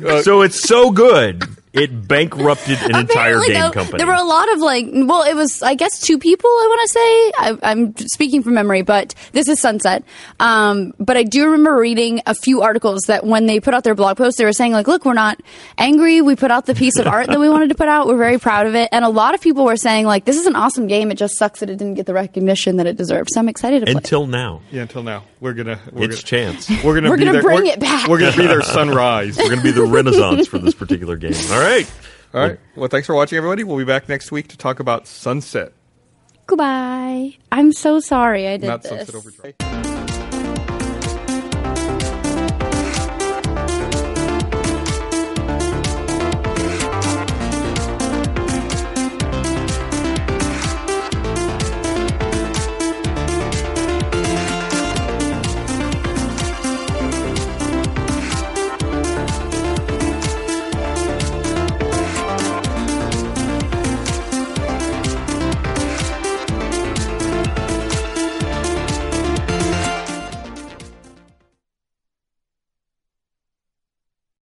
Speaker 1: Uh,
Speaker 2: So it's so good, it bankrupted an entire
Speaker 3: Apparently,
Speaker 2: game
Speaker 3: though,
Speaker 2: company.
Speaker 3: There were a lot of like, well, it was I guess two people. I want to say I, I'm speaking from memory, but this is Sunset. Um, but I do remember reading a few articles that when they put out their blog post, they were saying like, look, we're not angry. We put out the piece of art that we wanted to put out. We're very proud of it, and a lot of people were saying like, this is an awesome game. It just sucks that it didn't get the recognition that it deserved. So I'm excited to play. it.
Speaker 2: Until now,
Speaker 1: yeah. Until now, we're gonna we're
Speaker 2: it's
Speaker 1: gonna,
Speaker 2: chance.
Speaker 1: we're gonna
Speaker 3: We're
Speaker 1: be
Speaker 3: gonna
Speaker 1: there-
Speaker 3: bring
Speaker 1: we're-
Speaker 3: it back.
Speaker 1: We're gonna be there sunrise.
Speaker 2: We're going to be the renaissance for this particular game. All right.
Speaker 1: All right. Well, thanks for watching, everybody. We'll be back next week to talk about Sunset,
Speaker 3: Goodbye. I'm so sorry I did
Speaker 1: not
Speaker 3: this.
Speaker 1: Sunset Overdrive.